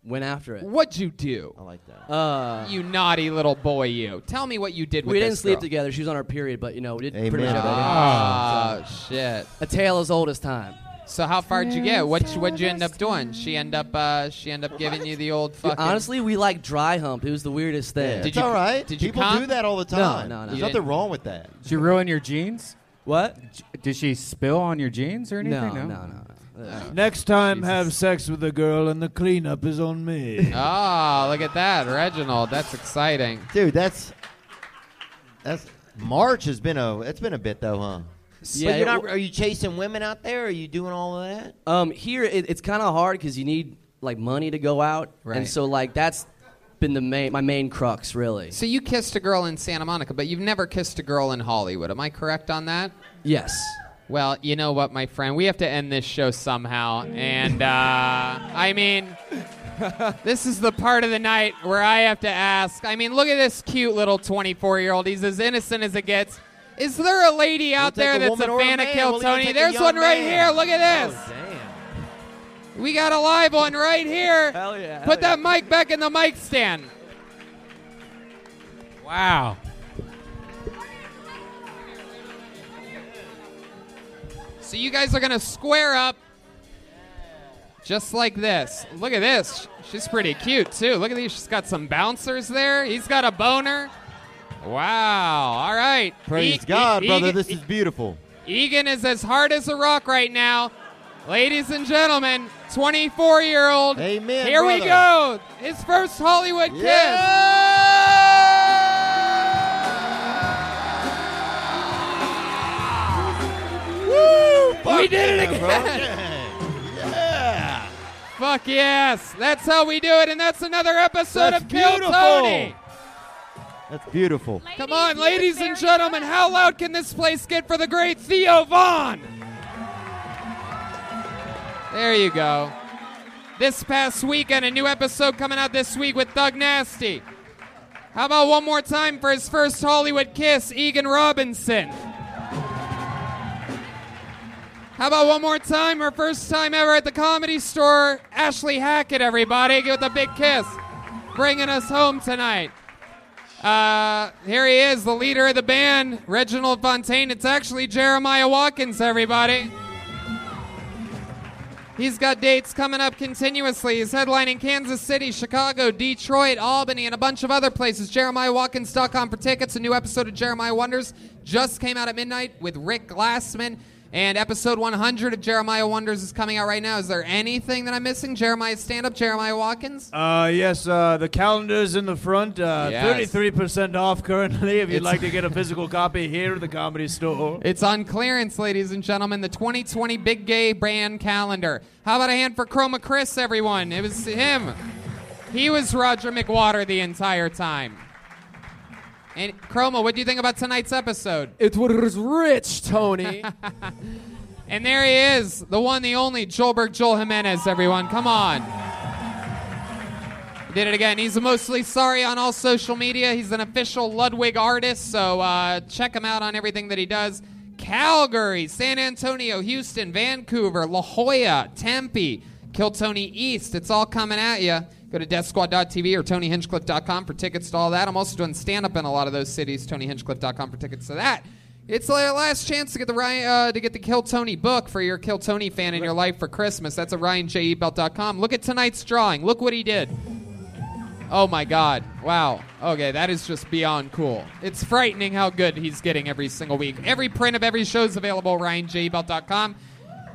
went after it.
What'd you do? I
like that.
Uh,
you naughty little boy, you. Tell me what you did with
we didn't
this
sleep
girl.
together. She was on her period, but you know we did
Amen,
pretty much.
buddy.
everything.
Ah,
So-
shit.
A tale as old as time.
So how far'd you get? What what'd you end up doing? She end up uh, she end up giving you the old
Dude,
fucking.
honestly, we like dry humped. It was the weirdest thing.
Yeah. Did It's you- all right. did you
People
con-
do that all the
No,
time.
no, no.
There's
You
nothing
didn't-
wrong with that.
Did you ruin your jeans?
What?
Did she spill on your jeans or anything?
No,
No,
no, no.
Next time, have sex with a girl, and the cleanup is on
[laughs]
me.
[laughs] Ah, look at that, Reginald. That's exciting.
Dude, that's that's March has been a it's been a bit though, huh?
Yeah,
but you're
it
not,
w-
are you chasing women out there? Are you doing all of that?
Um, here it, it's kind of hard because you need like money to go out,
Right.
and so like that's been the main my main crux really.
So you kissed a girl in Santa Monica, but you've never kissed a girl in Hollywood. Am I correct on that?
Yes.
Well, you know what, my friend, we have to end this show somehow, and uh, I mean, this is the part of the night where I have to ask. I mean, look at this cute little 24-year-old. He's as innocent as it gets. Is there a lady out
take
there
a
that's
woman
a
or a
fan of
man.
Kill
We'll even
Tony?
take a
There's
young
one right
man.
here. Look at this.
Oh,
We got a live one right here.
Hell yeah,
Put that mic back in the mic stand.
Wow.
So you guys are gonna square up, just like this. Look at this. She's pretty cute too. Look at these. She's got some bouncers there. He's got a boner. Wow. All right.
Praise
E-
God,
E-
brother.
Egan-
This is beautiful.
Egan is as hard as a rock right now, ladies and gentlemen. 24 year old.
Amen.
Here we go.
brother.
His first Hollywood kiss. Woo!
Fuck
we did it
yeah, bro.
again. yeah. [laughs] Fuck yes. That's how we do it. And that's another episode
That's
of Kill
beautiful.
Tony.
That's beautiful.
Come on, ladies and gentlemen, how loud can this place get for the great Theo Vaughn? There you go. This past weekend, a new episode coming out this week with Thug Nasty. How about one more time for his first Hollywood kiss, Egan Robinson? How about one more time, her first time ever at the comedy store, Ashley Hackett, everybody, give it a big kiss. Bringing us home tonight. Uh, here he is, the leader of the band, Reginald Fontaine. It's actually Jeremiah Watkins, everybody. He's got dates coming up continuously. He's headlining Kansas City, Chicago, Detroit, Albany, and a bunch of other places. JeremiahWatkins.com for tickets. A new episode of Jeremiah Wonders just came out at midnight with Rick Glassman. And episode 100 of Jeremiah Wonders is coming out right now. Is there anything that I'm missing? Jeremiah's stand up, Jeremiah Watkins?
Uh, yes, uh, the calendar's in the front. Uh,
Yes.
33% off currently if you'd
It's-
like to get a physical copy here at the comedy
[laughs]
store.
It's on clearance, ladies and gentlemen. The 2020 Big Gay Brand Calendar. How about a hand for Chroma Chris, everyone? It was him. He was Roger McWater the entire time. And Chroma, what do you think about tonight's episode?
It was rich, Tony.
[laughs] And there he is, the one, the only, Joelberg Joel Jimenez, everyone. Come on. He Did it again. He's mostly sorry on all social media. He's an official Ludwig artist, so uh, check him out on everything that he does. Calgary, San Antonio, Houston, Vancouver, La Jolla, Tempe, Kill Tony East. It's all coming at you. Go to deathsquad.tv or tonyhinchcliffe.com for tickets to all that. I'm also doing stand up in a lot of those cities. Tonyhinchcliffe.com for tickets to that. It's our last chance to get the Ryan, uh, to get the Kill Tony book for your Kill Tony fan in your life for Christmas. That's at RyanJEbelt.com. Look at tonight's drawing. Look what he did. Oh my God! Wow. Okay, that is just beyond cool. It's frightening how good he's getting every single week. Every print of every show is available. RyanJEbelt.com.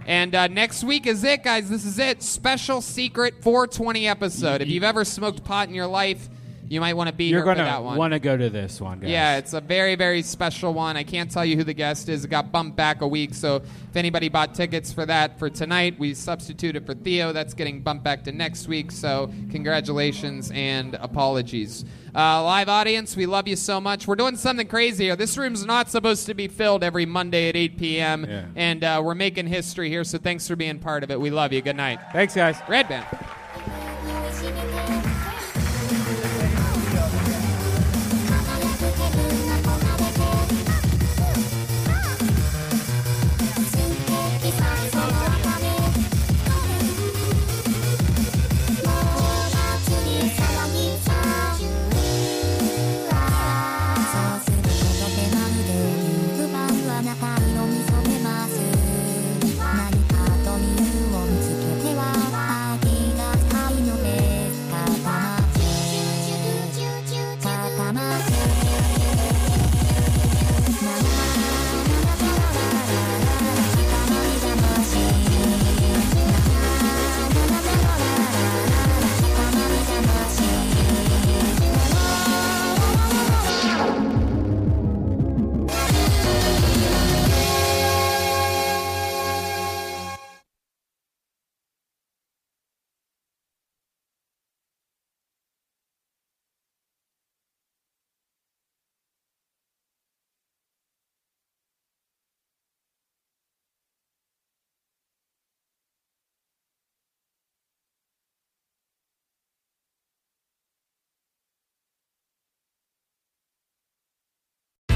And uh, next week is it, guys. This is it. Special secret 420 episode. If you've ever smoked pot in your life, you might want to be
You're
here for
gonna
that one.
want to go to this one, guys.
Yeah, it's a very, very special one. I can't tell you who the guest is. It got bumped back a week, so if anybody bought tickets for that for tonight, we substituted for Theo. That's getting bumped back to next week, so congratulations and apologies. Uh, live audience, we love you so much. We're doing something crazy here. This room's not supposed to be filled every Monday at 8 p.m.,
Yeah.
and uh, we're making history here, so thanks for being part of it. We love you. Good night.
Thanks, guys.
Red Band.